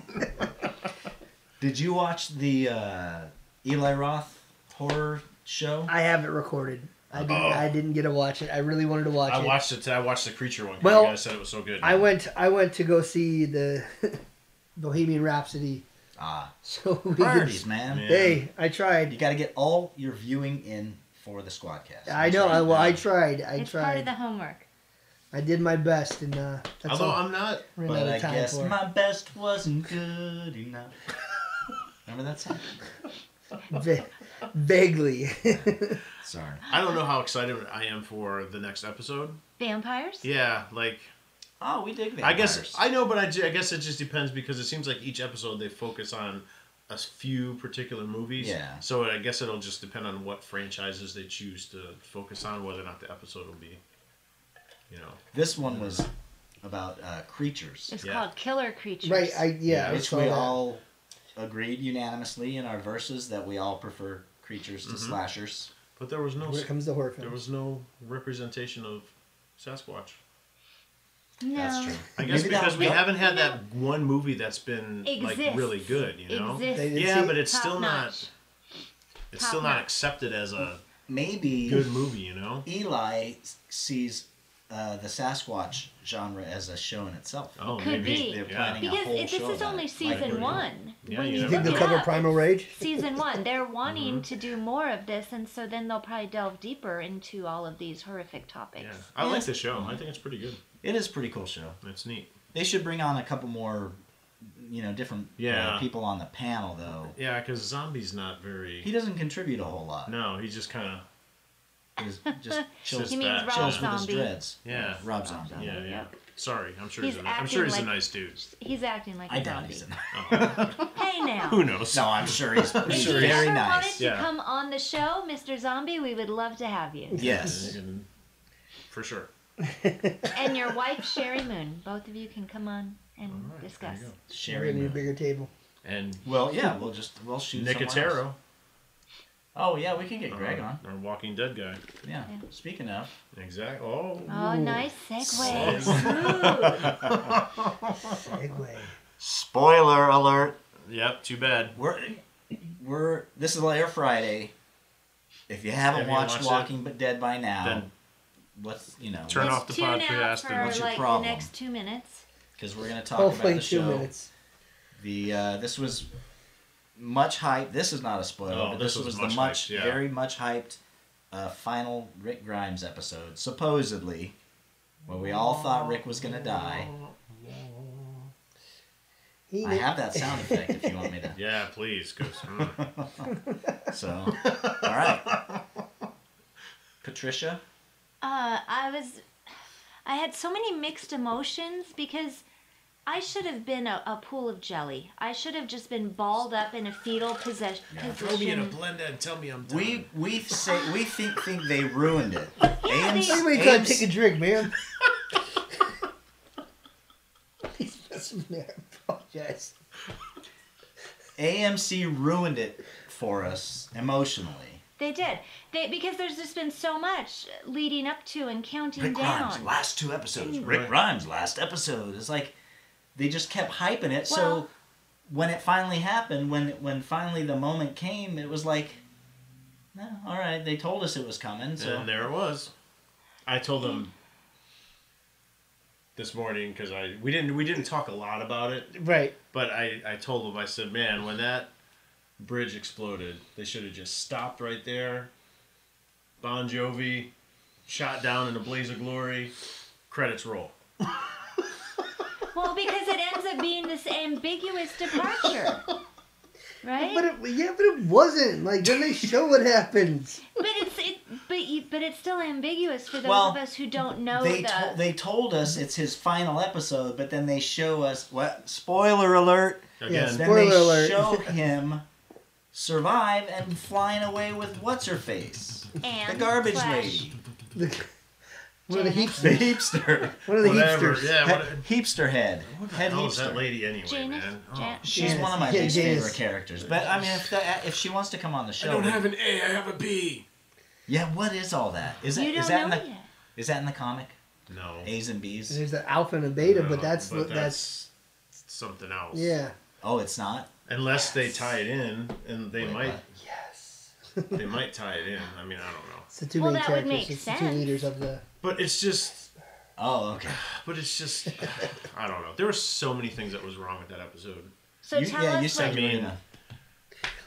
[SPEAKER 4] did you watch the uh, Eli Roth horror show?
[SPEAKER 3] I have it recorded. I didn't I didn't get to watch it. I really wanted to watch
[SPEAKER 2] I
[SPEAKER 3] it.
[SPEAKER 2] watched it. I watched the creature one. 'cause
[SPEAKER 3] Well,
[SPEAKER 2] you guys said it was so good.
[SPEAKER 3] I went I went to go see the Bohemian Rhapsody.
[SPEAKER 4] Ah,
[SPEAKER 3] So we
[SPEAKER 4] priorities, man.
[SPEAKER 2] Yeah.
[SPEAKER 3] Hey, I tried.
[SPEAKER 4] You got to get all your viewing in for the Squadcast.
[SPEAKER 3] I know. I, well, I tried. I
[SPEAKER 5] it's part of
[SPEAKER 3] tried.
[SPEAKER 5] the homework.
[SPEAKER 3] I did my best, and uh, that's
[SPEAKER 2] Although
[SPEAKER 3] all.
[SPEAKER 2] I'm not.
[SPEAKER 3] ran out
[SPEAKER 4] But
[SPEAKER 3] of
[SPEAKER 4] I
[SPEAKER 3] time
[SPEAKER 4] guess
[SPEAKER 3] for.
[SPEAKER 4] my best wasn't good enough. Remember that song?
[SPEAKER 3] Va- vaguely.
[SPEAKER 4] Sorry.
[SPEAKER 2] I don't know how excited I am for the next episode.
[SPEAKER 5] Vampires?
[SPEAKER 2] Yeah, like
[SPEAKER 4] Oh, we dig that.
[SPEAKER 2] I guess I know, but I, ju- I guess it just depends because it seems like each episode they focus on a few particular movies.
[SPEAKER 4] Yeah.
[SPEAKER 2] So I guess it'll just depend on what franchises they choose to focus on, whether or not the episode will be, you know,
[SPEAKER 4] this one was about uh, creatures.
[SPEAKER 5] It's
[SPEAKER 2] Yeah.
[SPEAKER 5] called Killer Creatures.
[SPEAKER 3] right. I yeah. I
[SPEAKER 4] which
[SPEAKER 3] saw
[SPEAKER 4] we
[SPEAKER 3] that.
[SPEAKER 4] all
[SPEAKER 2] Mm-hmm.
[SPEAKER 4] agreed unanimously in our verses that we all prefer creatures to slashers.
[SPEAKER 2] But there was no
[SPEAKER 3] Here comes the horror film.
[SPEAKER 2] there was no representation of Sasquatch.
[SPEAKER 5] No.
[SPEAKER 4] That's true.
[SPEAKER 2] I guess
[SPEAKER 4] Maybe that-
[SPEAKER 2] because we
[SPEAKER 4] yep.
[SPEAKER 2] haven't had that one movie that's been like
[SPEAKER 5] Exists.
[SPEAKER 2] really good, you know.
[SPEAKER 5] Exists.
[SPEAKER 3] They did
[SPEAKER 2] Yeah,
[SPEAKER 3] see-
[SPEAKER 2] but it's still
[SPEAKER 5] Top-notch.
[SPEAKER 2] not it's still not
[SPEAKER 5] Top-notch.
[SPEAKER 2] accepted as a
[SPEAKER 4] Maybe
[SPEAKER 2] good movie, you know.
[SPEAKER 4] Eli s- sees uh, the Sasquatch genre as a show in itself.
[SPEAKER 2] Oh,
[SPEAKER 5] Could
[SPEAKER 2] maybe.
[SPEAKER 5] be.
[SPEAKER 4] They're
[SPEAKER 2] Yeah.
[SPEAKER 4] planning a
[SPEAKER 5] Because
[SPEAKER 4] whole
[SPEAKER 5] it, this
[SPEAKER 4] show
[SPEAKER 5] is
[SPEAKER 4] about
[SPEAKER 5] only
[SPEAKER 4] it.
[SPEAKER 5] season
[SPEAKER 4] Like,
[SPEAKER 5] one.
[SPEAKER 2] Yeah,
[SPEAKER 5] When
[SPEAKER 2] you never Mm-hmm.
[SPEAKER 5] you
[SPEAKER 3] think
[SPEAKER 5] look
[SPEAKER 3] they'll
[SPEAKER 5] it
[SPEAKER 3] cover
[SPEAKER 5] up,
[SPEAKER 3] Primal
[SPEAKER 5] it's
[SPEAKER 3] Rage?
[SPEAKER 5] Season one. They're wanting to do more of this, and so then they'll probably delve deeper into all of these horrific topics.
[SPEAKER 2] Yeah. I like
[SPEAKER 4] Yeah.
[SPEAKER 2] the show. I think it's pretty good.
[SPEAKER 4] It is a pretty cool show.
[SPEAKER 2] That's neat.
[SPEAKER 4] They should bring on a couple more, you know, different uh,
[SPEAKER 2] Yeah.
[SPEAKER 4] people on the panel though.
[SPEAKER 2] Yeah, because Zombie's not very.
[SPEAKER 4] He doesn't contribute a whole lot.
[SPEAKER 2] no, he just kind of.
[SPEAKER 4] He's just chills,
[SPEAKER 5] He means
[SPEAKER 2] that.
[SPEAKER 5] Rob
[SPEAKER 4] chills with his
[SPEAKER 5] Zombie.
[SPEAKER 4] dreads.
[SPEAKER 2] Yeah.
[SPEAKER 4] Rob Zombie.
[SPEAKER 2] Yeah, yeah.
[SPEAKER 5] Yep.
[SPEAKER 2] Sorry, I'm sure
[SPEAKER 5] He's
[SPEAKER 2] he's. a, I'm
[SPEAKER 5] acting
[SPEAKER 2] sure he's a
[SPEAKER 5] like-
[SPEAKER 2] nice dude.
[SPEAKER 5] He's acting like a
[SPEAKER 4] I doubt
[SPEAKER 5] zombie.
[SPEAKER 4] he's in that.
[SPEAKER 2] Oh,
[SPEAKER 5] Hey now.
[SPEAKER 2] who knows?
[SPEAKER 4] No, I'm sure he's I'm
[SPEAKER 5] If
[SPEAKER 4] sure
[SPEAKER 5] you
[SPEAKER 4] he's very
[SPEAKER 5] ever
[SPEAKER 4] nice.
[SPEAKER 5] wanted to
[SPEAKER 2] Yeah.
[SPEAKER 5] come on the show, Mr. Zombie, we would love to have you.
[SPEAKER 4] Yes.
[SPEAKER 2] And- For sure.
[SPEAKER 5] and your wife, Sherry Moon. Both of you can come on and
[SPEAKER 2] All right, there
[SPEAKER 5] discuss.
[SPEAKER 2] you go.
[SPEAKER 3] We're gonna
[SPEAKER 4] Sherry.
[SPEAKER 3] need a
[SPEAKER 4] Moon.
[SPEAKER 3] bigger table.
[SPEAKER 2] And
[SPEAKER 4] Well, yeah, we'll just we'll shoot someone else.
[SPEAKER 2] Nicotero,
[SPEAKER 4] Oh yeah, we can get
[SPEAKER 2] uh,
[SPEAKER 4] Greg on.
[SPEAKER 2] our Walking Dead guy.
[SPEAKER 4] Yeah.
[SPEAKER 5] Yeah.
[SPEAKER 4] Speaking of,
[SPEAKER 2] Exactly. Oh.
[SPEAKER 5] Oh, nice
[SPEAKER 2] Segue.
[SPEAKER 5] segue. Smooth.
[SPEAKER 3] Segway.
[SPEAKER 4] spoiler alert.
[SPEAKER 2] Yep. Too bad.
[SPEAKER 4] We're we're this is Layer Friday. If you haven't
[SPEAKER 2] Have you
[SPEAKER 4] watched
[SPEAKER 2] watched it?
[SPEAKER 4] Walking but Dead by now,
[SPEAKER 2] Then-
[SPEAKER 4] what's you know
[SPEAKER 2] Turn
[SPEAKER 5] Just
[SPEAKER 2] off the
[SPEAKER 5] tune out
[SPEAKER 2] podcast and
[SPEAKER 5] for
[SPEAKER 4] what's your
[SPEAKER 5] like
[SPEAKER 4] problem?
[SPEAKER 5] the next two minutes.
[SPEAKER 4] because we're gonna talk
[SPEAKER 3] Hopefully,
[SPEAKER 4] about the
[SPEAKER 3] two
[SPEAKER 4] show.
[SPEAKER 3] minutes.
[SPEAKER 4] The uh, this was much hyped. This is not a spoiler,
[SPEAKER 2] No,
[SPEAKER 4] but
[SPEAKER 2] this
[SPEAKER 4] this,
[SPEAKER 2] was
[SPEAKER 4] was,
[SPEAKER 2] much
[SPEAKER 4] the much
[SPEAKER 2] hyped, yeah.
[SPEAKER 4] very much hyped uh, final Rick Grimes episode, supposedly, where we all thought Rick was gonna die.
[SPEAKER 3] He
[SPEAKER 4] I have that sound effect if you want me to.
[SPEAKER 2] Yeah, please. 'cause, mm.
[SPEAKER 4] So, all right, Patricia.
[SPEAKER 5] Uh, I was, I had so many mixed emotions because I should have been a, a pool of jelly. I should have just been balled up in a fetal possess-
[SPEAKER 2] Throw me in a
[SPEAKER 5] position.
[SPEAKER 2] blender and tell me I'm done.
[SPEAKER 4] We we say we think think they ruined it. Ames,
[SPEAKER 5] they-
[SPEAKER 3] Everybody gotta take a drink, man. He's messing with me. I apologize.
[SPEAKER 4] AMC ruined it for us emotionally.
[SPEAKER 5] They did. They because there's just been so much leading up to and counting
[SPEAKER 4] Rick
[SPEAKER 5] down.
[SPEAKER 4] Grimes last two episodes.
[SPEAKER 2] Right.
[SPEAKER 4] Rick Grimes last episode. It's like they just kept hyping it. so
[SPEAKER 5] Well-
[SPEAKER 4] when it finally happened, when when finally the moment came, it was like, no, all right, they told us it was coming. So
[SPEAKER 2] And there it was. I told them this morning because I we didn't we didn't talk a lot about it,
[SPEAKER 3] Right.
[SPEAKER 2] but I I told them I said, man, when that bridge exploded, they should have just stopped right there. Bon Jovi, shot down in a blaze of glory, credits roll.
[SPEAKER 5] Well, because it ends up being this ambiguous departure. Right?
[SPEAKER 3] But it, yeah, but it wasn't. Like, then they show what happens.
[SPEAKER 5] But it's it, but you, but it's still ambiguous for those
[SPEAKER 4] Well,
[SPEAKER 5] of us who don't know
[SPEAKER 4] they
[SPEAKER 5] the.
[SPEAKER 4] to- they told us it's his final episode, but then they show us what spoiler alert.
[SPEAKER 2] Again,
[SPEAKER 3] Yes.
[SPEAKER 4] Then
[SPEAKER 3] Spoiler
[SPEAKER 4] they
[SPEAKER 3] alert.
[SPEAKER 4] show him survive and flying away with what's her face,
[SPEAKER 5] and
[SPEAKER 4] the garbage
[SPEAKER 5] slash-
[SPEAKER 4] lady,
[SPEAKER 3] The- one of the
[SPEAKER 5] Janet.
[SPEAKER 4] the
[SPEAKER 3] heapsters.
[SPEAKER 4] heapster.
[SPEAKER 3] One of the
[SPEAKER 2] whatever.
[SPEAKER 3] heapsters.
[SPEAKER 2] Yeah, what,
[SPEAKER 4] He- heapster head.
[SPEAKER 2] what the
[SPEAKER 4] head
[SPEAKER 2] hell is
[SPEAKER 4] heapster.
[SPEAKER 2] that lady anyway,
[SPEAKER 5] Janice,
[SPEAKER 2] man? Oh.
[SPEAKER 5] Jan-
[SPEAKER 4] She's
[SPEAKER 3] Janice.
[SPEAKER 4] one of my
[SPEAKER 3] Yeah,
[SPEAKER 4] least
[SPEAKER 3] Janice.
[SPEAKER 4] favorite characters. But I mean, if that, if she wants to come on the show,
[SPEAKER 2] an A, I have a B.
[SPEAKER 4] yeah, what is all that? Is it
[SPEAKER 5] you
[SPEAKER 4] is
[SPEAKER 5] don't
[SPEAKER 4] that in
[SPEAKER 5] know
[SPEAKER 4] the
[SPEAKER 5] yet.
[SPEAKER 4] is that in the comic?
[SPEAKER 2] No.
[SPEAKER 4] A's and B's.
[SPEAKER 3] There's the alpha and the beta,
[SPEAKER 2] No,
[SPEAKER 3] but that's
[SPEAKER 2] Oh, but
[SPEAKER 3] that's,
[SPEAKER 2] something else.
[SPEAKER 3] yeah.
[SPEAKER 4] Oh, it's not.
[SPEAKER 2] Unless they tie it in, and they
[SPEAKER 4] Wait,
[SPEAKER 2] might
[SPEAKER 4] what?
[SPEAKER 3] Yes.
[SPEAKER 2] they might tie it in. I mean, I don't know.
[SPEAKER 3] It's the two
[SPEAKER 5] Well,
[SPEAKER 3] main
[SPEAKER 5] that would
[SPEAKER 3] characters.
[SPEAKER 5] make
[SPEAKER 3] it's the
[SPEAKER 5] sense.
[SPEAKER 3] two leaders of the.
[SPEAKER 2] But it's just,
[SPEAKER 4] Oh, okay.
[SPEAKER 2] but it's just, I don't know. There were so many things that was wrong with that episode.
[SPEAKER 5] So
[SPEAKER 4] you,
[SPEAKER 5] tell
[SPEAKER 4] yeah,
[SPEAKER 5] us
[SPEAKER 4] you said
[SPEAKER 5] what-
[SPEAKER 2] me.
[SPEAKER 4] Marina.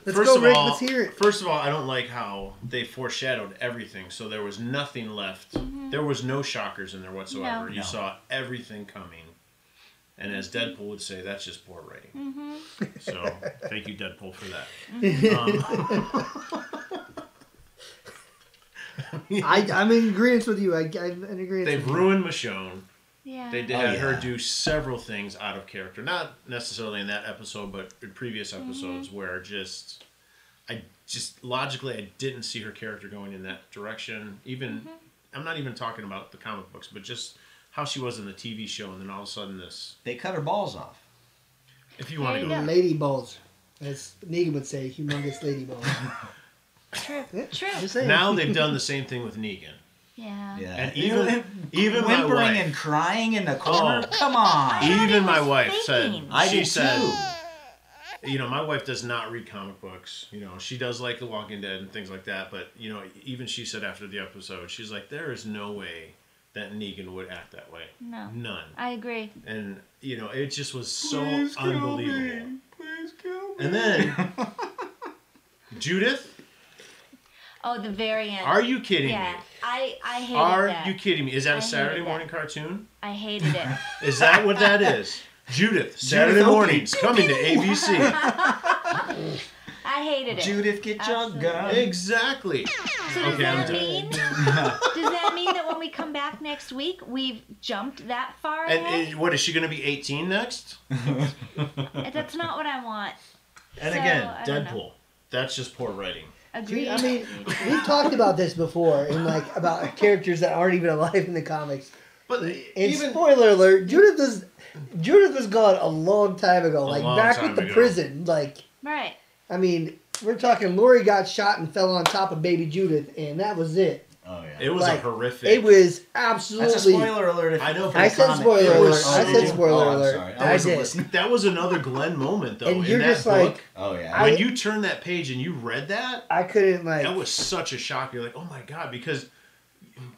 [SPEAKER 3] Let's
[SPEAKER 2] first
[SPEAKER 3] go,
[SPEAKER 2] of
[SPEAKER 3] Rick.
[SPEAKER 2] all,
[SPEAKER 3] Let's hear it.
[SPEAKER 2] First of all, I don't like how they foreshadowed everything, so there was nothing left. There was no shockers in there whatsoever.
[SPEAKER 5] Mm-hmm. No. Mm-hmm.
[SPEAKER 2] You
[SPEAKER 4] No.
[SPEAKER 2] saw everything coming. And as Deadpool would say, that's just poor writing. So thank you, Deadpool, for that.
[SPEAKER 5] Mm-hmm.
[SPEAKER 2] Um,
[SPEAKER 3] I, I'm in agreement with you. I, I'm in agreement.
[SPEAKER 2] They've
[SPEAKER 3] with you.
[SPEAKER 2] ruined Michonne.
[SPEAKER 5] Yeah.
[SPEAKER 2] They did
[SPEAKER 4] Oh,
[SPEAKER 2] had
[SPEAKER 4] yeah.
[SPEAKER 2] her do several things out of character, not necessarily in that episode, but in previous
[SPEAKER 5] Mm-hmm.
[SPEAKER 2] episodes where just I just logically I didn't see her character going in that direction. Even
[SPEAKER 5] Mm-hmm.
[SPEAKER 2] I'm not even talking about the comic books, but just how she was in the TV show, and then all of a sudden this.
[SPEAKER 4] They cut her balls off.
[SPEAKER 2] If you want
[SPEAKER 5] There
[SPEAKER 2] to
[SPEAKER 5] you
[SPEAKER 2] go,
[SPEAKER 5] go.
[SPEAKER 3] Lady balls, as Negan would say, humongous lady balls.
[SPEAKER 5] True.
[SPEAKER 3] Yeah,
[SPEAKER 5] True.
[SPEAKER 3] Just saying.
[SPEAKER 2] Now they've done the same thing with Negan.
[SPEAKER 5] Yeah.
[SPEAKER 4] Yeah.
[SPEAKER 2] And
[SPEAKER 4] You know,
[SPEAKER 2] even- even my
[SPEAKER 4] whimpering
[SPEAKER 2] wife-
[SPEAKER 4] and crying in the corner.
[SPEAKER 2] Oh.
[SPEAKER 4] Come on.
[SPEAKER 5] thought
[SPEAKER 2] Even
[SPEAKER 5] he
[SPEAKER 2] my
[SPEAKER 5] was
[SPEAKER 2] wife
[SPEAKER 5] faking.
[SPEAKER 2] said
[SPEAKER 4] I
[SPEAKER 2] she
[SPEAKER 4] did
[SPEAKER 2] said
[SPEAKER 4] too.
[SPEAKER 2] you know, my wife does not read comic books. You know, she does like The Walking Dead and things like that. But you know, even she said after the episode, she's like, "There is no way that Negan would act that way.
[SPEAKER 5] No.
[SPEAKER 2] None."
[SPEAKER 5] I agree.
[SPEAKER 2] And you know, it just was so unbelievable. And then Judith,
[SPEAKER 5] Oh, the very end.
[SPEAKER 2] are you kidding
[SPEAKER 5] yeah.
[SPEAKER 2] me?
[SPEAKER 5] I I hated
[SPEAKER 2] Are
[SPEAKER 5] that.
[SPEAKER 2] you kidding me? Is
[SPEAKER 5] I
[SPEAKER 2] that a
[SPEAKER 5] hated
[SPEAKER 2] Saturday
[SPEAKER 5] that.
[SPEAKER 2] morning cartoon?
[SPEAKER 5] I hated it.
[SPEAKER 2] Is that what that is? Judith, Saturday
[SPEAKER 4] Oakley.
[SPEAKER 2] mornings coming to ABC.
[SPEAKER 5] I hated it.
[SPEAKER 4] Judith, get your
[SPEAKER 5] Absolutely.
[SPEAKER 4] gun.
[SPEAKER 2] exactly.
[SPEAKER 5] So does
[SPEAKER 2] Okay,
[SPEAKER 5] that
[SPEAKER 2] I'm done.
[SPEAKER 5] mean? does that mean that when we come back next week, we've jumped that far
[SPEAKER 2] And,
[SPEAKER 5] ahead?
[SPEAKER 2] and what is she going to be 18 next?
[SPEAKER 5] That's not what I want.
[SPEAKER 2] And
[SPEAKER 5] So,
[SPEAKER 2] again,
[SPEAKER 5] I don't know.
[SPEAKER 2] Deadpool. That's just poor writing.
[SPEAKER 5] Agreed.
[SPEAKER 3] Dude, I mean, we've talked about this before, and like about characters that aren't even alive in the comics.
[SPEAKER 2] But
[SPEAKER 3] And
[SPEAKER 2] even
[SPEAKER 3] spoiler alert: Judith was Judith was gone a long time ago, like
[SPEAKER 2] long
[SPEAKER 3] back
[SPEAKER 2] time
[SPEAKER 3] with the
[SPEAKER 2] ago.
[SPEAKER 3] prison. Like,
[SPEAKER 5] right.
[SPEAKER 3] I mean, we're talking Lori got shot and fell on top of baby Judith, and that was it.
[SPEAKER 4] Oh yeah.
[SPEAKER 2] it was
[SPEAKER 3] like,
[SPEAKER 2] a horrific.
[SPEAKER 3] It was
[SPEAKER 4] That's a
[SPEAKER 3] absolutely
[SPEAKER 4] spoiler alert. If
[SPEAKER 2] I know,
[SPEAKER 4] if
[SPEAKER 2] I
[SPEAKER 4] you're
[SPEAKER 3] said
[SPEAKER 4] comic-
[SPEAKER 3] spoiler
[SPEAKER 4] it was
[SPEAKER 2] alert. I
[SPEAKER 4] so-
[SPEAKER 2] said
[SPEAKER 3] spoiler
[SPEAKER 4] oh, I'm
[SPEAKER 3] alert.
[SPEAKER 4] sorry.
[SPEAKER 3] I
[SPEAKER 4] I wasn't
[SPEAKER 3] did.
[SPEAKER 4] listening.
[SPEAKER 2] that was another Glenn moment, though.
[SPEAKER 3] and
[SPEAKER 2] in
[SPEAKER 3] you're
[SPEAKER 2] that
[SPEAKER 3] just
[SPEAKER 2] book,
[SPEAKER 3] like,
[SPEAKER 4] Oh yeah.
[SPEAKER 2] when
[SPEAKER 3] I-
[SPEAKER 2] you turn that page and you read that,
[SPEAKER 3] I couldn't like.
[SPEAKER 2] that was such a shock. You're like, oh my god, because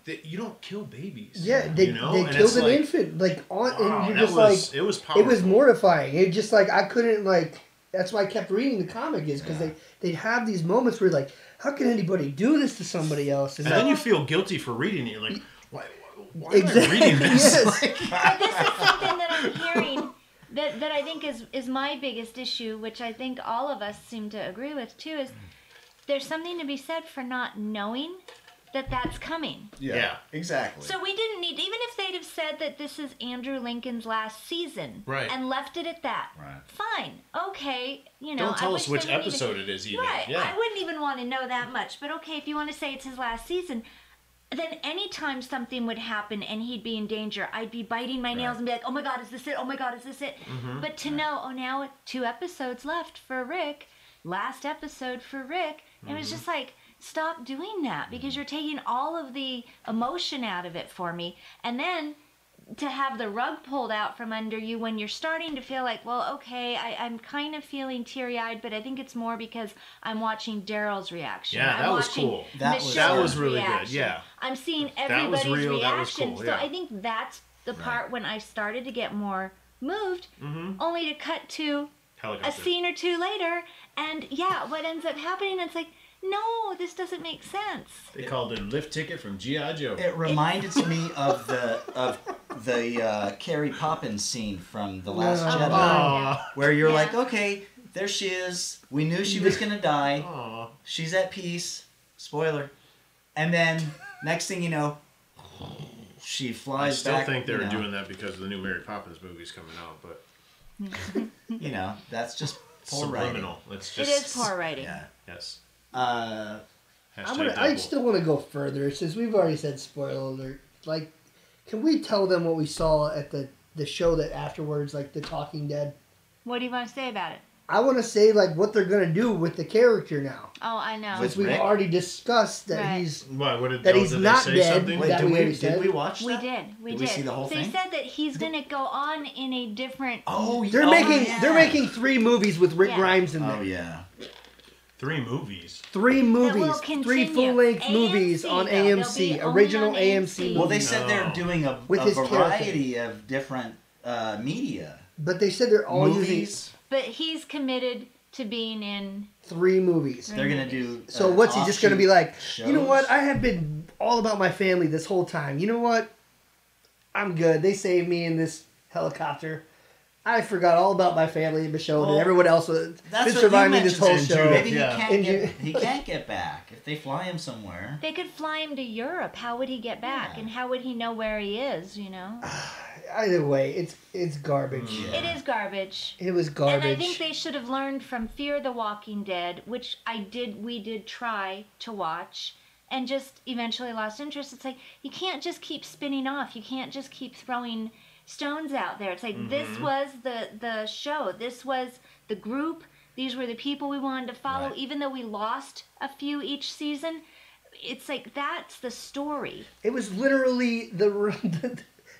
[SPEAKER 2] th- you don't kill babies.
[SPEAKER 3] yeah, they,
[SPEAKER 2] you know?
[SPEAKER 3] they
[SPEAKER 2] And
[SPEAKER 3] killed
[SPEAKER 2] it's
[SPEAKER 3] an
[SPEAKER 2] like,
[SPEAKER 3] infant like on,
[SPEAKER 2] Wow,
[SPEAKER 3] and
[SPEAKER 2] that
[SPEAKER 3] you're just
[SPEAKER 2] was,
[SPEAKER 3] like,
[SPEAKER 2] it was powerful.
[SPEAKER 3] it was mortifying. It just like I couldn't like. That's why I kept reading the comic is because
[SPEAKER 4] Yeah.
[SPEAKER 3] they they'd have these moments where like, how can anybody do this to somebody else?
[SPEAKER 2] And then you feel guilty for reading it. You're like, why, why am I
[SPEAKER 3] exactly
[SPEAKER 2] reading this?
[SPEAKER 3] yes.
[SPEAKER 5] But this is something that I'm hearing that, that I think is, is my biggest issue, which I think all of us seem to agree with too, is there's something to be said for not knowing that that's coming.
[SPEAKER 2] Yeah.
[SPEAKER 4] Exactly.
[SPEAKER 5] So we didn't need, even if they'd have said that this is Andrew Lincoln's last season
[SPEAKER 2] Right.
[SPEAKER 5] and left it at that,
[SPEAKER 4] Right.
[SPEAKER 5] fine, okay, you know.
[SPEAKER 2] Don't
[SPEAKER 5] I
[SPEAKER 2] tell us which
[SPEAKER 5] wish they wouldn't even-
[SPEAKER 2] episode it is, even.
[SPEAKER 5] Right.
[SPEAKER 2] Yeah.
[SPEAKER 5] I wouldn't even want to know that much. But okay, if you want to say it's his last season, then anytime something would happen and he'd be in danger, I'd be biting my nails and be like, oh my God, is this it? Oh my God, is this it? But to know, oh, now it- two episodes left for Rick, last episode for Rick, it
[SPEAKER 2] Mm-hmm.
[SPEAKER 5] was just like, stop doing that because you're taking all of the emotion out of it for me. And then to have the rug pulled out from under you when you're starting to feel like, well, okay, I, I'm kind of feeling teary eyed, but I think it's more because I'm watching Daryl's reaction.
[SPEAKER 2] Yeah,
[SPEAKER 5] I'm
[SPEAKER 2] that was
[SPEAKER 5] watching
[SPEAKER 2] cool.
[SPEAKER 4] That was-
[SPEAKER 5] Michelle's
[SPEAKER 4] that was
[SPEAKER 2] really good,
[SPEAKER 5] reaction.
[SPEAKER 2] yeah.
[SPEAKER 5] I'm seeing
[SPEAKER 2] was
[SPEAKER 5] everybody's
[SPEAKER 2] real, that was
[SPEAKER 5] reaction.
[SPEAKER 2] cool,
[SPEAKER 5] So
[SPEAKER 2] yeah.
[SPEAKER 5] I think that's the part when I started to get more moved, only to cut to a
[SPEAKER 2] Mm-hmm. Helicopter.
[SPEAKER 5] scene or two later. And yeah, what ends up happening, it's like, no, this doesn't make sense.
[SPEAKER 2] They called it a lift ticket from G.I. Joe.
[SPEAKER 4] It reminded me of the of the uh, Carrie Poppins scene from The Last
[SPEAKER 3] No.
[SPEAKER 4] Jedi,
[SPEAKER 5] Oh.
[SPEAKER 2] Aw.
[SPEAKER 4] where you're
[SPEAKER 5] Yeah.
[SPEAKER 4] like, okay, there she is. We knew she was gonna die.
[SPEAKER 2] Aw.
[SPEAKER 4] She's at peace. Spoiler. And then next thing you know, she
[SPEAKER 2] I
[SPEAKER 4] flies
[SPEAKER 2] still
[SPEAKER 4] back.
[SPEAKER 2] think they
[SPEAKER 4] you
[SPEAKER 2] were
[SPEAKER 4] know,
[SPEAKER 2] doing that because of the new Mary Poppins movies coming out, but
[SPEAKER 4] You know, that's just poor
[SPEAKER 2] subliminal.
[SPEAKER 4] writing.
[SPEAKER 2] Let's
[SPEAKER 5] It
[SPEAKER 2] just
[SPEAKER 5] is poor writing.
[SPEAKER 4] Yeah.
[SPEAKER 2] Yes.
[SPEAKER 4] Uh,
[SPEAKER 2] Hashtag
[SPEAKER 3] I'm gonna, I
[SPEAKER 2] Deadpool.
[SPEAKER 3] still want to go further since we've already said spoiler alert. Like, can we tell them what we saw at the the show that afterwards, like the Talking Dead?
[SPEAKER 5] What do you want to say about it?
[SPEAKER 3] I want to say like what they're gonna do with the character now,
[SPEAKER 5] Oh, I know.
[SPEAKER 4] With
[SPEAKER 3] since we've
[SPEAKER 4] Rick?
[SPEAKER 3] already discussed that
[SPEAKER 5] Right.
[SPEAKER 3] he's
[SPEAKER 2] Why? What did,
[SPEAKER 3] That
[SPEAKER 2] oh,
[SPEAKER 3] he's
[SPEAKER 2] did
[SPEAKER 3] not
[SPEAKER 2] they say
[SPEAKER 3] dead.
[SPEAKER 2] something?
[SPEAKER 4] wait,
[SPEAKER 3] That
[SPEAKER 4] did
[SPEAKER 3] we
[SPEAKER 4] we
[SPEAKER 3] already
[SPEAKER 4] did
[SPEAKER 3] said?
[SPEAKER 4] we watch
[SPEAKER 5] We
[SPEAKER 4] that?
[SPEAKER 5] did. We
[SPEAKER 4] Did
[SPEAKER 5] did.
[SPEAKER 4] we see the whole
[SPEAKER 5] they
[SPEAKER 4] thing?
[SPEAKER 5] said that he's gonna go on in a different.
[SPEAKER 4] Oh,
[SPEAKER 3] they're
[SPEAKER 4] oh,
[SPEAKER 3] making
[SPEAKER 4] yeah.
[SPEAKER 3] they're making three movies with Rick
[SPEAKER 5] Yeah.
[SPEAKER 3] Grimes in there.
[SPEAKER 4] Oh yeah.
[SPEAKER 2] Three movies.
[SPEAKER 3] Three
[SPEAKER 5] will
[SPEAKER 3] movies, three
[SPEAKER 5] continue.
[SPEAKER 3] full length
[SPEAKER 5] AMC
[SPEAKER 3] movies on
[SPEAKER 5] though, they'll be
[SPEAKER 3] AMC,
[SPEAKER 5] only on
[SPEAKER 3] original
[SPEAKER 5] AMC.
[SPEAKER 3] AMC.
[SPEAKER 4] Well, they
[SPEAKER 3] movies.
[SPEAKER 4] said they're
[SPEAKER 2] No.
[SPEAKER 4] doing a,
[SPEAKER 3] With
[SPEAKER 4] a
[SPEAKER 3] his character.
[SPEAKER 4] variety of different uh, media.
[SPEAKER 3] but they said they're all using
[SPEAKER 4] movies.
[SPEAKER 5] But he's committed to being in.
[SPEAKER 3] three movies.
[SPEAKER 4] They're gonna do.
[SPEAKER 3] So
[SPEAKER 4] uh,
[SPEAKER 3] what's he just going to be
[SPEAKER 4] offshoot
[SPEAKER 3] like? You know
[SPEAKER 4] shows.
[SPEAKER 3] what? I have been all about my family this whole time. You know what? I'm good. They saved me in this helicopter. I forgot all about my family and Michelle
[SPEAKER 4] Well,
[SPEAKER 3] and everyone else was
[SPEAKER 4] That's
[SPEAKER 3] been
[SPEAKER 4] what you
[SPEAKER 3] surviving
[SPEAKER 4] mentioned.
[SPEAKER 3] this whole
[SPEAKER 2] in
[SPEAKER 3] show.
[SPEAKER 2] Judah.
[SPEAKER 4] Maybe
[SPEAKER 2] Yeah.
[SPEAKER 4] he can't
[SPEAKER 3] And
[SPEAKER 4] get.
[SPEAKER 3] you-
[SPEAKER 4] He can't get back if they fly him somewhere.
[SPEAKER 5] They could fly him to Europe. How would he get back?
[SPEAKER 4] Yeah. Uh.
[SPEAKER 5] And how would he know where he is? You know,
[SPEAKER 3] Either way, it's it's garbage.
[SPEAKER 4] Mm.
[SPEAKER 5] it is garbage.
[SPEAKER 3] It was
[SPEAKER 5] And
[SPEAKER 3] garbage.
[SPEAKER 5] I think they should have learned from Fear the Walking Dead, which I did. We did try to watch. And just eventually lost interest. It's like you can't just keep spinning off. You can't just keep throwing stones out there. It's like this was the the show. This was the group. These were the people we wanted to follow,
[SPEAKER 4] Right.
[SPEAKER 5] even though we lost a few each season. It's like that's the story.
[SPEAKER 3] It was literally the.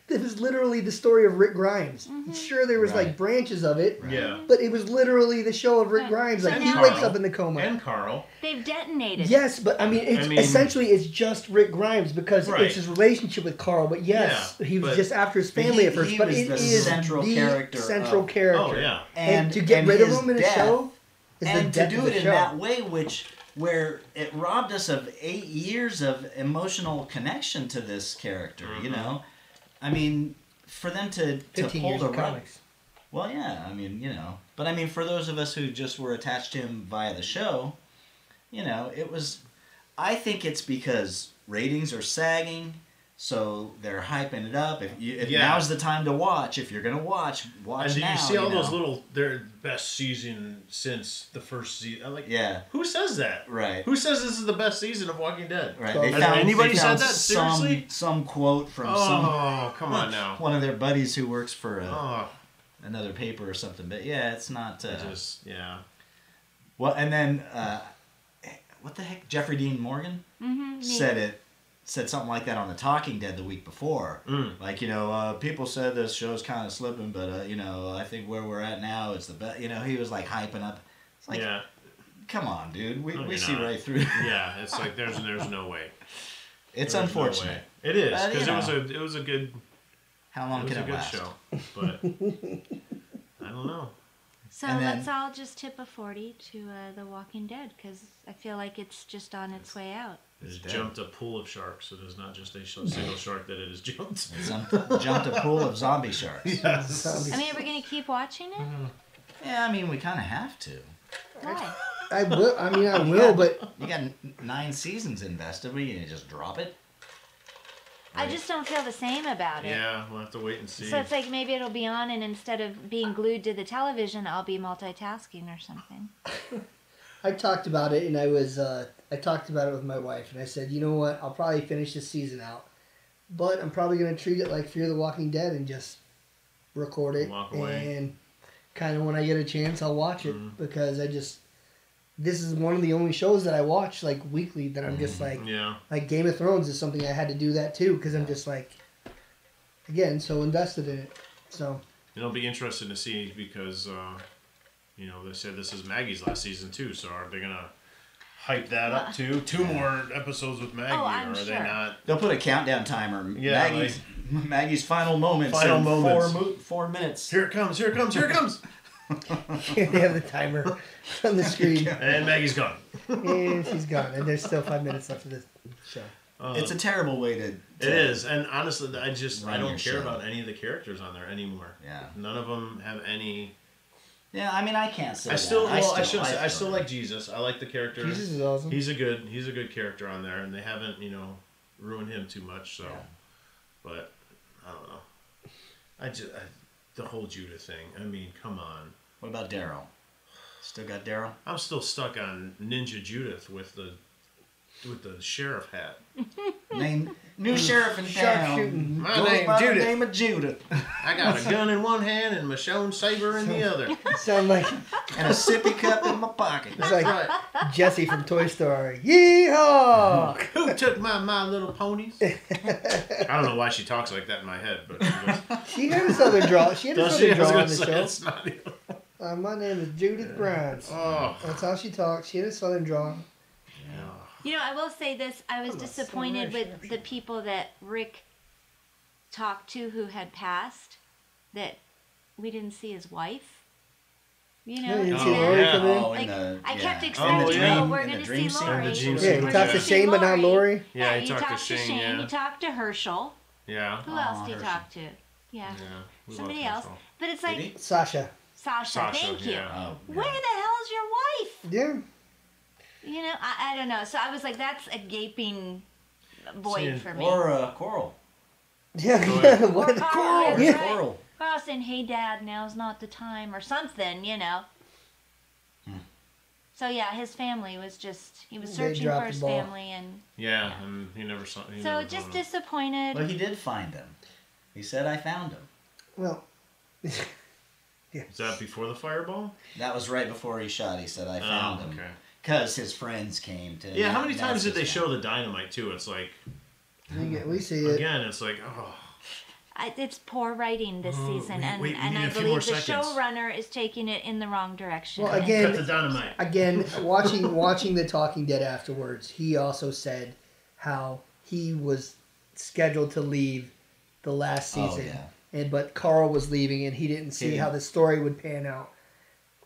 [SPEAKER 3] This is literally the story of Rick Grimes.
[SPEAKER 5] Mm-hmm.
[SPEAKER 3] Sure, there was like
[SPEAKER 4] Right.
[SPEAKER 3] branches of it,
[SPEAKER 2] Yeah.
[SPEAKER 3] but it was literally the show of Rick
[SPEAKER 5] Right.
[SPEAKER 3] Grimes.
[SPEAKER 5] So
[SPEAKER 3] Like
[SPEAKER 5] now-
[SPEAKER 3] he wakes up in the coma.
[SPEAKER 2] And Carl.
[SPEAKER 5] They've detonated.
[SPEAKER 3] Yes, but I mean, it's,
[SPEAKER 2] mean-
[SPEAKER 3] essentially, it's just Rick Grimes because
[SPEAKER 2] Right.
[SPEAKER 3] it's his relationship with Carl. But yes,
[SPEAKER 2] Yeah,
[SPEAKER 3] he was
[SPEAKER 2] but-
[SPEAKER 3] just after his
[SPEAKER 4] But he-
[SPEAKER 3] family at first.
[SPEAKER 4] he
[SPEAKER 3] but
[SPEAKER 4] was
[SPEAKER 3] it
[SPEAKER 4] the
[SPEAKER 3] is
[SPEAKER 4] central
[SPEAKER 3] the
[SPEAKER 4] character
[SPEAKER 3] Central
[SPEAKER 4] of-
[SPEAKER 2] Oh
[SPEAKER 3] character.
[SPEAKER 2] yeah.
[SPEAKER 3] And, to get rid of
[SPEAKER 4] his
[SPEAKER 3] him in
[SPEAKER 4] death,
[SPEAKER 3] a show is the
[SPEAKER 4] and to
[SPEAKER 3] death of
[SPEAKER 4] do
[SPEAKER 3] the
[SPEAKER 4] it in
[SPEAKER 3] show.
[SPEAKER 4] that way, which where it robbed us of eight years of emotional connection to this character.
[SPEAKER 2] Mm-hmm.
[SPEAKER 4] You know, I mean, for them to, to
[SPEAKER 3] Fifteen
[SPEAKER 4] pull
[SPEAKER 3] years
[SPEAKER 4] the
[SPEAKER 3] of
[SPEAKER 4] rug-
[SPEAKER 3] comics.
[SPEAKER 4] Well, yeah, I mean, you know, but I mean, for those of us who just were attached to him via the show, you know, it was. I think it's because ratings are sagging, so they're hyping it up. If, you, if
[SPEAKER 2] Yeah.
[SPEAKER 4] now's the time to watch, if you're gonna watch, watch
[SPEAKER 2] And did
[SPEAKER 4] now.
[SPEAKER 2] you see all those
[SPEAKER 4] know?
[SPEAKER 2] little their best season since the first season? I'm like,
[SPEAKER 4] Yeah.
[SPEAKER 2] Who says that?
[SPEAKER 4] Right.
[SPEAKER 2] Who says this is the best season of Walking Dead?
[SPEAKER 4] Right.
[SPEAKER 3] Has
[SPEAKER 2] anybody
[SPEAKER 4] they
[SPEAKER 2] said
[SPEAKER 4] found
[SPEAKER 2] that?
[SPEAKER 4] some-
[SPEAKER 2] Seriously?
[SPEAKER 4] Some, quote from
[SPEAKER 2] Oh, come
[SPEAKER 4] some
[SPEAKER 2] on now.
[SPEAKER 4] one of their buddies who works for a,
[SPEAKER 2] Oh,
[SPEAKER 4] another paper or something. But yeah, it's not. Uh,
[SPEAKER 2] I just yeah.
[SPEAKER 4] well, and then uh, what the heck? Jeffrey Dean Morgan
[SPEAKER 5] Mm-hmm.
[SPEAKER 4] said it. Said something like that on The Talking Dead the week before.
[SPEAKER 2] Mm.
[SPEAKER 4] Like you know, uh, people said this show's kind of slipping, but uh, you know, I think where we're at now is the best. You know, he was like hyping up. It's like,
[SPEAKER 2] yeah.
[SPEAKER 4] come on, dude. We,
[SPEAKER 2] No,
[SPEAKER 4] we
[SPEAKER 2] you're
[SPEAKER 4] see
[SPEAKER 2] not.
[SPEAKER 4] right through.
[SPEAKER 2] Yeah. It's like there's there's no way.
[SPEAKER 4] it's
[SPEAKER 2] There's no way.
[SPEAKER 4] unfortunate.
[SPEAKER 2] It is
[SPEAKER 4] But, you
[SPEAKER 2] because it was
[SPEAKER 4] know.
[SPEAKER 2] a it was a good
[SPEAKER 4] How
[SPEAKER 2] it
[SPEAKER 4] long
[SPEAKER 2] was
[SPEAKER 4] can
[SPEAKER 2] a
[SPEAKER 4] it
[SPEAKER 2] good
[SPEAKER 4] last?
[SPEAKER 2] show, but I don't know.
[SPEAKER 5] So
[SPEAKER 4] And then-
[SPEAKER 5] let's all just tip a 40 to uh, The Walking Dead because I feel like it's just on its way out.
[SPEAKER 2] It's
[SPEAKER 4] dead.
[SPEAKER 2] jumped a pool of sharks. It is not just a sh- single shark that it has jumped.
[SPEAKER 4] Some, jumped a pool of zombie sharks.
[SPEAKER 3] Zombies.
[SPEAKER 5] I mean, we're going to keep watching it?
[SPEAKER 4] Yeah, I mean, we kind of have to.
[SPEAKER 5] Why?
[SPEAKER 3] I will. I mean, I will. But
[SPEAKER 4] You got n- nine seasons invested. What, you gonna just drop it?
[SPEAKER 5] I just don't feel the same about it.
[SPEAKER 2] Yeah, we'll have to wait and see.
[SPEAKER 5] So it's like maybe it'll be on, and instead of being glued to the television, I'll be multitasking or something.
[SPEAKER 3] I talked about it, and I was. Uh, I talked about it with my wife, and I said, you know what? I'll probably finish this season out, but I'm probably gonna treat it like Fear the Walking Dead and just record it
[SPEAKER 2] Walk away. Mm-hmm.
[SPEAKER 3] and kind of when I get a chance, I'll watch it because I just. This is one of the only shows that I watch like weekly that I'm just like
[SPEAKER 2] Mm-hmm. yeah.
[SPEAKER 3] like Game of Thrones is something I had to do that too because I'm just like again so invested in it. So
[SPEAKER 2] It'll be interesting to see because uh, you know they said this is Maggie's last season too. So are they gonna hype that up too? Two more episodes with Maggie,
[SPEAKER 5] Oh, I'm
[SPEAKER 2] or are they
[SPEAKER 5] sure.
[SPEAKER 2] not?
[SPEAKER 4] They'll put a countdown timer.
[SPEAKER 2] Yeah,
[SPEAKER 4] Maggie's, Maggie's final moments.
[SPEAKER 2] Final
[SPEAKER 4] in
[SPEAKER 2] moments.
[SPEAKER 4] Four, mo- four minutes.
[SPEAKER 2] Here it comes! Here it comes! Here it comes!
[SPEAKER 3] they have the timer on the screen
[SPEAKER 2] and Maggie's gone.
[SPEAKER 3] and she's gone and there's still five minutes left of this show.
[SPEAKER 4] it's a terrible way to.
[SPEAKER 2] uh, It is, and honestly, I just I
[SPEAKER 4] Run
[SPEAKER 2] don't
[SPEAKER 4] your
[SPEAKER 2] care
[SPEAKER 4] show.
[SPEAKER 2] about any of the characters on there anymore.
[SPEAKER 4] Yeah.
[SPEAKER 2] None of them have any.
[SPEAKER 4] Yeah, I mean, I can't say
[SPEAKER 2] I still,
[SPEAKER 4] that.
[SPEAKER 2] well, I still, I, still,
[SPEAKER 4] don't.
[SPEAKER 2] like Jesus. I like the character.
[SPEAKER 3] Jesus is awesome.
[SPEAKER 2] He's a good, he's a good character on there, and they haven't, you know, ruined him too much. So,
[SPEAKER 4] Yeah.
[SPEAKER 2] but I don't know. I just I, the whole Judah thing. I mean, come on.
[SPEAKER 4] What about Daryl? Still got Daryl?
[SPEAKER 2] I'm still stuck on Ninja Judith with the with the sheriff hat.
[SPEAKER 5] Hmm.
[SPEAKER 4] Name new sheriff in
[SPEAKER 3] Sharpshooting.
[SPEAKER 4] town.
[SPEAKER 2] Hmm. My
[SPEAKER 4] Goes
[SPEAKER 2] name,
[SPEAKER 4] by the
[SPEAKER 2] Judith.
[SPEAKER 4] name of Judith.
[SPEAKER 2] I got a gun in one hand and my shown saber in the other.
[SPEAKER 3] Sound like
[SPEAKER 4] And a sippy cup in my pocket.
[SPEAKER 3] it's like
[SPEAKER 2] Right.
[SPEAKER 3] Jesse from Toy Story. Yeehaw!
[SPEAKER 2] Who took my My Little Ponies? I don't know why she talks like that in my head, but she goes,
[SPEAKER 3] She had a southern draw. She had a
[SPEAKER 2] does she?
[SPEAKER 3] southern
[SPEAKER 2] I was
[SPEAKER 3] draw
[SPEAKER 2] gonna
[SPEAKER 3] on the
[SPEAKER 2] say,
[SPEAKER 3] show.
[SPEAKER 2] it's not even-
[SPEAKER 3] Uh, my name is Judith Grimes.
[SPEAKER 2] Oh,
[SPEAKER 3] That's how she talks. She had a southern draw.
[SPEAKER 5] You know, I will say this I was
[SPEAKER 3] I'm a
[SPEAKER 5] disappointed
[SPEAKER 3] celebration.
[SPEAKER 5] with the people that Rick talked to who had passed, that we didn't see his wife. You know,
[SPEAKER 3] Yeah, you
[SPEAKER 5] and
[SPEAKER 2] see
[SPEAKER 5] that-
[SPEAKER 2] Lori
[SPEAKER 4] yeah.
[SPEAKER 2] come
[SPEAKER 3] in?
[SPEAKER 4] Oh,
[SPEAKER 5] Like,
[SPEAKER 4] in the,
[SPEAKER 5] I
[SPEAKER 4] yeah.
[SPEAKER 5] kept
[SPEAKER 4] In the
[SPEAKER 5] expecting,
[SPEAKER 2] yeah.
[SPEAKER 5] oh, we're
[SPEAKER 4] in the
[SPEAKER 5] going to
[SPEAKER 4] dream
[SPEAKER 5] see
[SPEAKER 4] scene.
[SPEAKER 5] Lori.
[SPEAKER 2] And the dream
[SPEAKER 5] We're
[SPEAKER 2] scene.
[SPEAKER 3] Yeah, he
[SPEAKER 5] gonna
[SPEAKER 3] talked to
[SPEAKER 5] see
[SPEAKER 3] Shane, but not Lori.
[SPEAKER 2] Yeah, he
[SPEAKER 5] you
[SPEAKER 2] talked to Shane, yeah.
[SPEAKER 5] He talked to Herschel.
[SPEAKER 2] yeah.
[SPEAKER 5] Who
[SPEAKER 4] Aw,
[SPEAKER 5] else did he
[SPEAKER 4] Herschel.
[SPEAKER 5] talk to? Yeah.
[SPEAKER 2] Yeah, we love
[SPEAKER 5] Somebody else.
[SPEAKER 2] Hansel.
[SPEAKER 5] But it's
[SPEAKER 4] Did
[SPEAKER 5] like,
[SPEAKER 4] he?
[SPEAKER 3] Sasha.
[SPEAKER 5] Sasha,
[SPEAKER 2] Sasha,
[SPEAKER 5] thank you.
[SPEAKER 2] yeah.
[SPEAKER 4] Oh, yeah.
[SPEAKER 5] Where the hell is your wife?
[SPEAKER 3] Yeah.
[SPEAKER 5] You know, I, I don't know. So I was like, that's a gaping void
[SPEAKER 2] Seeing
[SPEAKER 5] for me.
[SPEAKER 4] Or uh, Coral.
[SPEAKER 3] Yeah.
[SPEAKER 5] Or
[SPEAKER 3] what?
[SPEAKER 5] Carl,
[SPEAKER 4] Where's
[SPEAKER 5] right?
[SPEAKER 4] Coral?
[SPEAKER 5] Carl saying, hey, Dad, now's not the time, or something, you know.
[SPEAKER 4] Hmm.
[SPEAKER 5] So yeah, his family was just, he was
[SPEAKER 3] They
[SPEAKER 5] searching
[SPEAKER 3] dropped
[SPEAKER 5] for
[SPEAKER 3] the
[SPEAKER 5] his
[SPEAKER 3] ball.
[SPEAKER 5] family. and
[SPEAKER 2] Yeah, and he never saw. He
[SPEAKER 5] So
[SPEAKER 2] never
[SPEAKER 5] just
[SPEAKER 2] found him.
[SPEAKER 5] disappointed.
[SPEAKER 4] Well, he did find him. He said, "I found him."
[SPEAKER 3] Well, Yeah.
[SPEAKER 2] Is that before the fireball?
[SPEAKER 4] That was right before he shot. He said, "I found him."
[SPEAKER 2] Oh, okay.
[SPEAKER 4] Because his friends came to.
[SPEAKER 2] Yeah, how many
[SPEAKER 4] that's
[SPEAKER 2] times did
[SPEAKER 4] his
[SPEAKER 2] they
[SPEAKER 4] guy.
[SPEAKER 2] show the dynamite too? It's like
[SPEAKER 3] We, get, we see it.
[SPEAKER 2] again, it's like oh,
[SPEAKER 5] I, it's poor writing this
[SPEAKER 2] Oh,
[SPEAKER 5] season,
[SPEAKER 2] wait,
[SPEAKER 5] and,
[SPEAKER 2] wait, we
[SPEAKER 5] and
[SPEAKER 2] need
[SPEAKER 5] I
[SPEAKER 2] a few more
[SPEAKER 5] believe the
[SPEAKER 2] seconds.
[SPEAKER 5] showrunner is taking it in the wrong direction.
[SPEAKER 3] Well,
[SPEAKER 5] And-
[SPEAKER 3] again-
[SPEAKER 2] cut the dynamite.
[SPEAKER 3] Again, watching watching the Talking Dead afterwards, he also said how he was scheduled to leave the last
[SPEAKER 4] Oh,
[SPEAKER 3] season,
[SPEAKER 4] yeah.
[SPEAKER 3] and but Carl was leaving, and he didn't see
[SPEAKER 4] He-
[SPEAKER 3] how the story would pan out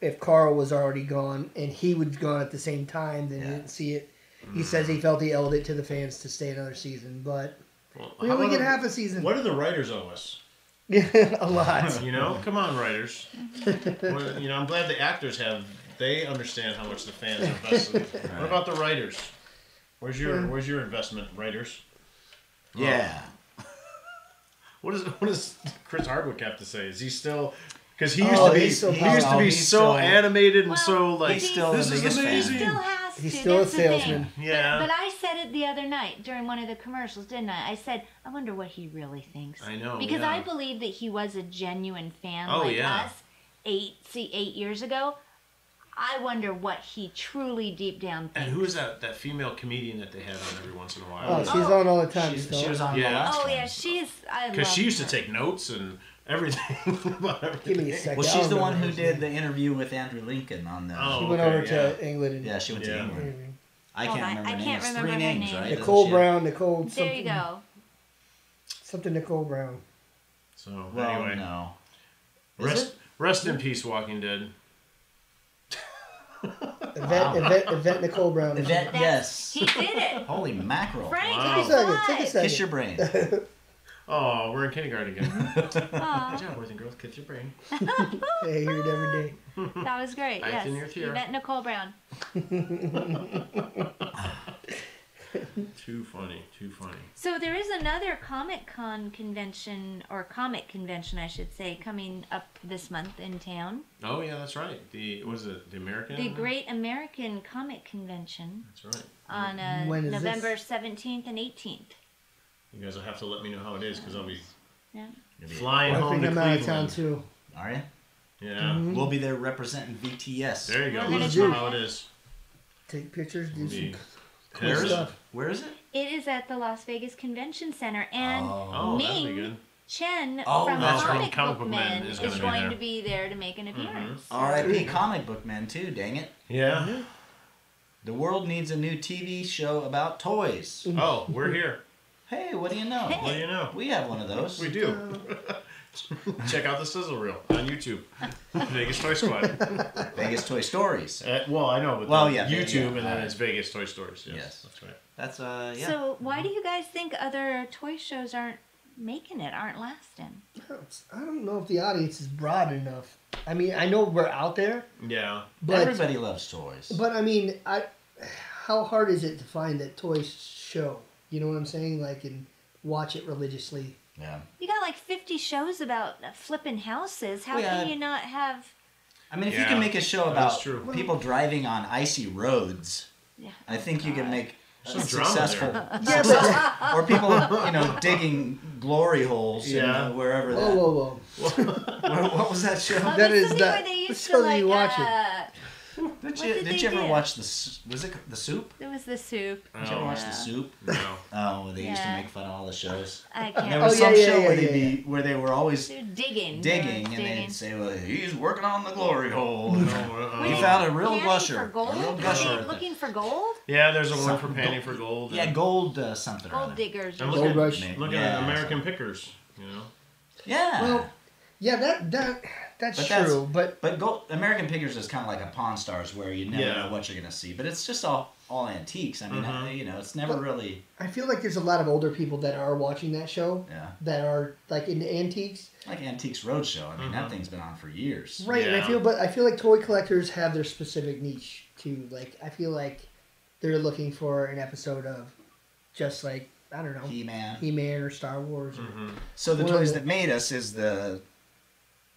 [SPEAKER 3] if Carl was already gone and he was gone at the same time. Then he
[SPEAKER 4] Yeah.
[SPEAKER 3] didn't see it. He says he felt he owed it to the fans to stay another season, but
[SPEAKER 2] Well,
[SPEAKER 3] we
[SPEAKER 2] how
[SPEAKER 3] only
[SPEAKER 2] about
[SPEAKER 3] get
[SPEAKER 2] the-
[SPEAKER 3] half a season.
[SPEAKER 2] What do the writers owe us?
[SPEAKER 3] Yeah, a lot.
[SPEAKER 2] You know, come on, writers. Well, you know, I'm glad the actors have. They understand how much the fans invest. in. What about the writers? Where's your
[SPEAKER 5] Hmm.
[SPEAKER 2] Where's your investment, writers?
[SPEAKER 4] Yeah.
[SPEAKER 2] What is What does Chris Hardwick have to say? Is he still? Because he used
[SPEAKER 3] Oh,
[SPEAKER 2] to be
[SPEAKER 3] he's so
[SPEAKER 2] he used to
[SPEAKER 4] powerful.
[SPEAKER 2] be
[SPEAKER 4] He's
[SPEAKER 2] so
[SPEAKER 4] so-
[SPEAKER 2] animated and
[SPEAKER 5] Well,
[SPEAKER 2] so like
[SPEAKER 5] he's still
[SPEAKER 2] this
[SPEAKER 4] the
[SPEAKER 2] is
[SPEAKER 4] biggest fan.
[SPEAKER 2] amazing.
[SPEAKER 5] still has
[SPEAKER 3] He's
[SPEAKER 5] to.
[SPEAKER 3] still a
[SPEAKER 5] That's the thing.
[SPEAKER 3] salesman.
[SPEAKER 2] Yeah.
[SPEAKER 5] But, but I said it the other night during one of the commercials, didn't I? I said, I wonder what he really thinks.
[SPEAKER 2] I know,
[SPEAKER 5] Because
[SPEAKER 2] yeah.
[SPEAKER 5] I believe that he was a genuine fan
[SPEAKER 2] Oh,
[SPEAKER 5] like
[SPEAKER 2] yeah.
[SPEAKER 5] us eight see eight years ago. I wonder what he truly deep down thinks.
[SPEAKER 2] And who is that that female comedian that they had on every once in a
[SPEAKER 3] Oh,
[SPEAKER 2] while?
[SPEAKER 3] she's on all the time.
[SPEAKER 4] She's-
[SPEAKER 3] so-
[SPEAKER 4] she was on
[SPEAKER 2] Yeah.
[SPEAKER 4] the last
[SPEAKER 5] Oh
[SPEAKER 4] one.
[SPEAKER 5] yeah, she's I
[SPEAKER 2] Because
[SPEAKER 5] love
[SPEAKER 2] she used to
[SPEAKER 5] her.
[SPEAKER 2] take notes and everything about everything.
[SPEAKER 3] Give me a second.
[SPEAKER 4] Well,
[SPEAKER 3] I
[SPEAKER 4] she's
[SPEAKER 3] don't
[SPEAKER 4] the one
[SPEAKER 3] remember
[SPEAKER 4] who
[SPEAKER 3] his
[SPEAKER 4] did
[SPEAKER 3] name.
[SPEAKER 4] the interview with Andrew Lincoln on the.
[SPEAKER 2] Oh.
[SPEAKER 3] She went
[SPEAKER 2] Okay,
[SPEAKER 3] over to England. And,
[SPEAKER 4] Yeah, she went to
[SPEAKER 2] Yeah.
[SPEAKER 4] England. I
[SPEAKER 5] Hold
[SPEAKER 4] can't
[SPEAKER 5] on,
[SPEAKER 4] remember.
[SPEAKER 5] I
[SPEAKER 4] her
[SPEAKER 5] can't
[SPEAKER 4] name. It's
[SPEAKER 5] remember
[SPEAKER 4] three
[SPEAKER 5] her
[SPEAKER 4] names,
[SPEAKER 5] name.
[SPEAKER 4] right? Doesn't
[SPEAKER 3] Mm-hmm. Nicole
[SPEAKER 4] she have-
[SPEAKER 3] Brown. Nicole.
[SPEAKER 5] There you
[SPEAKER 3] Something,
[SPEAKER 5] go.
[SPEAKER 3] Something Nicole Brown.
[SPEAKER 2] So
[SPEAKER 4] Well,
[SPEAKER 2] anyway,
[SPEAKER 4] no. Is
[SPEAKER 2] rest
[SPEAKER 4] it?
[SPEAKER 2] rest in peace, Walking Dead.
[SPEAKER 3] Yvette, Yvette, Yvette Nicole Brown.
[SPEAKER 4] Yvette, yes.
[SPEAKER 5] He did it.
[SPEAKER 4] Holy mackerel.
[SPEAKER 5] Frank,
[SPEAKER 2] Wow.
[SPEAKER 5] I
[SPEAKER 2] Take
[SPEAKER 3] Take a second. Take a
[SPEAKER 5] lied.
[SPEAKER 3] second.
[SPEAKER 4] Kiss your brain.
[SPEAKER 2] Oh, we're in kindergarten again.
[SPEAKER 5] Aw.
[SPEAKER 2] Good job, boys and girls. Kiss your brain.
[SPEAKER 3] I hear it every day.
[SPEAKER 5] That was great.
[SPEAKER 2] I
[SPEAKER 5] yes.
[SPEAKER 2] think you're here.
[SPEAKER 5] You met Nicole Brown.
[SPEAKER 2] Too funny. Too funny.
[SPEAKER 5] So there is another Comic Con convention or comic convention, I should say, coming up this month in town.
[SPEAKER 2] Oh yeah, that's right. The was it the American?
[SPEAKER 5] The Great American Comic Convention
[SPEAKER 2] That's right.
[SPEAKER 5] on uh,
[SPEAKER 3] When is this?
[SPEAKER 5] November seventeenth and eighteenth.
[SPEAKER 2] You guys will have to let me know how it is because I'll be
[SPEAKER 5] Yeah.
[SPEAKER 2] flying
[SPEAKER 3] I
[SPEAKER 2] home
[SPEAKER 3] think
[SPEAKER 2] to
[SPEAKER 3] I'm out
[SPEAKER 2] Cleveland.
[SPEAKER 3] of town too.
[SPEAKER 4] Are you?
[SPEAKER 2] Yeah.
[SPEAKER 4] We'll be there representing VTS.
[SPEAKER 2] There you go.
[SPEAKER 5] Mm-hmm.
[SPEAKER 2] Let
[SPEAKER 5] We're gonna
[SPEAKER 2] us know
[SPEAKER 5] try
[SPEAKER 2] how
[SPEAKER 5] it.
[SPEAKER 2] it is.
[SPEAKER 3] Take pictures. Do
[SPEAKER 2] Be-
[SPEAKER 3] some.
[SPEAKER 4] Where is it?
[SPEAKER 3] stuff.
[SPEAKER 4] Where is it?
[SPEAKER 5] It is at the Las Vegas Convention Center, and
[SPEAKER 2] Oh, that'd be
[SPEAKER 5] Ming
[SPEAKER 2] good.
[SPEAKER 5] Chen
[SPEAKER 4] Oh,
[SPEAKER 5] from
[SPEAKER 4] that's
[SPEAKER 5] Comic,
[SPEAKER 2] right. Comic
[SPEAKER 5] Book
[SPEAKER 2] Book Men
[SPEAKER 5] Men
[SPEAKER 2] is
[SPEAKER 5] is,
[SPEAKER 2] gonna be
[SPEAKER 5] going
[SPEAKER 2] there. Mm-hmm. Oh,
[SPEAKER 5] to be there to make an appearance.
[SPEAKER 4] R.I.P. Comic Book Men too. Dang it.
[SPEAKER 2] Yeah.
[SPEAKER 4] The world needs a new TV show about toys.
[SPEAKER 2] Oh, we're here.
[SPEAKER 4] Hey, what do you know?
[SPEAKER 2] What do you know?
[SPEAKER 4] We have one of those.
[SPEAKER 2] We do. Check out the sizzle reel on YouTube. Vegas Toy Squad.
[SPEAKER 4] Vegas Toy Stories.
[SPEAKER 2] Uh, well, I know, but
[SPEAKER 4] Well,
[SPEAKER 2] then
[SPEAKER 4] yeah,
[SPEAKER 2] YouTube
[SPEAKER 4] yeah,
[SPEAKER 2] and then
[SPEAKER 4] alright.
[SPEAKER 2] it's Vegas Toy Stories. Yes,
[SPEAKER 4] Yes.
[SPEAKER 2] that's right.
[SPEAKER 4] That's uh yeah.
[SPEAKER 5] So why do you guys think other toy shows aren't making it, aren't lasting?
[SPEAKER 3] I don't know if the audience is broad enough. I mean, I know we're out there,
[SPEAKER 2] Yeah,
[SPEAKER 3] but
[SPEAKER 4] Everybody loves toys.
[SPEAKER 3] but I mean, I how hard is it to find that toy show? You know what I'm saying? Like and watch it religiously.
[SPEAKER 4] yeah.
[SPEAKER 5] You got like 50 shows about uh, flipping houses. How
[SPEAKER 4] Well, yeah.
[SPEAKER 5] can you not have?
[SPEAKER 4] I mean, if you
[SPEAKER 2] Yeah,
[SPEAKER 4] can make a show
[SPEAKER 2] that
[SPEAKER 4] about
[SPEAKER 2] is true.
[SPEAKER 4] people driving on icy roads,
[SPEAKER 5] Yeah.
[SPEAKER 4] I think you can make a
[SPEAKER 2] Some drama
[SPEAKER 4] successful.
[SPEAKER 2] there.
[SPEAKER 4] successful- or people, you know, digging glory holes in,
[SPEAKER 2] Yeah.
[SPEAKER 4] uh, wherever.
[SPEAKER 3] Whoa,
[SPEAKER 4] That,
[SPEAKER 3] whoa, whoa!
[SPEAKER 4] What, what was that show?
[SPEAKER 5] Oh,
[SPEAKER 3] That
[SPEAKER 5] that's
[SPEAKER 3] is
[SPEAKER 5] something
[SPEAKER 3] the-
[SPEAKER 5] where they
[SPEAKER 3] the
[SPEAKER 5] used to
[SPEAKER 3] show that
[SPEAKER 5] like.
[SPEAKER 3] you watch it.
[SPEAKER 5] uh,
[SPEAKER 4] Did
[SPEAKER 5] What
[SPEAKER 4] you,
[SPEAKER 5] did
[SPEAKER 4] did
[SPEAKER 5] they
[SPEAKER 4] you ever
[SPEAKER 5] do?
[SPEAKER 4] watch the? s- Was it the soup?
[SPEAKER 5] It was the soup.
[SPEAKER 4] Did you ever
[SPEAKER 2] Oh.
[SPEAKER 4] watch
[SPEAKER 5] Yeah.
[SPEAKER 4] the soup?
[SPEAKER 2] no.
[SPEAKER 4] Oh, they used to
[SPEAKER 5] Yeah.
[SPEAKER 4] make fun of all the shows.
[SPEAKER 5] I
[SPEAKER 4] And there
[SPEAKER 5] can't.
[SPEAKER 3] Oh,
[SPEAKER 4] was
[SPEAKER 3] yeah,
[SPEAKER 4] some
[SPEAKER 3] yeah,
[SPEAKER 4] show
[SPEAKER 3] yeah,
[SPEAKER 4] where
[SPEAKER 3] yeah,
[SPEAKER 4] they be where they were always
[SPEAKER 5] They're digging. They're
[SPEAKER 4] digging, and
[SPEAKER 5] digging.
[SPEAKER 4] they'd say, "Well, he's working on the glory hole."
[SPEAKER 2] No, uh,
[SPEAKER 4] He
[SPEAKER 5] Wait,
[SPEAKER 4] found a real
[SPEAKER 5] panning
[SPEAKER 4] gusher.
[SPEAKER 5] For gold?
[SPEAKER 4] A real
[SPEAKER 5] They
[SPEAKER 4] gusher.
[SPEAKER 5] ain't Looking for gold?
[SPEAKER 2] yeah, there's a one for
[SPEAKER 4] Some
[SPEAKER 2] panning
[SPEAKER 4] gold-
[SPEAKER 2] for gold.
[SPEAKER 4] yeah,
[SPEAKER 2] and-
[SPEAKER 4] gold uh, something. or
[SPEAKER 5] Gold
[SPEAKER 4] other.
[SPEAKER 5] diggers.
[SPEAKER 2] And
[SPEAKER 5] or
[SPEAKER 2] look
[SPEAKER 3] Gold
[SPEAKER 2] at,
[SPEAKER 3] rush.
[SPEAKER 2] look
[SPEAKER 4] Yeah,
[SPEAKER 2] at American
[SPEAKER 4] something.
[SPEAKER 2] Pickers. You know,
[SPEAKER 4] Yeah.
[SPEAKER 3] Well, yeah, that that that's
[SPEAKER 4] But that's-
[SPEAKER 3] true. but
[SPEAKER 4] But Gold, American Pickers is kind of like a Pawn Stars, where you never
[SPEAKER 2] Yeah.
[SPEAKER 4] know what you're gonna see. But it's just all all antiques. I mean,
[SPEAKER 2] Mhm.
[SPEAKER 4] uh, you know, it's never
[SPEAKER 3] But-
[SPEAKER 4] really.
[SPEAKER 3] I feel like there's a lot of older people that are watching that show
[SPEAKER 4] Yeah.
[SPEAKER 3] that are like into antiques.
[SPEAKER 4] Like Antiques Roadshow. I mean, that
[SPEAKER 2] Mm-hmm.
[SPEAKER 4] thing's been on for years.
[SPEAKER 3] Right, and
[SPEAKER 2] Yeah.
[SPEAKER 3] I feel, but I feel like toy collectors have their specific niche too. Like, I feel like they're looking for an episode of just like I don't know,
[SPEAKER 4] He Man.
[SPEAKER 3] He Man or Star Wars. Or,
[SPEAKER 4] Mm-hmm. So the
[SPEAKER 3] Well,
[SPEAKER 4] toys
[SPEAKER 3] the-
[SPEAKER 4] that made us is the.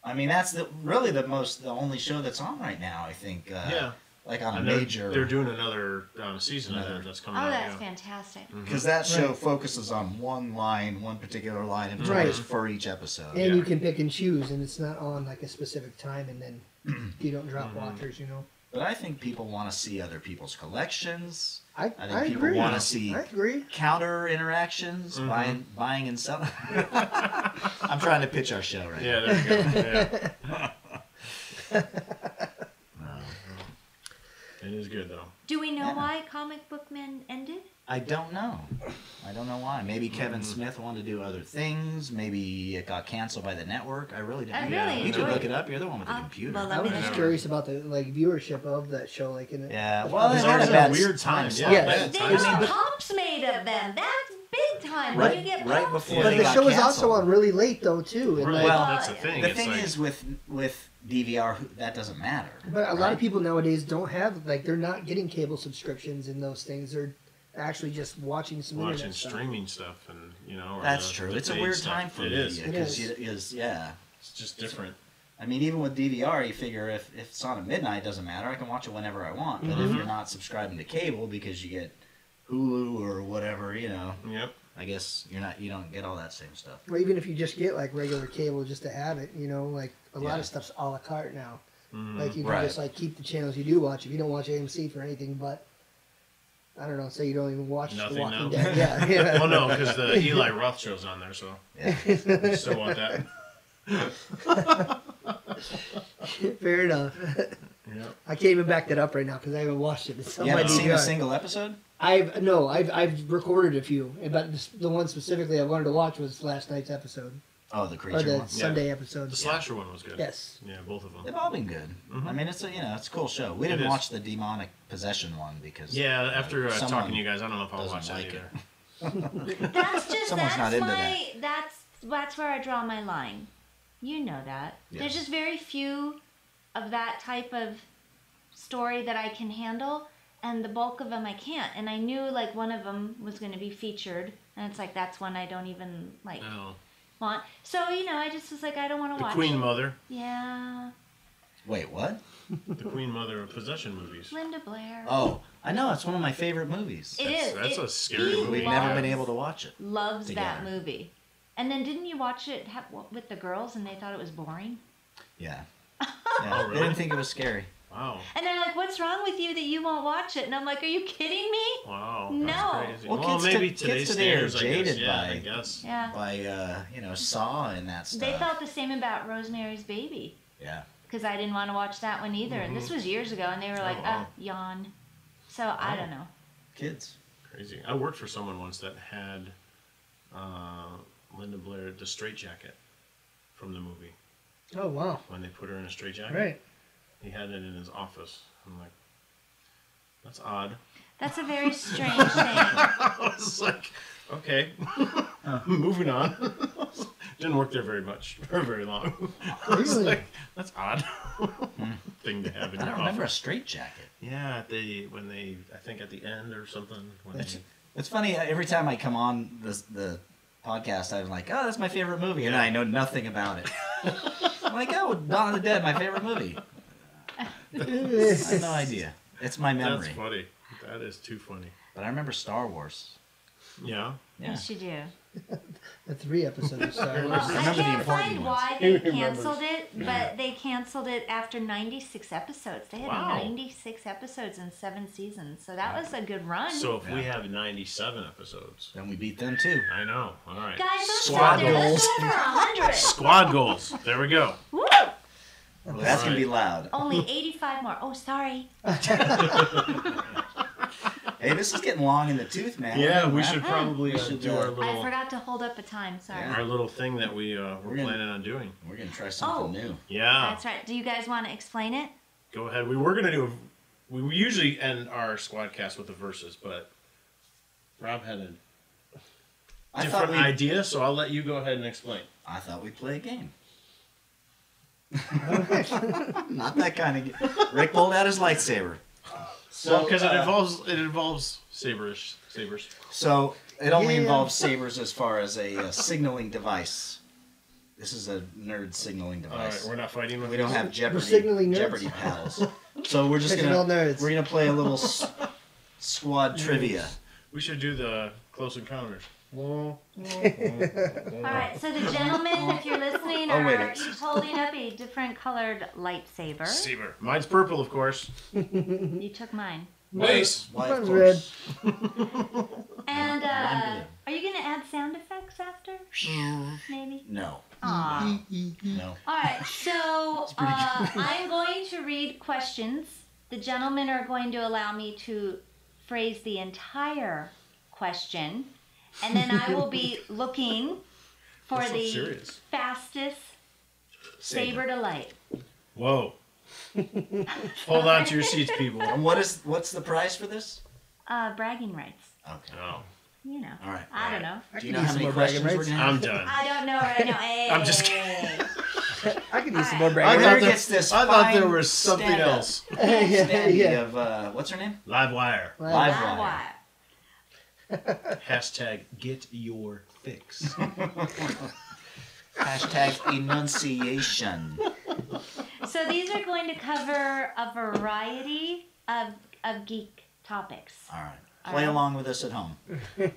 [SPEAKER 4] I mean, that's the really the most the only show that's on right now. I think. Uh,
[SPEAKER 2] Yeah.
[SPEAKER 4] like on a
[SPEAKER 2] And they're, they're
[SPEAKER 4] major
[SPEAKER 2] doing another um, season of
[SPEAKER 4] Another.
[SPEAKER 2] that that's coming
[SPEAKER 5] Oh,
[SPEAKER 2] out.
[SPEAKER 5] that's
[SPEAKER 2] yeah.
[SPEAKER 5] fantastic.
[SPEAKER 4] because that show
[SPEAKER 3] Right.
[SPEAKER 4] focuses on one line, one particular line of
[SPEAKER 3] Right.
[SPEAKER 4] jokes for each episode.
[SPEAKER 3] And
[SPEAKER 2] Yeah.
[SPEAKER 3] you can pick and choose, and it's not on like a specific time, and then you don't drop
[SPEAKER 4] Mm-hmm.
[SPEAKER 3] watchers, you know.
[SPEAKER 4] But I think people want to see other people's collections,
[SPEAKER 3] I,
[SPEAKER 4] think
[SPEAKER 3] I
[SPEAKER 4] people
[SPEAKER 3] agree.
[SPEAKER 4] wanna see-
[SPEAKER 3] I agree.
[SPEAKER 4] counter interactions,
[SPEAKER 2] Mhm.
[SPEAKER 4] buying, buying and selling. I'm trying to pitch our show right
[SPEAKER 2] Yeah, there you go. Yeah. it is good though.
[SPEAKER 5] Do we know
[SPEAKER 4] Yeah.
[SPEAKER 5] why Comic Book Men ended?
[SPEAKER 4] I don't know. I don't know why. Maybe Kevin
[SPEAKER 2] Mm-hmm.
[SPEAKER 4] Smith wanted to do other things. Maybe it got canceled by the network. I really
[SPEAKER 5] I
[SPEAKER 4] don't know.
[SPEAKER 5] really
[SPEAKER 4] You
[SPEAKER 5] enjoyed
[SPEAKER 4] can look
[SPEAKER 5] it.
[SPEAKER 4] it up. You're the one with the
[SPEAKER 5] Uh,
[SPEAKER 4] computer.
[SPEAKER 5] well,
[SPEAKER 3] I was
[SPEAKER 5] Yeah.
[SPEAKER 3] just curious about the like viewership of that show, like in it.
[SPEAKER 4] yeah. Well, it
[SPEAKER 2] It's
[SPEAKER 4] had
[SPEAKER 2] always
[SPEAKER 4] a
[SPEAKER 2] a
[SPEAKER 4] bad
[SPEAKER 2] weird
[SPEAKER 4] time.
[SPEAKER 2] time.
[SPEAKER 4] slot.
[SPEAKER 2] Yeah,
[SPEAKER 3] Yeah.
[SPEAKER 2] bad
[SPEAKER 5] They
[SPEAKER 2] time
[SPEAKER 5] got
[SPEAKER 2] slot.
[SPEAKER 5] pumps made of them. That's big time. When you
[SPEAKER 4] Right,
[SPEAKER 5] get
[SPEAKER 4] right
[SPEAKER 5] pumps-
[SPEAKER 4] before
[SPEAKER 3] But
[SPEAKER 4] they
[SPEAKER 3] the
[SPEAKER 4] got
[SPEAKER 3] show is
[SPEAKER 4] canceled.
[SPEAKER 3] also on really late though too, and
[SPEAKER 2] Really,
[SPEAKER 3] like,
[SPEAKER 4] Well,
[SPEAKER 2] that's the thing.
[SPEAKER 4] The
[SPEAKER 2] it's
[SPEAKER 4] thing
[SPEAKER 2] like,
[SPEAKER 4] is with with DVR who- that doesn't matter.
[SPEAKER 3] But a lot
[SPEAKER 4] right?
[SPEAKER 3] of people nowadays don't have like they're not getting cable subscriptions and those things. They're actually just watching some
[SPEAKER 2] watching
[SPEAKER 3] internet stuff.
[SPEAKER 2] streaming stuff and you know. or
[SPEAKER 4] That's
[SPEAKER 2] the-
[SPEAKER 4] true.
[SPEAKER 2] the
[SPEAKER 4] It's a
[SPEAKER 2] paid
[SPEAKER 4] weird
[SPEAKER 2] stuff.
[SPEAKER 4] time for
[SPEAKER 2] it is.
[SPEAKER 4] media because
[SPEAKER 3] It
[SPEAKER 4] it is. Yeah.
[SPEAKER 2] It's just different.
[SPEAKER 4] I mean, even with DVR, you figure if, if it's on at midnight, it doesn't matter. I can watch it whenever I want. But
[SPEAKER 3] Mm-hmm.
[SPEAKER 4] if you're not subscribing to cable because you get Hulu or whatever, you know,
[SPEAKER 2] Yep.
[SPEAKER 4] I guess you're not you don't get all that same stuff.
[SPEAKER 3] Or even if you just get like regular cable just to have it, you know, like a lot
[SPEAKER 4] Yeah.
[SPEAKER 3] of stuff's a la carte now.
[SPEAKER 2] Mm-hmm.
[SPEAKER 3] Like you can
[SPEAKER 4] Right.
[SPEAKER 3] just like keep the channels you do watch. If you don't watch AMC for anything but I don't know, say you don't even watch
[SPEAKER 2] Nothing
[SPEAKER 3] The Walking
[SPEAKER 2] now.
[SPEAKER 3] Dead. Yeah, yeah.
[SPEAKER 2] Well, no, because the Eli Roth show's on there, so
[SPEAKER 4] Yeah.
[SPEAKER 2] I still want that.
[SPEAKER 3] Fair enough.
[SPEAKER 2] Yep.
[SPEAKER 3] I can't even back that up right now because I haven't watched it. It's on
[SPEAKER 4] you
[SPEAKER 3] my
[SPEAKER 4] haven't seen
[SPEAKER 3] DVR.
[SPEAKER 4] a single episode?
[SPEAKER 3] I've no, I've I've recorded a few, but this- the one specifically I wanted to watch was last night's episode
[SPEAKER 4] Oh, the
[SPEAKER 3] or
[SPEAKER 4] creature
[SPEAKER 3] the
[SPEAKER 4] one.
[SPEAKER 3] Sunday episode.
[SPEAKER 2] The slasher one was good.
[SPEAKER 3] Yes.
[SPEAKER 2] Yeah, both of them.
[SPEAKER 4] They've all been good. I mean, it's a you know it's a cool show. We
[SPEAKER 2] Mm-hmm. It
[SPEAKER 4] didn't
[SPEAKER 2] is.
[SPEAKER 4] watch the demonic possession one because
[SPEAKER 2] Yeah, after uh,
[SPEAKER 4] someone
[SPEAKER 2] talking to you guys, I don't know if I'll
[SPEAKER 4] doesn't
[SPEAKER 2] watch that
[SPEAKER 4] like it.
[SPEAKER 2] either.
[SPEAKER 5] That's just
[SPEAKER 4] Someone's
[SPEAKER 5] that's
[SPEAKER 4] not into
[SPEAKER 5] my that's that's where I draw my line. You know that. There's
[SPEAKER 4] Yeah.
[SPEAKER 5] just very few of that type of story that I can handle, and the bulk of them I can't. And I knew like one of them was going to be featured, and it's like that's one I don't even like
[SPEAKER 2] No.
[SPEAKER 5] want. So you know, I just was like, I don't want to
[SPEAKER 2] The
[SPEAKER 5] watch.
[SPEAKER 2] Queen
[SPEAKER 5] it.
[SPEAKER 2] Mother.
[SPEAKER 5] Yeah,
[SPEAKER 4] Wait, what?
[SPEAKER 2] The Queen Mother of Possession movies.
[SPEAKER 5] Linda Blair.
[SPEAKER 4] Oh, I know it's one of my favorite movies.
[SPEAKER 5] It
[SPEAKER 2] That's-
[SPEAKER 5] is.
[SPEAKER 2] that's
[SPEAKER 5] It-
[SPEAKER 2] a scary
[SPEAKER 5] he
[SPEAKER 2] movie.
[SPEAKER 4] We've never been
[SPEAKER 5] loves-
[SPEAKER 4] able to watch it.
[SPEAKER 5] Loves that
[SPEAKER 4] Together.
[SPEAKER 5] movie. And then didn't you watch it ha- with the girls and they thought it was boring?
[SPEAKER 4] Yeah.
[SPEAKER 2] Oh,
[SPEAKER 4] yeah. They
[SPEAKER 2] really?
[SPEAKER 4] didn't think it was scary.
[SPEAKER 2] Wow.
[SPEAKER 5] And they're like, "What's wrong with you that you won't watch it?" And I'm like, "Are you kidding me?"
[SPEAKER 2] Wow.
[SPEAKER 5] No.
[SPEAKER 2] That's crazy.
[SPEAKER 4] Well,
[SPEAKER 2] Well,
[SPEAKER 4] kids
[SPEAKER 2] maybe
[SPEAKER 4] to-
[SPEAKER 2] today's
[SPEAKER 4] kids today are
[SPEAKER 2] standards, I guess.
[SPEAKER 4] jaded
[SPEAKER 2] yeah,
[SPEAKER 4] by-
[SPEAKER 2] I guess.
[SPEAKER 5] Yeah.
[SPEAKER 4] By uh, you know, Saw and that stuff.
[SPEAKER 5] They felt the same about Rosemary's Baby
[SPEAKER 4] Yeah.
[SPEAKER 5] because I didn't want to watch that one either. And this
[SPEAKER 4] Mm-hmm.
[SPEAKER 5] was years ago, and they were like,
[SPEAKER 2] Oh,
[SPEAKER 5] "Ah,
[SPEAKER 2] wow.
[SPEAKER 5] yawn." So I don't know.
[SPEAKER 4] Kids.
[SPEAKER 2] Crazy. I worked for someone once that had uh, Linda Blair, the straitjacket from the movie.
[SPEAKER 3] Oh wow!
[SPEAKER 2] When they put her in a straitjacket,
[SPEAKER 3] Right.
[SPEAKER 2] he had it in his office. I'm like, that's odd.
[SPEAKER 5] That's a very strange thing.
[SPEAKER 2] I was like, okay, moving on. Didn't work there very much or very long. I was
[SPEAKER 3] Really?
[SPEAKER 2] like, that's odd thing to have in
[SPEAKER 4] I
[SPEAKER 2] your
[SPEAKER 4] don't remember a
[SPEAKER 2] office.
[SPEAKER 4] straight jacket.
[SPEAKER 2] Yeah, they when they I think at the end or something when they,
[SPEAKER 4] It's, it's funny. uh, Every time I come on this the podcast, I'm like, "Oh, that's my favorite movie," and I know nothing about it. I'm like, "Oh, Dawn of the Dead, my favorite movie." I have no idea. It's my
[SPEAKER 2] that's
[SPEAKER 4] memory,
[SPEAKER 2] funny. That is too funny.
[SPEAKER 4] but I remember Star Wars.
[SPEAKER 2] Yeah.
[SPEAKER 4] Yeah.
[SPEAKER 5] Yes, you do.
[SPEAKER 3] The three episodes of Star
[SPEAKER 5] Well,
[SPEAKER 3] Wars.
[SPEAKER 5] I
[SPEAKER 4] Remember the
[SPEAKER 5] can't
[SPEAKER 4] important
[SPEAKER 5] find
[SPEAKER 4] ones.
[SPEAKER 5] why they canceled it, but they canceled it after 96 episodes. They had
[SPEAKER 2] Wow.
[SPEAKER 5] 96 episodes in seven seasons, so that was a good run.
[SPEAKER 2] So if we
[SPEAKER 4] Yeah.
[SPEAKER 2] have 97 episodes,
[SPEAKER 4] Then we beat them too.
[SPEAKER 2] I know. All right.
[SPEAKER 5] Guys, let's
[SPEAKER 4] Squad
[SPEAKER 5] stop there. Let's
[SPEAKER 4] goals.
[SPEAKER 5] go for 100.
[SPEAKER 2] Squad goals. There we go.
[SPEAKER 5] Woo!
[SPEAKER 4] Well, that's gonna be loud.
[SPEAKER 5] Only 85 more. Oh, sorry.
[SPEAKER 4] Hey, this is getting long in the tooth, man.
[SPEAKER 2] Yeah, we
[SPEAKER 4] Wrap
[SPEAKER 2] should
[SPEAKER 4] it up.
[SPEAKER 2] probably
[SPEAKER 4] We
[SPEAKER 2] uh,
[SPEAKER 4] should,
[SPEAKER 2] do
[SPEAKER 4] uh,
[SPEAKER 2] our
[SPEAKER 5] Mm-hmm. I
[SPEAKER 2] little
[SPEAKER 5] forgot to hold up a time. Sorry.
[SPEAKER 4] Yeah.
[SPEAKER 2] our little thing that we uh,
[SPEAKER 4] We're
[SPEAKER 2] we're
[SPEAKER 4] gonna-
[SPEAKER 2] planning on doing.
[SPEAKER 4] We're gonna try something
[SPEAKER 5] Oh.
[SPEAKER 4] new.
[SPEAKER 2] Yeah.
[SPEAKER 5] That's right. Do you guys want to explain it?
[SPEAKER 2] Go ahead. We were gonna do. A, we usually end our squadcast with the verses, but Rob had a
[SPEAKER 4] I thought
[SPEAKER 2] different
[SPEAKER 4] we.
[SPEAKER 2] idea, so I'll let you go ahead and explain.
[SPEAKER 4] I thought we'd play a game. Not that kind of game. Rick pulled out his lightsaber.
[SPEAKER 2] So because it
[SPEAKER 4] uh,
[SPEAKER 2] involves it involves sabers, sabers.
[SPEAKER 4] So it only
[SPEAKER 3] Yeah.
[SPEAKER 4] involves sabers as far as a, uh signaling device. This is a nerd signaling
[SPEAKER 2] All right,
[SPEAKER 4] device.
[SPEAKER 2] we're not fighting with
[SPEAKER 4] we don't
[SPEAKER 2] these.
[SPEAKER 4] have Jeopardy
[SPEAKER 3] signaling nerds.
[SPEAKER 4] Jeopardy paddles. So we're just
[SPEAKER 3] Because
[SPEAKER 4] gonna
[SPEAKER 3] you're all nerds.
[SPEAKER 4] we're gonna play a little s- squad trivia.
[SPEAKER 2] We should do the close encounters.
[SPEAKER 5] All right, so the gentlemen, if you're listening,
[SPEAKER 4] Oh, wait
[SPEAKER 5] are
[SPEAKER 4] a-
[SPEAKER 5] each holding up a different colored lightsaber.
[SPEAKER 2] Saber. Mine's purple, of course.
[SPEAKER 5] You took mine.
[SPEAKER 6] Nice.
[SPEAKER 4] Why, of
[SPEAKER 3] Mine's
[SPEAKER 4] course.
[SPEAKER 5] And uh,
[SPEAKER 4] blue.
[SPEAKER 5] are you going to add sound effects after? Maybe?
[SPEAKER 4] No,
[SPEAKER 2] Mm-hmm.
[SPEAKER 5] Aw.
[SPEAKER 4] no.
[SPEAKER 5] All right, so uh, I'm going to read questions. The gentlemen are going to allow me to phrase the entire question, and then I will be looking for
[SPEAKER 2] That's so
[SPEAKER 5] the
[SPEAKER 2] serious.
[SPEAKER 5] fastest saber to light.
[SPEAKER 2] Whoa. Hold on to your seats, people.
[SPEAKER 4] And what is what's the prize for this?
[SPEAKER 5] Uh, bragging rights,
[SPEAKER 4] Okay.
[SPEAKER 2] Oh,
[SPEAKER 5] you know.
[SPEAKER 4] All right.
[SPEAKER 5] I don't know.
[SPEAKER 4] Do
[SPEAKER 3] could
[SPEAKER 4] you know
[SPEAKER 3] use
[SPEAKER 4] how
[SPEAKER 3] some
[SPEAKER 4] many
[SPEAKER 3] more bragging
[SPEAKER 4] questions we're
[SPEAKER 3] rights.
[SPEAKER 4] gonna have?
[SPEAKER 2] I'm done.
[SPEAKER 5] I don't know right now. Hey.
[SPEAKER 2] I'm just kidding.
[SPEAKER 3] I could use some more
[SPEAKER 4] I
[SPEAKER 2] I
[SPEAKER 3] bragging
[SPEAKER 4] Where
[SPEAKER 2] thought,
[SPEAKER 3] rights.
[SPEAKER 2] there,
[SPEAKER 4] gets this
[SPEAKER 2] I thought there
[SPEAKER 4] fine
[SPEAKER 2] was something
[SPEAKER 4] stand-up?
[SPEAKER 2] else.
[SPEAKER 3] yeah,
[SPEAKER 4] Standee
[SPEAKER 3] yeah.
[SPEAKER 4] of uh, what's her name?
[SPEAKER 2] Live wire.
[SPEAKER 3] Well,
[SPEAKER 4] Live
[SPEAKER 5] Wow,
[SPEAKER 4] wire.
[SPEAKER 5] wow.
[SPEAKER 2] Hashtag get your fix.
[SPEAKER 4] Hashtag enunciation.
[SPEAKER 5] So these are going to cover a variety of, of geek topics.
[SPEAKER 4] All right. Play along with us at home.
[SPEAKER 5] I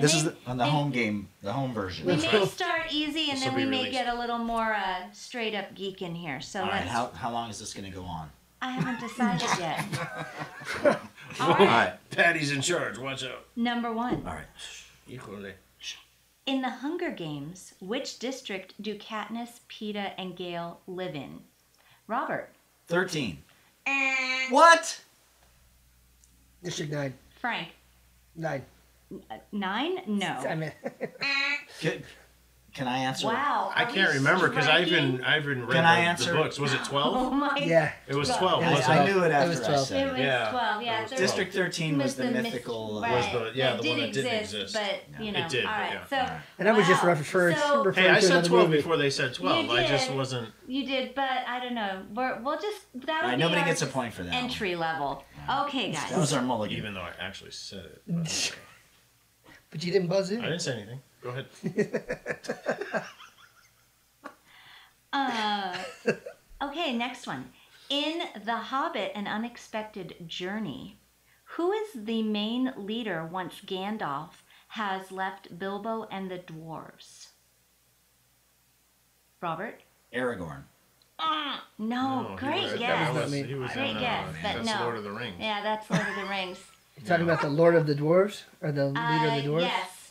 [SPEAKER 4] this is
[SPEAKER 5] think
[SPEAKER 4] the, on the
[SPEAKER 5] they-
[SPEAKER 4] home game, the home version.
[SPEAKER 5] We may start easy and
[SPEAKER 2] This'll
[SPEAKER 5] then we
[SPEAKER 2] be
[SPEAKER 5] may
[SPEAKER 2] released.
[SPEAKER 5] get a little more uh, straight up geek in here. So
[SPEAKER 4] All right.
[SPEAKER 5] let's,
[SPEAKER 4] How, how long is this gonna go on?
[SPEAKER 5] I haven't decided yet.
[SPEAKER 4] All
[SPEAKER 5] All right.
[SPEAKER 4] right.
[SPEAKER 2] Patty's in charge. Watch out.
[SPEAKER 5] Number one.
[SPEAKER 4] All right.
[SPEAKER 2] Equally.
[SPEAKER 5] In the Hunger Games, which district do Katniss, Peeta, and Gale live in? Robert.
[SPEAKER 4] Thirteen. What?
[SPEAKER 3] District nine,
[SPEAKER 5] Frank.
[SPEAKER 3] nine.
[SPEAKER 5] Uh, Nine?
[SPEAKER 3] I
[SPEAKER 5] No.
[SPEAKER 3] mean,
[SPEAKER 4] Can, can I answer?
[SPEAKER 5] Wow.
[SPEAKER 2] I
[SPEAKER 5] are we
[SPEAKER 2] can't remember because I even
[SPEAKER 5] striking?
[SPEAKER 2] I even read
[SPEAKER 4] Can I
[SPEAKER 2] the-
[SPEAKER 4] answer?
[SPEAKER 2] the books. Was it
[SPEAKER 5] Oh
[SPEAKER 2] twelve?
[SPEAKER 5] my
[SPEAKER 3] yeah.
[SPEAKER 2] It was
[SPEAKER 5] Right.
[SPEAKER 2] twelve.
[SPEAKER 3] Yeah,
[SPEAKER 2] wasn't
[SPEAKER 4] I,
[SPEAKER 2] it?
[SPEAKER 4] I knew it
[SPEAKER 3] That
[SPEAKER 4] after
[SPEAKER 3] was
[SPEAKER 4] I
[SPEAKER 3] 12.
[SPEAKER 5] It
[SPEAKER 4] said
[SPEAKER 5] was
[SPEAKER 4] it.
[SPEAKER 2] Yeah.
[SPEAKER 5] 12, yeah.
[SPEAKER 2] It was
[SPEAKER 5] there-
[SPEAKER 2] 12.
[SPEAKER 4] District thirteen was, the mythical. uh,
[SPEAKER 5] myth-
[SPEAKER 2] was the- yeah,
[SPEAKER 5] that
[SPEAKER 2] the one
[SPEAKER 5] did
[SPEAKER 2] that didn't
[SPEAKER 5] exist,
[SPEAKER 2] exist.
[SPEAKER 5] But, you know,
[SPEAKER 2] It did,
[SPEAKER 5] all right.
[SPEAKER 2] yeah.
[SPEAKER 5] So,
[SPEAKER 3] And I was just
[SPEAKER 5] wow.
[SPEAKER 3] referring,
[SPEAKER 5] So-
[SPEAKER 3] referring
[SPEAKER 2] Hey, I
[SPEAKER 3] to
[SPEAKER 2] said
[SPEAKER 3] another
[SPEAKER 2] twelve
[SPEAKER 3] movie.
[SPEAKER 2] before they said twelve. I just
[SPEAKER 5] did.
[SPEAKER 2] wasn't.
[SPEAKER 5] You did, but I don't know. We're, we'll just that.
[SPEAKER 4] All right,
[SPEAKER 5] be
[SPEAKER 4] nobody
[SPEAKER 5] our
[SPEAKER 4] gets a point for that. one.
[SPEAKER 5] entry level. Okay, guys.
[SPEAKER 4] That was our mulligan.
[SPEAKER 2] Even though I actually said it, but-
[SPEAKER 3] But you didn't buzz in.
[SPEAKER 2] I didn't say anything. Go ahead.
[SPEAKER 5] Uh, okay, next one. In The Hobbit: An Unexpected Journey, who is the main leader once Gandalf has left Bilbo and the dwarves? Robert.
[SPEAKER 4] Aragorn.
[SPEAKER 5] Ah, no,
[SPEAKER 2] he
[SPEAKER 5] great
[SPEAKER 2] was-
[SPEAKER 5] guess.
[SPEAKER 2] That was,
[SPEAKER 3] me.
[SPEAKER 2] he was
[SPEAKER 5] Great
[SPEAKER 2] in, uh,
[SPEAKER 5] guess, but
[SPEAKER 2] that's
[SPEAKER 5] no.
[SPEAKER 2] Lord of the Rings.
[SPEAKER 5] Yeah, that's Lord of the Rings.
[SPEAKER 3] You're talking about the Lord of the Dwarves or the leader
[SPEAKER 5] Uh,
[SPEAKER 3] of the dwarves.
[SPEAKER 5] Yes.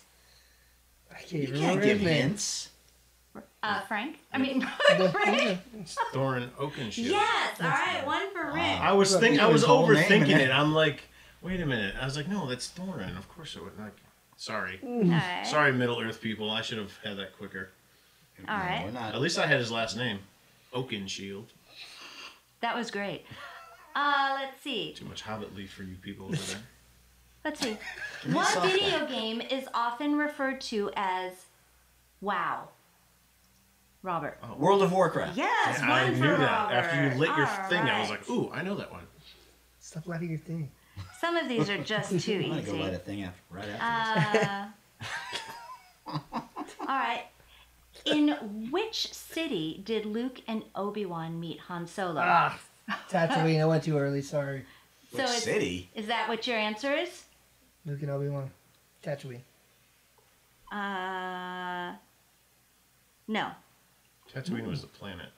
[SPEAKER 3] I can't
[SPEAKER 4] You
[SPEAKER 3] even
[SPEAKER 4] can't
[SPEAKER 3] remember
[SPEAKER 4] give
[SPEAKER 3] his name.
[SPEAKER 4] hints.
[SPEAKER 5] Uh, Frank? I mean, Rick?
[SPEAKER 2] Thorin Oakenshield.
[SPEAKER 5] Yes! All right, one for Rick.
[SPEAKER 2] I was think I
[SPEAKER 4] His
[SPEAKER 2] was
[SPEAKER 4] whole name in
[SPEAKER 2] overthinking
[SPEAKER 4] it.
[SPEAKER 2] it. I'm like, wait a minute. I was like, no, that's Thorin. Of course it would. Like, sorry,
[SPEAKER 5] All right.
[SPEAKER 2] sorry, Middle Earth people. I should have had that quicker.
[SPEAKER 5] All right.
[SPEAKER 4] No, we're
[SPEAKER 2] At
[SPEAKER 4] not.
[SPEAKER 2] least I had his last name, Oakenshield.
[SPEAKER 5] That was great. Uh, let's see.
[SPEAKER 2] Too much Hobbit leaf for you people over there.
[SPEAKER 5] Let's see.
[SPEAKER 4] me
[SPEAKER 5] What
[SPEAKER 4] softball.
[SPEAKER 5] video game is often referred to as WoW? Robert.
[SPEAKER 4] World of Warcraft.
[SPEAKER 5] Yes,
[SPEAKER 2] And
[SPEAKER 5] one
[SPEAKER 2] I
[SPEAKER 5] for
[SPEAKER 2] knew that
[SPEAKER 5] Robert.
[SPEAKER 2] after you lit your
[SPEAKER 5] All
[SPEAKER 2] thing. I was
[SPEAKER 5] right.
[SPEAKER 2] like, ooh, I know that one.
[SPEAKER 3] Stop lighting your thing.
[SPEAKER 5] Some of these are just too
[SPEAKER 4] I'm gonna go light a
[SPEAKER 5] easy.
[SPEAKER 4] thing after, right after
[SPEAKER 5] Uh, all right. In which city did Luke and Obi Wan meet Han Solo?
[SPEAKER 3] Ah, Tatooine. I went too early. Sorry.
[SPEAKER 5] so
[SPEAKER 4] this. Which
[SPEAKER 5] it's-
[SPEAKER 4] city?
[SPEAKER 5] Is that what your answer is?
[SPEAKER 3] Luke and Obi Wan. Tatooine.
[SPEAKER 5] Uh, no.
[SPEAKER 2] Tatooine was the planet.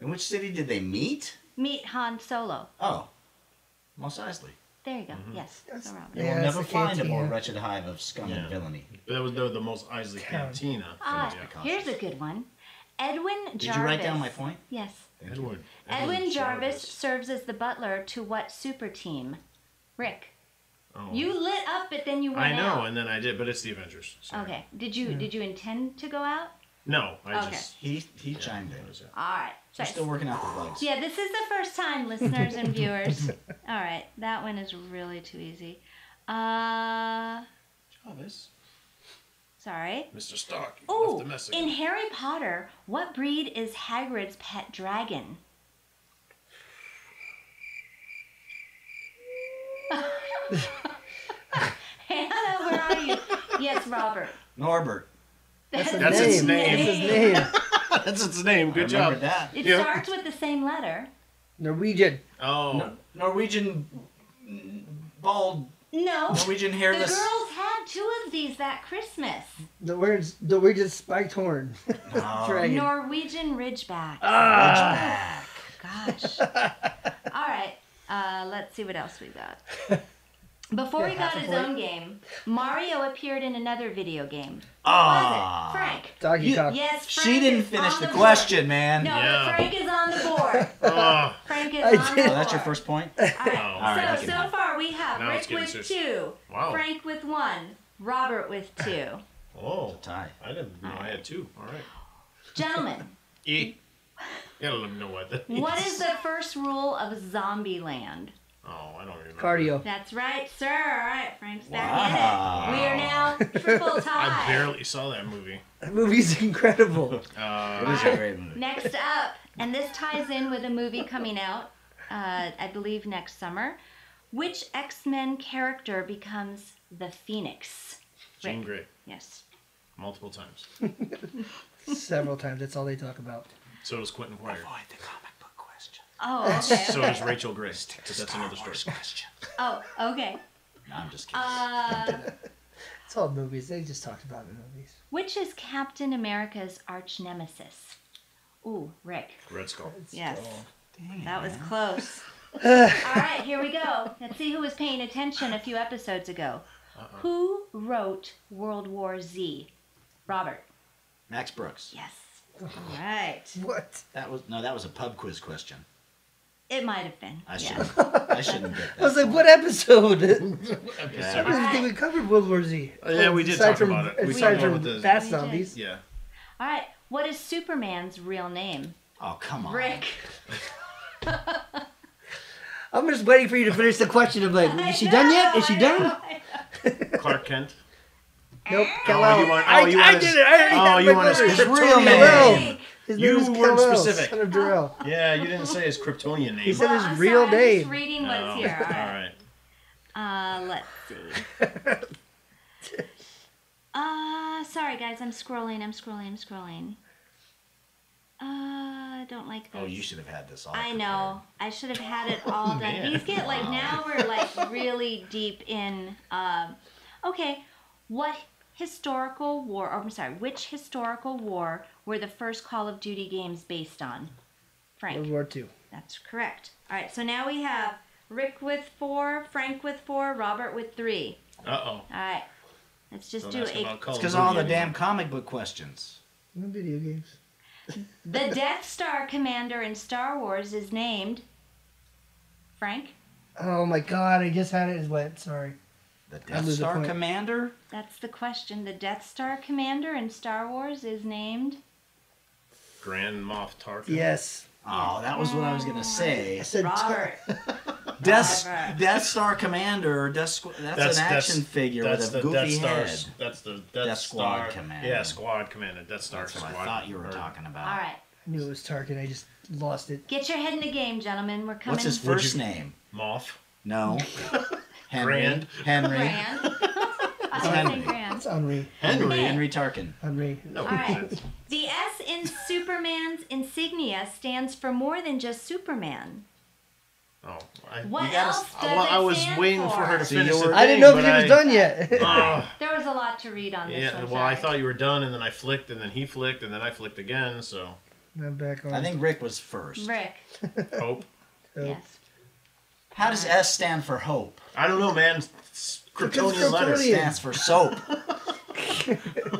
[SPEAKER 4] In which city did they meet?
[SPEAKER 5] Meet Han Solo.
[SPEAKER 4] Oh, Mos Eisley.
[SPEAKER 5] There you go.
[SPEAKER 2] Mm-hmm.
[SPEAKER 5] Yes.
[SPEAKER 3] That's-
[SPEAKER 5] So Robert.
[SPEAKER 4] You
[SPEAKER 3] Yeah,
[SPEAKER 4] will
[SPEAKER 3] it's
[SPEAKER 4] never
[SPEAKER 3] the
[SPEAKER 4] find a more
[SPEAKER 3] cantina.
[SPEAKER 4] wretched hive of scum and
[SPEAKER 2] Yeah.
[SPEAKER 4] villainy.
[SPEAKER 2] But that was though the most Isley
[SPEAKER 3] Town.
[SPEAKER 2] Cantina.
[SPEAKER 5] Ah,
[SPEAKER 2] yeah.
[SPEAKER 4] because-
[SPEAKER 5] here's a good one. Edwin Jarvis.
[SPEAKER 4] Did you write down my point?
[SPEAKER 5] Yes.
[SPEAKER 2] Edward.
[SPEAKER 5] Edwin Jarvis serves as the butler to what super team? Rick.
[SPEAKER 2] Oh.
[SPEAKER 5] You lit up, but then you went
[SPEAKER 2] I know,
[SPEAKER 5] out.
[SPEAKER 2] and then I did, but it's the Avengers. Sorry.
[SPEAKER 5] Okay. Did you did you intend to go out?
[SPEAKER 2] No, I
[SPEAKER 5] Okay.
[SPEAKER 2] just.
[SPEAKER 4] He he chimed in.
[SPEAKER 2] That was it.
[SPEAKER 5] All right.
[SPEAKER 4] We're
[SPEAKER 5] Sorry.
[SPEAKER 4] still working out the bugs.
[SPEAKER 5] Yeah, this is the first time, listeners and viewers. All right, that one is really too easy. Uh,
[SPEAKER 4] Jarvis.
[SPEAKER 5] sorry.
[SPEAKER 2] Mr. Stark, you left
[SPEAKER 5] Oh,
[SPEAKER 2] a message.
[SPEAKER 5] in Harry Potter, what breed is Hagrid's pet dragon? Hannah, where are you? Yes, Robert.
[SPEAKER 4] Norbert.
[SPEAKER 5] That's,
[SPEAKER 2] That's
[SPEAKER 3] name.
[SPEAKER 2] its name.
[SPEAKER 3] His name.
[SPEAKER 2] That's its name. Good
[SPEAKER 4] I remembered
[SPEAKER 2] job.
[SPEAKER 4] that.
[SPEAKER 5] It
[SPEAKER 2] Yeah.
[SPEAKER 5] starts with the same letter.
[SPEAKER 3] Norwegian.
[SPEAKER 2] Oh,
[SPEAKER 4] Norwegian bald,
[SPEAKER 5] No.
[SPEAKER 4] Norwegian
[SPEAKER 5] The
[SPEAKER 4] hairless.
[SPEAKER 5] girls had two of these that Christmas.
[SPEAKER 3] The words Norwegian spiked horn.
[SPEAKER 4] Oh.
[SPEAKER 2] Um,
[SPEAKER 3] Dragon.
[SPEAKER 5] Norwegian Ridgeback.
[SPEAKER 3] Uh.
[SPEAKER 4] Ah! Ridgeback.
[SPEAKER 5] Gosh. All right. Uh, let's see what else we got. Before he got his own game, Mario appeared in another video game.
[SPEAKER 4] Ah.
[SPEAKER 5] Was it? Frank.
[SPEAKER 3] Doggy
[SPEAKER 4] You-
[SPEAKER 3] cock.
[SPEAKER 5] Yes, Frank.
[SPEAKER 4] She didn't
[SPEAKER 5] is
[SPEAKER 4] finish
[SPEAKER 5] on
[SPEAKER 4] the
[SPEAKER 5] board.
[SPEAKER 4] question, man.
[SPEAKER 5] No,
[SPEAKER 2] Yeah.
[SPEAKER 5] but Frank is on the board.
[SPEAKER 2] oh,
[SPEAKER 5] Frank is
[SPEAKER 3] I
[SPEAKER 5] on the
[SPEAKER 3] did.
[SPEAKER 5] board.
[SPEAKER 4] Oh, that's your first point.
[SPEAKER 5] All right.
[SPEAKER 2] Oh.
[SPEAKER 5] so,
[SPEAKER 4] All right,
[SPEAKER 5] so
[SPEAKER 4] we can-
[SPEAKER 5] far we have
[SPEAKER 2] Now it's
[SPEAKER 5] Rick
[SPEAKER 2] getting
[SPEAKER 5] with
[SPEAKER 2] serious. Oh.
[SPEAKER 5] two,
[SPEAKER 2] Wow.
[SPEAKER 5] Frank with one, Robert with two.
[SPEAKER 2] oh,
[SPEAKER 4] Tie.
[SPEAKER 2] I didn't know I had two. All right.
[SPEAKER 5] Gentlemen,
[SPEAKER 2] E. Yeah, let me know what that means.
[SPEAKER 5] what is the first rule of Zombieland?
[SPEAKER 2] Oh, I don't remember.
[SPEAKER 3] Cardio.
[SPEAKER 5] That's right, sir. All right, Frank's back
[SPEAKER 4] Wow.
[SPEAKER 5] in it. We are now triple
[SPEAKER 2] I
[SPEAKER 5] tie.
[SPEAKER 2] barely saw that movie.
[SPEAKER 3] That movie's incredible.
[SPEAKER 4] It
[SPEAKER 2] Uh,
[SPEAKER 4] was a great movie.
[SPEAKER 5] Next up, and this ties in with a movie coming out, uh, I believe next summer. Which X Men character becomes the Phoenix?
[SPEAKER 2] Jean
[SPEAKER 5] Rick.
[SPEAKER 2] Grey,
[SPEAKER 5] Yes.
[SPEAKER 2] multiple times.
[SPEAKER 3] Several times. That's all they talk about.
[SPEAKER 2] So does Quentin Quire.
[SPEAKER 4] the comic book question.
[SPEAKER 5] Oh, okay.
[SPEAKER 2] So does Rachel Gray. But that's another story.
[SPEAKER 4] question.
[SPEAKER 5] oh, okay.
[SPEAKER 4] No, I'm just kidding.
[SPEAKER 5] Uh,
[SPEAKER 3] It's all movies. They just talked about the movies.
[SPEAKER 5] which is Captain America's arch nemesis? Ooh, Rick.
[SPEAKER 2] Red Skull.
[SPEAKER 5] Yes.
[SPEAKER 4] Dang it,
[SPEAKER 5] That was
[SPEAKER 4] man.
[SPEAKER 5] close. All right, here we go. Let's see who was paying attention a few episodes ago. Who wrote World War Z? Robert.
[SPEAKER 4] Max Brooks.
[SPEAKER 5] Yes. All right.
[SPEAKER 3] What?
[SPEAKER 4] That was no, that was a pub quiz question.
[SPEAKER 5] It might have been.
[SPEAKER 4] I
[SPEAKER 5] yeah.
[SPEAKER 4] shouldn't. I shouldn't get that.
[SPEAKER 3] I was like, what episode? I don't
[SPEAKER 4] Yeah.
[SPEAKER 5] All
[SPEAKER 3] think we
[SPEAKER 5] right.
[SPEAKER 3] covered World War Z.
[SPEAKER 2] Oh, yeah, we did
[SPEAKER 3] Aside
[SPEAKER 2] talk
[SPEAKER 3] from-
[SPEAKER 2] about it. We
[SPEAKER 3] Aside
[SPEAKER 2] talked about
[SPEAKER 3] from
[SPEAKER 2] the-
[SPEAKER 3] fast
[SPEAKER 5] We did.
[SPEAKER 3] zombies.
[SPEAKER 2] Yeah.
[SPEAKER 5] All right. What is Superman's real name?
[SPEAKER 4] Oh come on.
[SPEAKER 5] Rick.
[SPEAKER 3] I'm just waiting for you to finish the question. I'm like,
[SPEAKER 5] I
[SPEAKER 3] is she
[SPEAKER 5] know,
[SPEAKER 3] done yet? Is she
[SPEAKER 5] I
[SPEAKER 3] done?
[SPEAKER 5] know, I know.
[SPEAKER 2] Clark Kent.
[SPEAKER 3] Nope.
[SPEAKER 2] Oh,
[SPEAKER 3] Kal-El.
[SPEAKER 2] you want,
[SPEAKER 3] I,
[SPEAKER 2] oh, you
[SPEAKER 3] I
[SPEAKER 2] want his-
[SPEAKER 3] did it. I already
[SPEAKER 2] oh,
[SPEAKER 3] got
[SPEAKER 2] you
[SPEAKER 3] my
[SPEAKER 2] want his
[SPEAKER 3] brother's
[SPEAKER 4] His real
[SPEAKER 3] Kal-El.
[SPEAKER 4] name.
[SPEAKER 5] Rick.
[SPEAKER 3] His
[SPEAKER 2] You
[SPEAKER 3] name is
[SPEAKER 2] weren't
[SPEAKER 3] Kal-El,
[SPEAKER 2] specific.
[SPEAKER 3] Son of Durrell.
[SPEAKER 2] Yeah, you didn't say his Kryptonian name.
[SPEAKER 3] said- That is
[SPEAKER 5] I'm sorry,
[SPEAKER 3] real
[SPEAKER 5] I'm
[SPEAKER 3] name.
[SPEAKER 5] just reading
[SPEAKER 2] No.
[SPEAKER 5] what's here. All right.
[SPEAKER 2] right.
[SPEAKER 5] Uh, let's see. uh, sorry guys, I'm scrolling, I'm scrolling, I'm scrolling. Uh, I don't like this.
[SPEAKER 4] Oh, you should have had this all.
[SPEAKER 5] I know. I should have had it all done.
[SPEAKER 2] man.
[SPEAKER 5] These get like now we're like really deep in. Um, okay, what historical war? Or I'm sorry, which historical war were the first Call of Duty games based on? Frank.
[SPEAKER 3] World War Two.
[SPEAKER 5] That's correct. All right, so now we have Rick with four, Frank with four, Robert with three.
[SPEAKER 2] Uh oh.
[SPEAKER 5] All right, let's just do a.
[SPEAKER 4] It's because all the damn comic book questions.
[SPEAKER 3] No video games.
[SPEAKER 5] The Death Star commander in Star Wars is named Frank.
[SPEAKER 3] Oh my god, I just had it as wet. Sorry.
[SPEAKER 4] The
[SPEAKER 3] I
[SPEAKER 4] Death
[SPEAKER 3] lose a
[SPEAKER 4] Star
[SPEAKER 3] point.
[SPEAKER 4] Commander.
[SPEAKER 5] That's the question. The Death Star commander in Star Wars is named.
[SPEAKER 2] Grand Moff Tarkin.
[SPEAKER 3] Yes.
[SPEAKER 4] Oh, that was what I was gonna say.
[SPEAKER 3] I said
[SPEAKER 5] Robert. Mm.
[SPEAKER 4] Death,
[SPEAKER 5] Robert.
[SPEAKER 4] Death Star Commander. Death Squ- that's,
[SPEAKER 2] That's
[SPEAKER 4] an action figure
[SPEAKER 2] that's
[SPEAKER 4] with a
[SPEAKER 2] the
[SPEAKER 4] goofy head.
[SPEAKER 2] Death Star's- That's the Death,
[SPEAKER 4] Death Squad
[SPEAKER 2] Star
[SPEAKER 4] Commander.
[SPEAKER 2] Yeah, Squad Commander. Death Star
[SPEAKER 4] That's what
[SPEAKER 2] Squad.
[SPEAKER 4] I thought you were
[SPEAKER 2] or-
[SPEAKER 4] talking about.
[SPEAKER 5] All right,
[SPEAKER 3] I knew it was Tarkin. I just lost it.
[SPEAKER 5] get your head in the game, gentlemen. We're coming.
[SPEAKER 4] What's his
[SPEAKER 2] Would
[SPEAKER 4] first
[SPEAKER 2] you-
[SPEAKER 4] name?
[SPEAKER 2] Moff.
[SPEAKER 4] No. Henry.
[SPEAKER 2] Grand.
[SPEAKER 4] Henry.
[SPEAKER 5] Grand. I would say grand.
[SPEAKER 3] It's Henri.
[SPEAKER 4] Henry. Henry Tarkin.
[SPEAKER 3] Henri.
[SPEAKER 2] No.
[SPEAKER 5] All right. The S in Superman's insignia stands for more than just Superman.
[SPEAKER 2] Oh, I,
[SPEAKER 5] What
[SPEAKER 4] You gotta-
[SPEAKER 5] else does
[SPEAKER 2] I, well,
[SPEAKER 5] it
[SPEAKER 2] I was
[SPEAKER 5] stand
[SPEAKER 2] waiting
[SPEAKER 5] for?
[SPEAKER 2] for her to
[SPEAKER 4] See,
[SPEAKER 2] finish.
[SPEAKER 4] you
[SPEAKER 2] the
[SPEAKER 4] were-
[SPEAKER 3] I didn't
[SPEAKER 2] thing,
[SPEAKER 3] know
[SPEAKER 2] but
[SPEAKER 3] if he was
[SPEAKER 2] I-
[SPEAKER 3] done yet.
[SPEAKER 2] Oh,
[SPEAKER 5] There was a lot to read on this
[SPEAKER 2] yeah.
[SPEAKER 5] one.
[SPEAKER 2] Well, I
[SPEAKER 5] sorry.
[SPEAKER 2] thought you were done, and then I flicked, and then he flicked, and then I flicked again. So
[SPEAKER 3] I'm back on.
[SPEAKER 4] I think Rick was first.
[SPEAKER 5] Rick.
[SPEAKER 2] hope.
[SPEAKER 3] so.
[SPEAKER 5] Yes.
[SPEAKER 4] How does S stand for hope?
[SPEAKER 2] I don't know, man. It's Kryptonian
[SPEAKER 3] Kryptonian.
[SPEAKER 2] Oh, letters.
[SPEAKER 4] Stands for soap.
[SPEAKER 5] All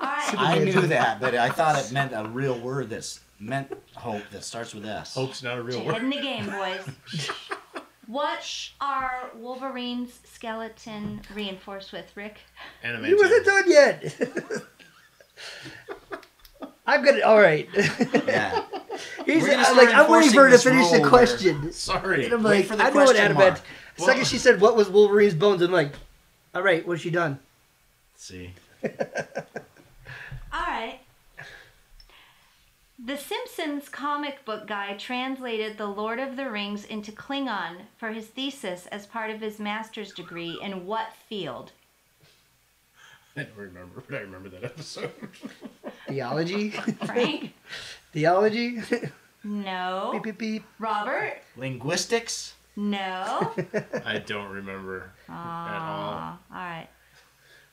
[SPEAKER 5] right.
[SPEAKER 4] I knew that, but I thought it meant a real word that's meant hope that starts with S.
[SPEAKER 2] Hope's not a
[SPEAKER 5] Get
[SPEAKER 2] real
[SPEAKER 5] your head
[SPEAKER 2] word.
[SPEAKER 5] in the game, boys. What are Wolverine's skeleton reinforced with, Rick?
[SPEAKER 2] Anime.
[SPEAKER 3] He wasn't done yet. I'm gonna. All right.
[SPEAKER 4] Yeah.
[SPEAKER 3] He's
[SPEAKER 4] We're gonna
[SPEAKER 3] I-
[SPEAKER 4] start
[SPEAKER 3] like I'm waiting
[SPEAKER 4] enforcing
[SPEAKER 3] for her to
[SPEAKER 4] this
[SPEAKER 3] finish the
[SPEAKER 4] rule
[SPEAKER 3] question.
[SPEAKER 2] Sorry.
[SPEAKER 3] And I'm
[SPEAKER 4] Wait
[SPEAKER 3] like,
[SPEAKER 4] for the
[SPEAKER 3] I know what
[SPEAKER 4] question
[SPEAKER 3] Annabeth.
[SPEAKER 4] mark.
[SPEAKER 3] Second, she said, "What was Wolverine's bones?" I'm like, all right, what's she done?
[SPEAKER 4] See.
[SPEAKER 5] All right. The Simpsons comic book guy translated The Lord of the Rings into Klingon for his thesis as part of his master's degree in what field?
[SPEAKER 2] I don't remember, but I remember that episode.
[SPEAKER 3] Theology,
[SPEAKER 5] Frank?
[SPEAKER 3] theology.
[SPEAKER 5] No.
[SPEAKER 3] Beep, beep, beep.
[SPEAKER 5] Robert?
[SPEAKER 4] Linguistics?
[SPEAKER 5] No.
[SPEAKER 2] I don't remember at all.
[SPEAKER 5] Aw, all right.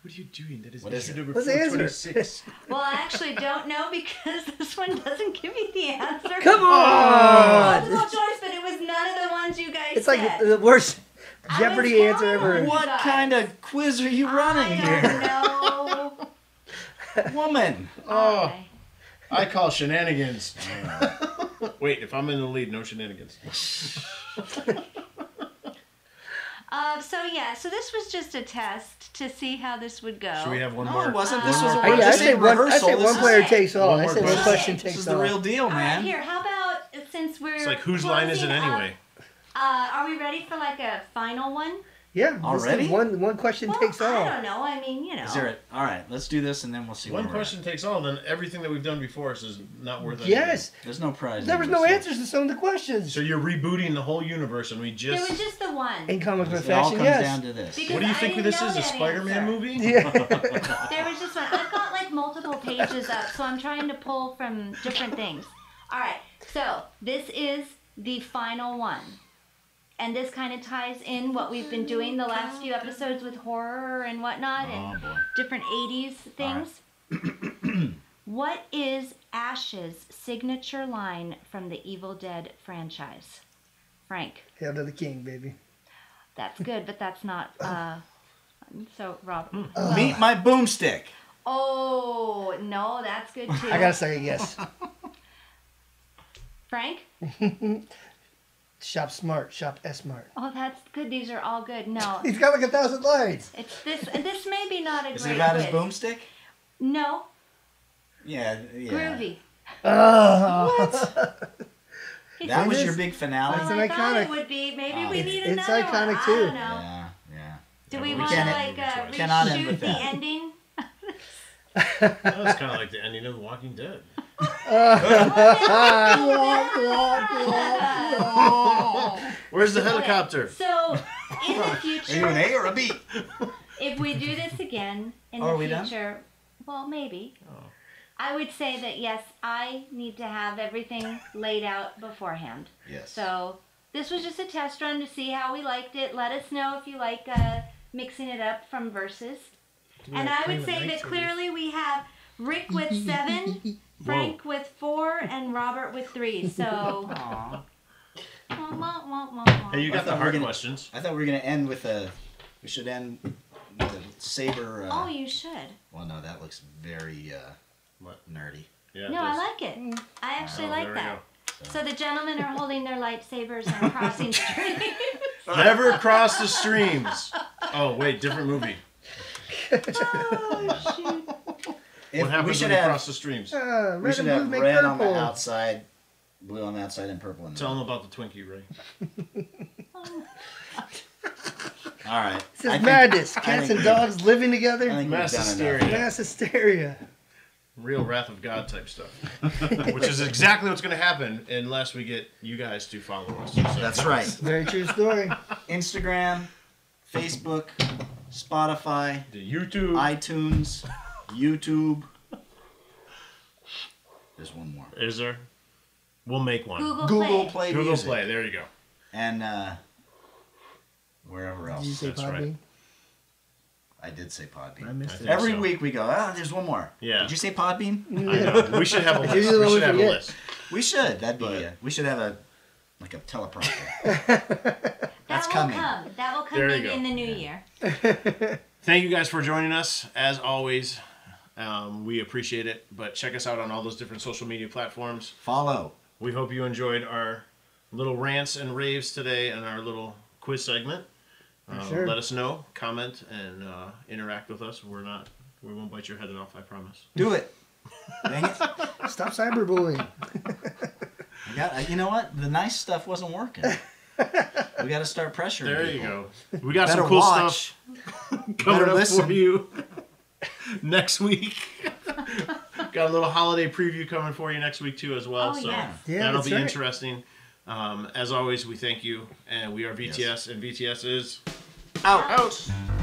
[SPEAKER 2] What are you doing? That is
[SPEAKER 4] What is
[SPEAKER 2] issue
[SPEAKER 4] it?
[SPEAKER 2] number
[SPEAKER 3] What's the answer?
[SPEAKER 2] 426.
[SPEAKER 5] Well, I actually don't know because this one doesn't give me the answer.
[SPEAKER 3] Come
[SPEAKER 5] Multiple
[SPEAKER 3] on!
[SPEAKER 5] choice, but it was none of the ones you guys
[SPEAKER 3] It's like
[SPEAKER 5] said.
[SPEAKER 3] the worst
[SPEAKER 5] I was
[SPEAKER 3] Jeopardy answer
[SPEAKER 5] wrong.
[SPEAKER 3] ever.
[SPEAKER 4] What
[SPEAKER 5] Guys.
[SPEAKER 4] kind of quiz are you running
[SPEAKER 5] I
[SPEAKER 4] here?
[SPEAKER 5] don't know.
[SPEAKER 3] uh,
[SPEAKER 4] Woman!
[SPEAKER 2] oh,
[SPEAKER 5] Okay.
[SPEAKER 2] I call shenanigans. Wait, if I'm in the lead, no shenanigans.
[SPEAKER 5] Uh, so yeah, so this was just a test to see how this would go.
[SPEAKER 2] Should we have one
[SPEAKER 4] No,
[SPEAKER 2] more?
[SPEAKER 4] it wasn't. This was a
[SPEAKER 2] more
[SPEAKER 3] I,
[SPEAKER 4] We're
[SPEAKER 3] yeah, I
[SPEAKER 4] just
[SPEAKER 3] say
[SPEAKER 4] in
[SPEAKER 3] one, I
[SPEAKER 4] rehearsal.
[SPEAKER 3] say one
[SPEAKER 4] This
[SPEAKER 3] player
[SPEAKER 5] is-
[SPEAKER 3] takes all.
[SPEAKER 2] One
[SPEAKER 3] I
[SPEAKER 2] more
[SPEAKER 3] say one
[SPEAKER 2] question.
[SPEAKER 3] question
[SPEAKER 4] This is
[SPEAKER 3] takes
[SPEAKER 4] the
[SPEAKER 3] all.
[SPEAKER 4] real deal,
[SPEAKER 5] All right,
[SPEAKER 4] man.
[SPEAKER 5] here. How about uh, since we're
[SPEAKER 2] It's like, whose line is it
[SPEAKER 5] closing up,
[SPEAKER 2] anyway?
[SPEAKER 5] uh, are we ready for like a final one?
[SPEAKER 3] Yeah, already
[SPEAKER 4] Already?
[SPEAKER 3] one one question
[SPEAKER 5] Well,
[SPEAKER 3] takes
[SPEAKER 5] I
[SPEAKER 3] all.
[SPEAKER 5] don't know. I mean, you know.
[SPEAKER 4] Is there a, all right, let's do this and then we'll see where
[SPEAKER 2] One
[SPEAKER 4] we're at.
[SPEAKER 2] question takes all, then everything that we've done before us is not worth it.
[SPEAKER 3] Yes,
[SPEAKER 4] There's no prize.
[SPEAKER 3] there was
[SPEAKER 4] in
[SPEAKER 3] no
[SPEAKER 4] this.
[SPEAKER 3] answers to some of the questions.
[SPEAKER 2] So you're rebooting the whole universe, and we
[SPEAKER 5] There
[SPEAKER 2] just.
[SPEAKER 5] was just the one.
[SPEAKER 3] In comic book
[SPEAKER 4] It all
[SPEAKER 3] fashion,
[SPEAKER 4] comes down
[SPEAKER 3] yes.
[SPEAKER 4] to this.
[SPEAKER 5] Because-
[SPEAKER 2] what do you
[SPEAKER 5] I
[SPEAKER 2] think
[SPEAKER 5] didn't
[SPEAKER 2] this
[SPEAKER 5] know
[SPEAKER 2] is? A
[SPEAKER 5] that
[SPEAKER 2] Spider Man
[SPEAKER 5] answer.
[SPEAKER 2] movie?
[SPEAKER 3] Yeah.
[SPEAKER 5] There was just one. I've got like multiple pages up, so I'm trying to pull from different things. All right, so this is the final one. And this kind of ties in what we've been doing the last few episodes with horror and whatnot
[SPEAKER 4] Oh,
[SPEAKER 5] and
[SPEAKER 4] boy.
[SPEAKER 5] different 80s things. what is Ash's signature line from the Evil Dead franchise? Frank,
[SPEAKER 3] Hail to the king, baby.
[SPEAKER 5] that's good, but that's not. Uh, so, Rob.
[SPEAKER 4] Meet my boomstick.
[SPEAKER 5] Oh, no, that's good too.
[SPEAKER 3] I got a second guess.
[SPEAKER 5] Frank?
[SPEAKER 3] Shop smart, shop S smart.
[SPEAKER 5] Oh, that's good. These are all good. No,
[SPEAKER 3] He's got like a thousand lines.
[SPEAKER 5] it's this. This may be not a
[SPEAKER 4] Is
[SPEAKER 5] great
[SPEAKER 4] it about his
[SPEAKER 5] quiz.
[SPEAKER 4] boomstick?
[SPEAKER 5] No,
[SPEAKER 4] Yeah, yeah.
[SPEAKER 5] groovy.
[SPEAKER 3] Oh,
[SPEAKER 5] He
[SPEAKER 4] That
[SPEAKER 5] said-
[SPEAKER 4] was
[SPEAKER 3] It
[SPEAKER 4] your
[SPEAKER 3] is.
[SPEAKER 4] big
[SPEAKER 5] Well,
[SPEAKER 4] finale.
[SPEAKER 3] It's an
[SPEAKER 5] Oh, I thought
[SPEAKER 3] iconic.
[SPEAKER 5] it would be. Maybe we
[SPEAKER 4] Oh. It's-
[SPEAKER 5] need
[SPEAKER 3] it's
[SPEAKER 5] another
[SPEAKER 3] iconic
[SPEAKER 5] one. I
[SPEAKER 3] too.
[SPEAKER 5] don't know.
[SPEAKER 4] Yeah, yeah.
[SPEAKER 5] Do
[SPEAKER 2] Yeah,
[SPEAKER 5] we
[SPEAKER 2] we
[SPEAKER 5] want to
[SPEAKER 4] can't
[SPEAKER 5] like
[SPEAKER 2] end-
[SPEAKER 5] uh,
[SPEAKER 2] we
[SPEAKER 4] cannot end
[SPEAKER 5] reshoot
[SPEAKER 4] with
[SPEAKER 5] the
[SPEAKER 4] that.
[SPEAKER 5] ending?
[SPEAKER 2] That's kind of like the ending of Walking Dead. Where's the helicopter?
[SPEAKER 5] So, in
[SPEAKER 4] Are you
[SPEAKER 5] the
[SPEAKER 4] an
[SPEAKER 5] future,
[SPEAKER 4] A or a B?
[SPEAKER 5] if we do this again in
[SPEAKER 4] Are
[SPEAKER 5] the
[SPEAKER 4] we done? Oh.
[SPEAKER 5] future, well, maybe. I would say that yes, I need to have everything laid out beforehand.
[SPEAKER 4] Yes.
[SPEAKER 5] So this was just a test run to see how we liked it. Let us know if you like uh, mixing it up from verses. And I would say that clearly we have Rick with seven, Frank with four, and Robert with three. So.
[SPEAKER 4] Aw.
[SPEAKER 5] Wah, wah, wah, wah, wah.
[SPEAKER 2] Hey, you
[SPEAKER 4] I
[SPEAKER 2] got
[SPEAKER 4] thought
[SPEAKER 2] the
[SPEAKER 4] we
[SPEAKER 2] hard
[SPEAKER 4] were gonna-
[SPEAKER 2] questions.
[SPEAKER 4] I thought we were gonna end with a. We should end with a saber. Uh,
[SPEAKER 5] Oh, you should.
[SPEAKER 4] Well, no, that looks very uh,
[SPEAKER 2] What?
[SPEAKER 4] nerdy.
[SPEAKER 2] Yeah, oh,
[SPEAKER 5] No, I like it. I actually like that. So the gentlemen are holding their lightsabers and crossing streams.
[SPEAKER 2] Never cross the streams. Oh wait, different movie.
[SPEAKER 5] Oh, shoot.
[SPEAKER 4] If-
[SPEAKER 2] what happens
[SPEAKER 4] we should
[SPEAKER 2] when you
[SPEAKER 4] have
[SPEAKER 2] cross the streams?
[SPEAKER 3] uh,
[SPEAKER 4] we
[SPEAKER 3] red
[SPEAKER 4] should
[SPEAKER 3] and
[SPEAKER 4] have
[SPEAKER 3] blue make
[SPEAKER 4] red on the
[SPEAKER 3] purple.
[SPEAKER 4] outside, blue on the outside, and purple in the.
[SPEAKER 2] Tell them about the Twinkie, Ray.
[SPEAKER 4] All right.
[SPEAKER 3] This is
[SPEAKER 4] I think-
[SPEAKER 3] madness.
[SPEAKER 4] I
[SPEAKER 3] Cats
[SPEAKER 4] think
[SPEAKER 3] and
[SPEAKER 4] we-
[SPEAKER 3] dogs living
[SPEAKER 4] I
[SPEAKER 3] together.
[SPEAKER 4] think we've
[SPEAKER 2] Mass
[SPEAKER 4] done enough.
[SPEAKER 2] hysteria.
[SPEAKER 3] Mass hysteria.
[SPEAKER 2] Real Wrath of God type stuff, which is exactly what's going to happen unless we get you guys to follow us. So-
[SPEAKER 4] That's right.
[SPEAKER 3] Very true story.
[SPEAKER 4] Instagram, Facebook, Spotify,
[SPEAKER 2] The YouTube.
[SPEAKER 4] iTunes, YouTube. There's one more.
[SPEAKER 2] Is there? We'll make one.
[SPEAKER 5] Google,
[SPEAKER 4] Google
[SPEAKER 5] Play.
[SPEAKER 4] Play
[SPEAKER 2] Google
[SPEAKER 4] Music.
[SPEAKER 2] Play. There you go.
[SPEAKER 4] And uh, wherever
[SPEAKER 3] Did you
[SPEAKER 4] else.
[SPEAKER 3] say
[SPEAKER 2] That's
[SPEAKER 3] Podbean?
[SPEAKER 4] I did say
[SPEAKER 3] I
[SPEAKER 4] Podbean.
[SPEAKER 3] missed
[SPEAKER 2] I
[SPEAKER 3] it.
[SPEAKER 2] think
[SPEAKER 4] Every
[SPEAKER 2] so.
[SPEAKER 4] week we go, ah, there's one more.
[SPEAKER 2] Yeah.
[SPEAKER 4] Did you say Podbean?
[SPEAKER 2] I know. We should have a list. We
[SPEAKER 3] usually what we
[SPEAKER 2] should have a
[SPEAKER 3] forget.
[SPEAKER 2] list.
[SPEAKER 4] We should. That'd be.
[SPEAKER 2] But-
[SPEAKER 4] uh, we should have a like a teleprompter.
[SPEAKER 5] That
[SPEAKER 4] That's
[SPEAKER 5] will
[SPEAKER 4] coming.
[SPEAKER 5] come. That will come
[SPEAKER 2] There you
[SPEAKER 5] maybe
[SPEAKER 2] go.
[SPEAKER 5] in the new year.
[SPEAKER 2] Thank you guys for joining us. As always, um, we appreciate it. But check us out on all those different social media platforms.
[SPEAKER 4] Follow.
[SPEAKER 2] We hope you enjoyed our little rants and raves today and our little quiz segment. Um,
[SPEAKER 3] sure.
[SPEAKER 2] Let us know, comment, and uh, interact with us. We're not. We won't bite your head off. I promise.
[SPEAKER 4] Do it. Dang it. I
[SPEAKER 3] Stop cyberbullying.
[SPEAKER 4] got. I- you know what? The nice stuff wasn't working. We got to start pressuring.
[SPEAKER 2] There you
[SPEAKER 4] people.
[SPEAKER 2] go. We got
[SPEAKER 4] Better
[SPEAKER 2] some cool
[SPEAKER 4] watch.
[SPEAKER 2] stuff coming
[SPEAKER 4] Better
[SPEAKER 2] up
[SPEAKER 4] listen.
[SPEAKER 2] for you next week. Got a little holiday preview coming for you next week too, as well.
[SPEAKER 5] Oh,
[SPEAKER 2] so
[SPEAKER 5] yeah.
[SPEAKER 3] Yeah,
[SPEAKER 2] that'll
[SPEAKER 3] that's
[SPEAKER 2] be
[SPEAKER 3] right.
[SPEAKER 2] interesting. Um, as always, we thank you, and we are VTS, and VTS is
[SPEAKER 4] Out.
[SPEAKER 2] out.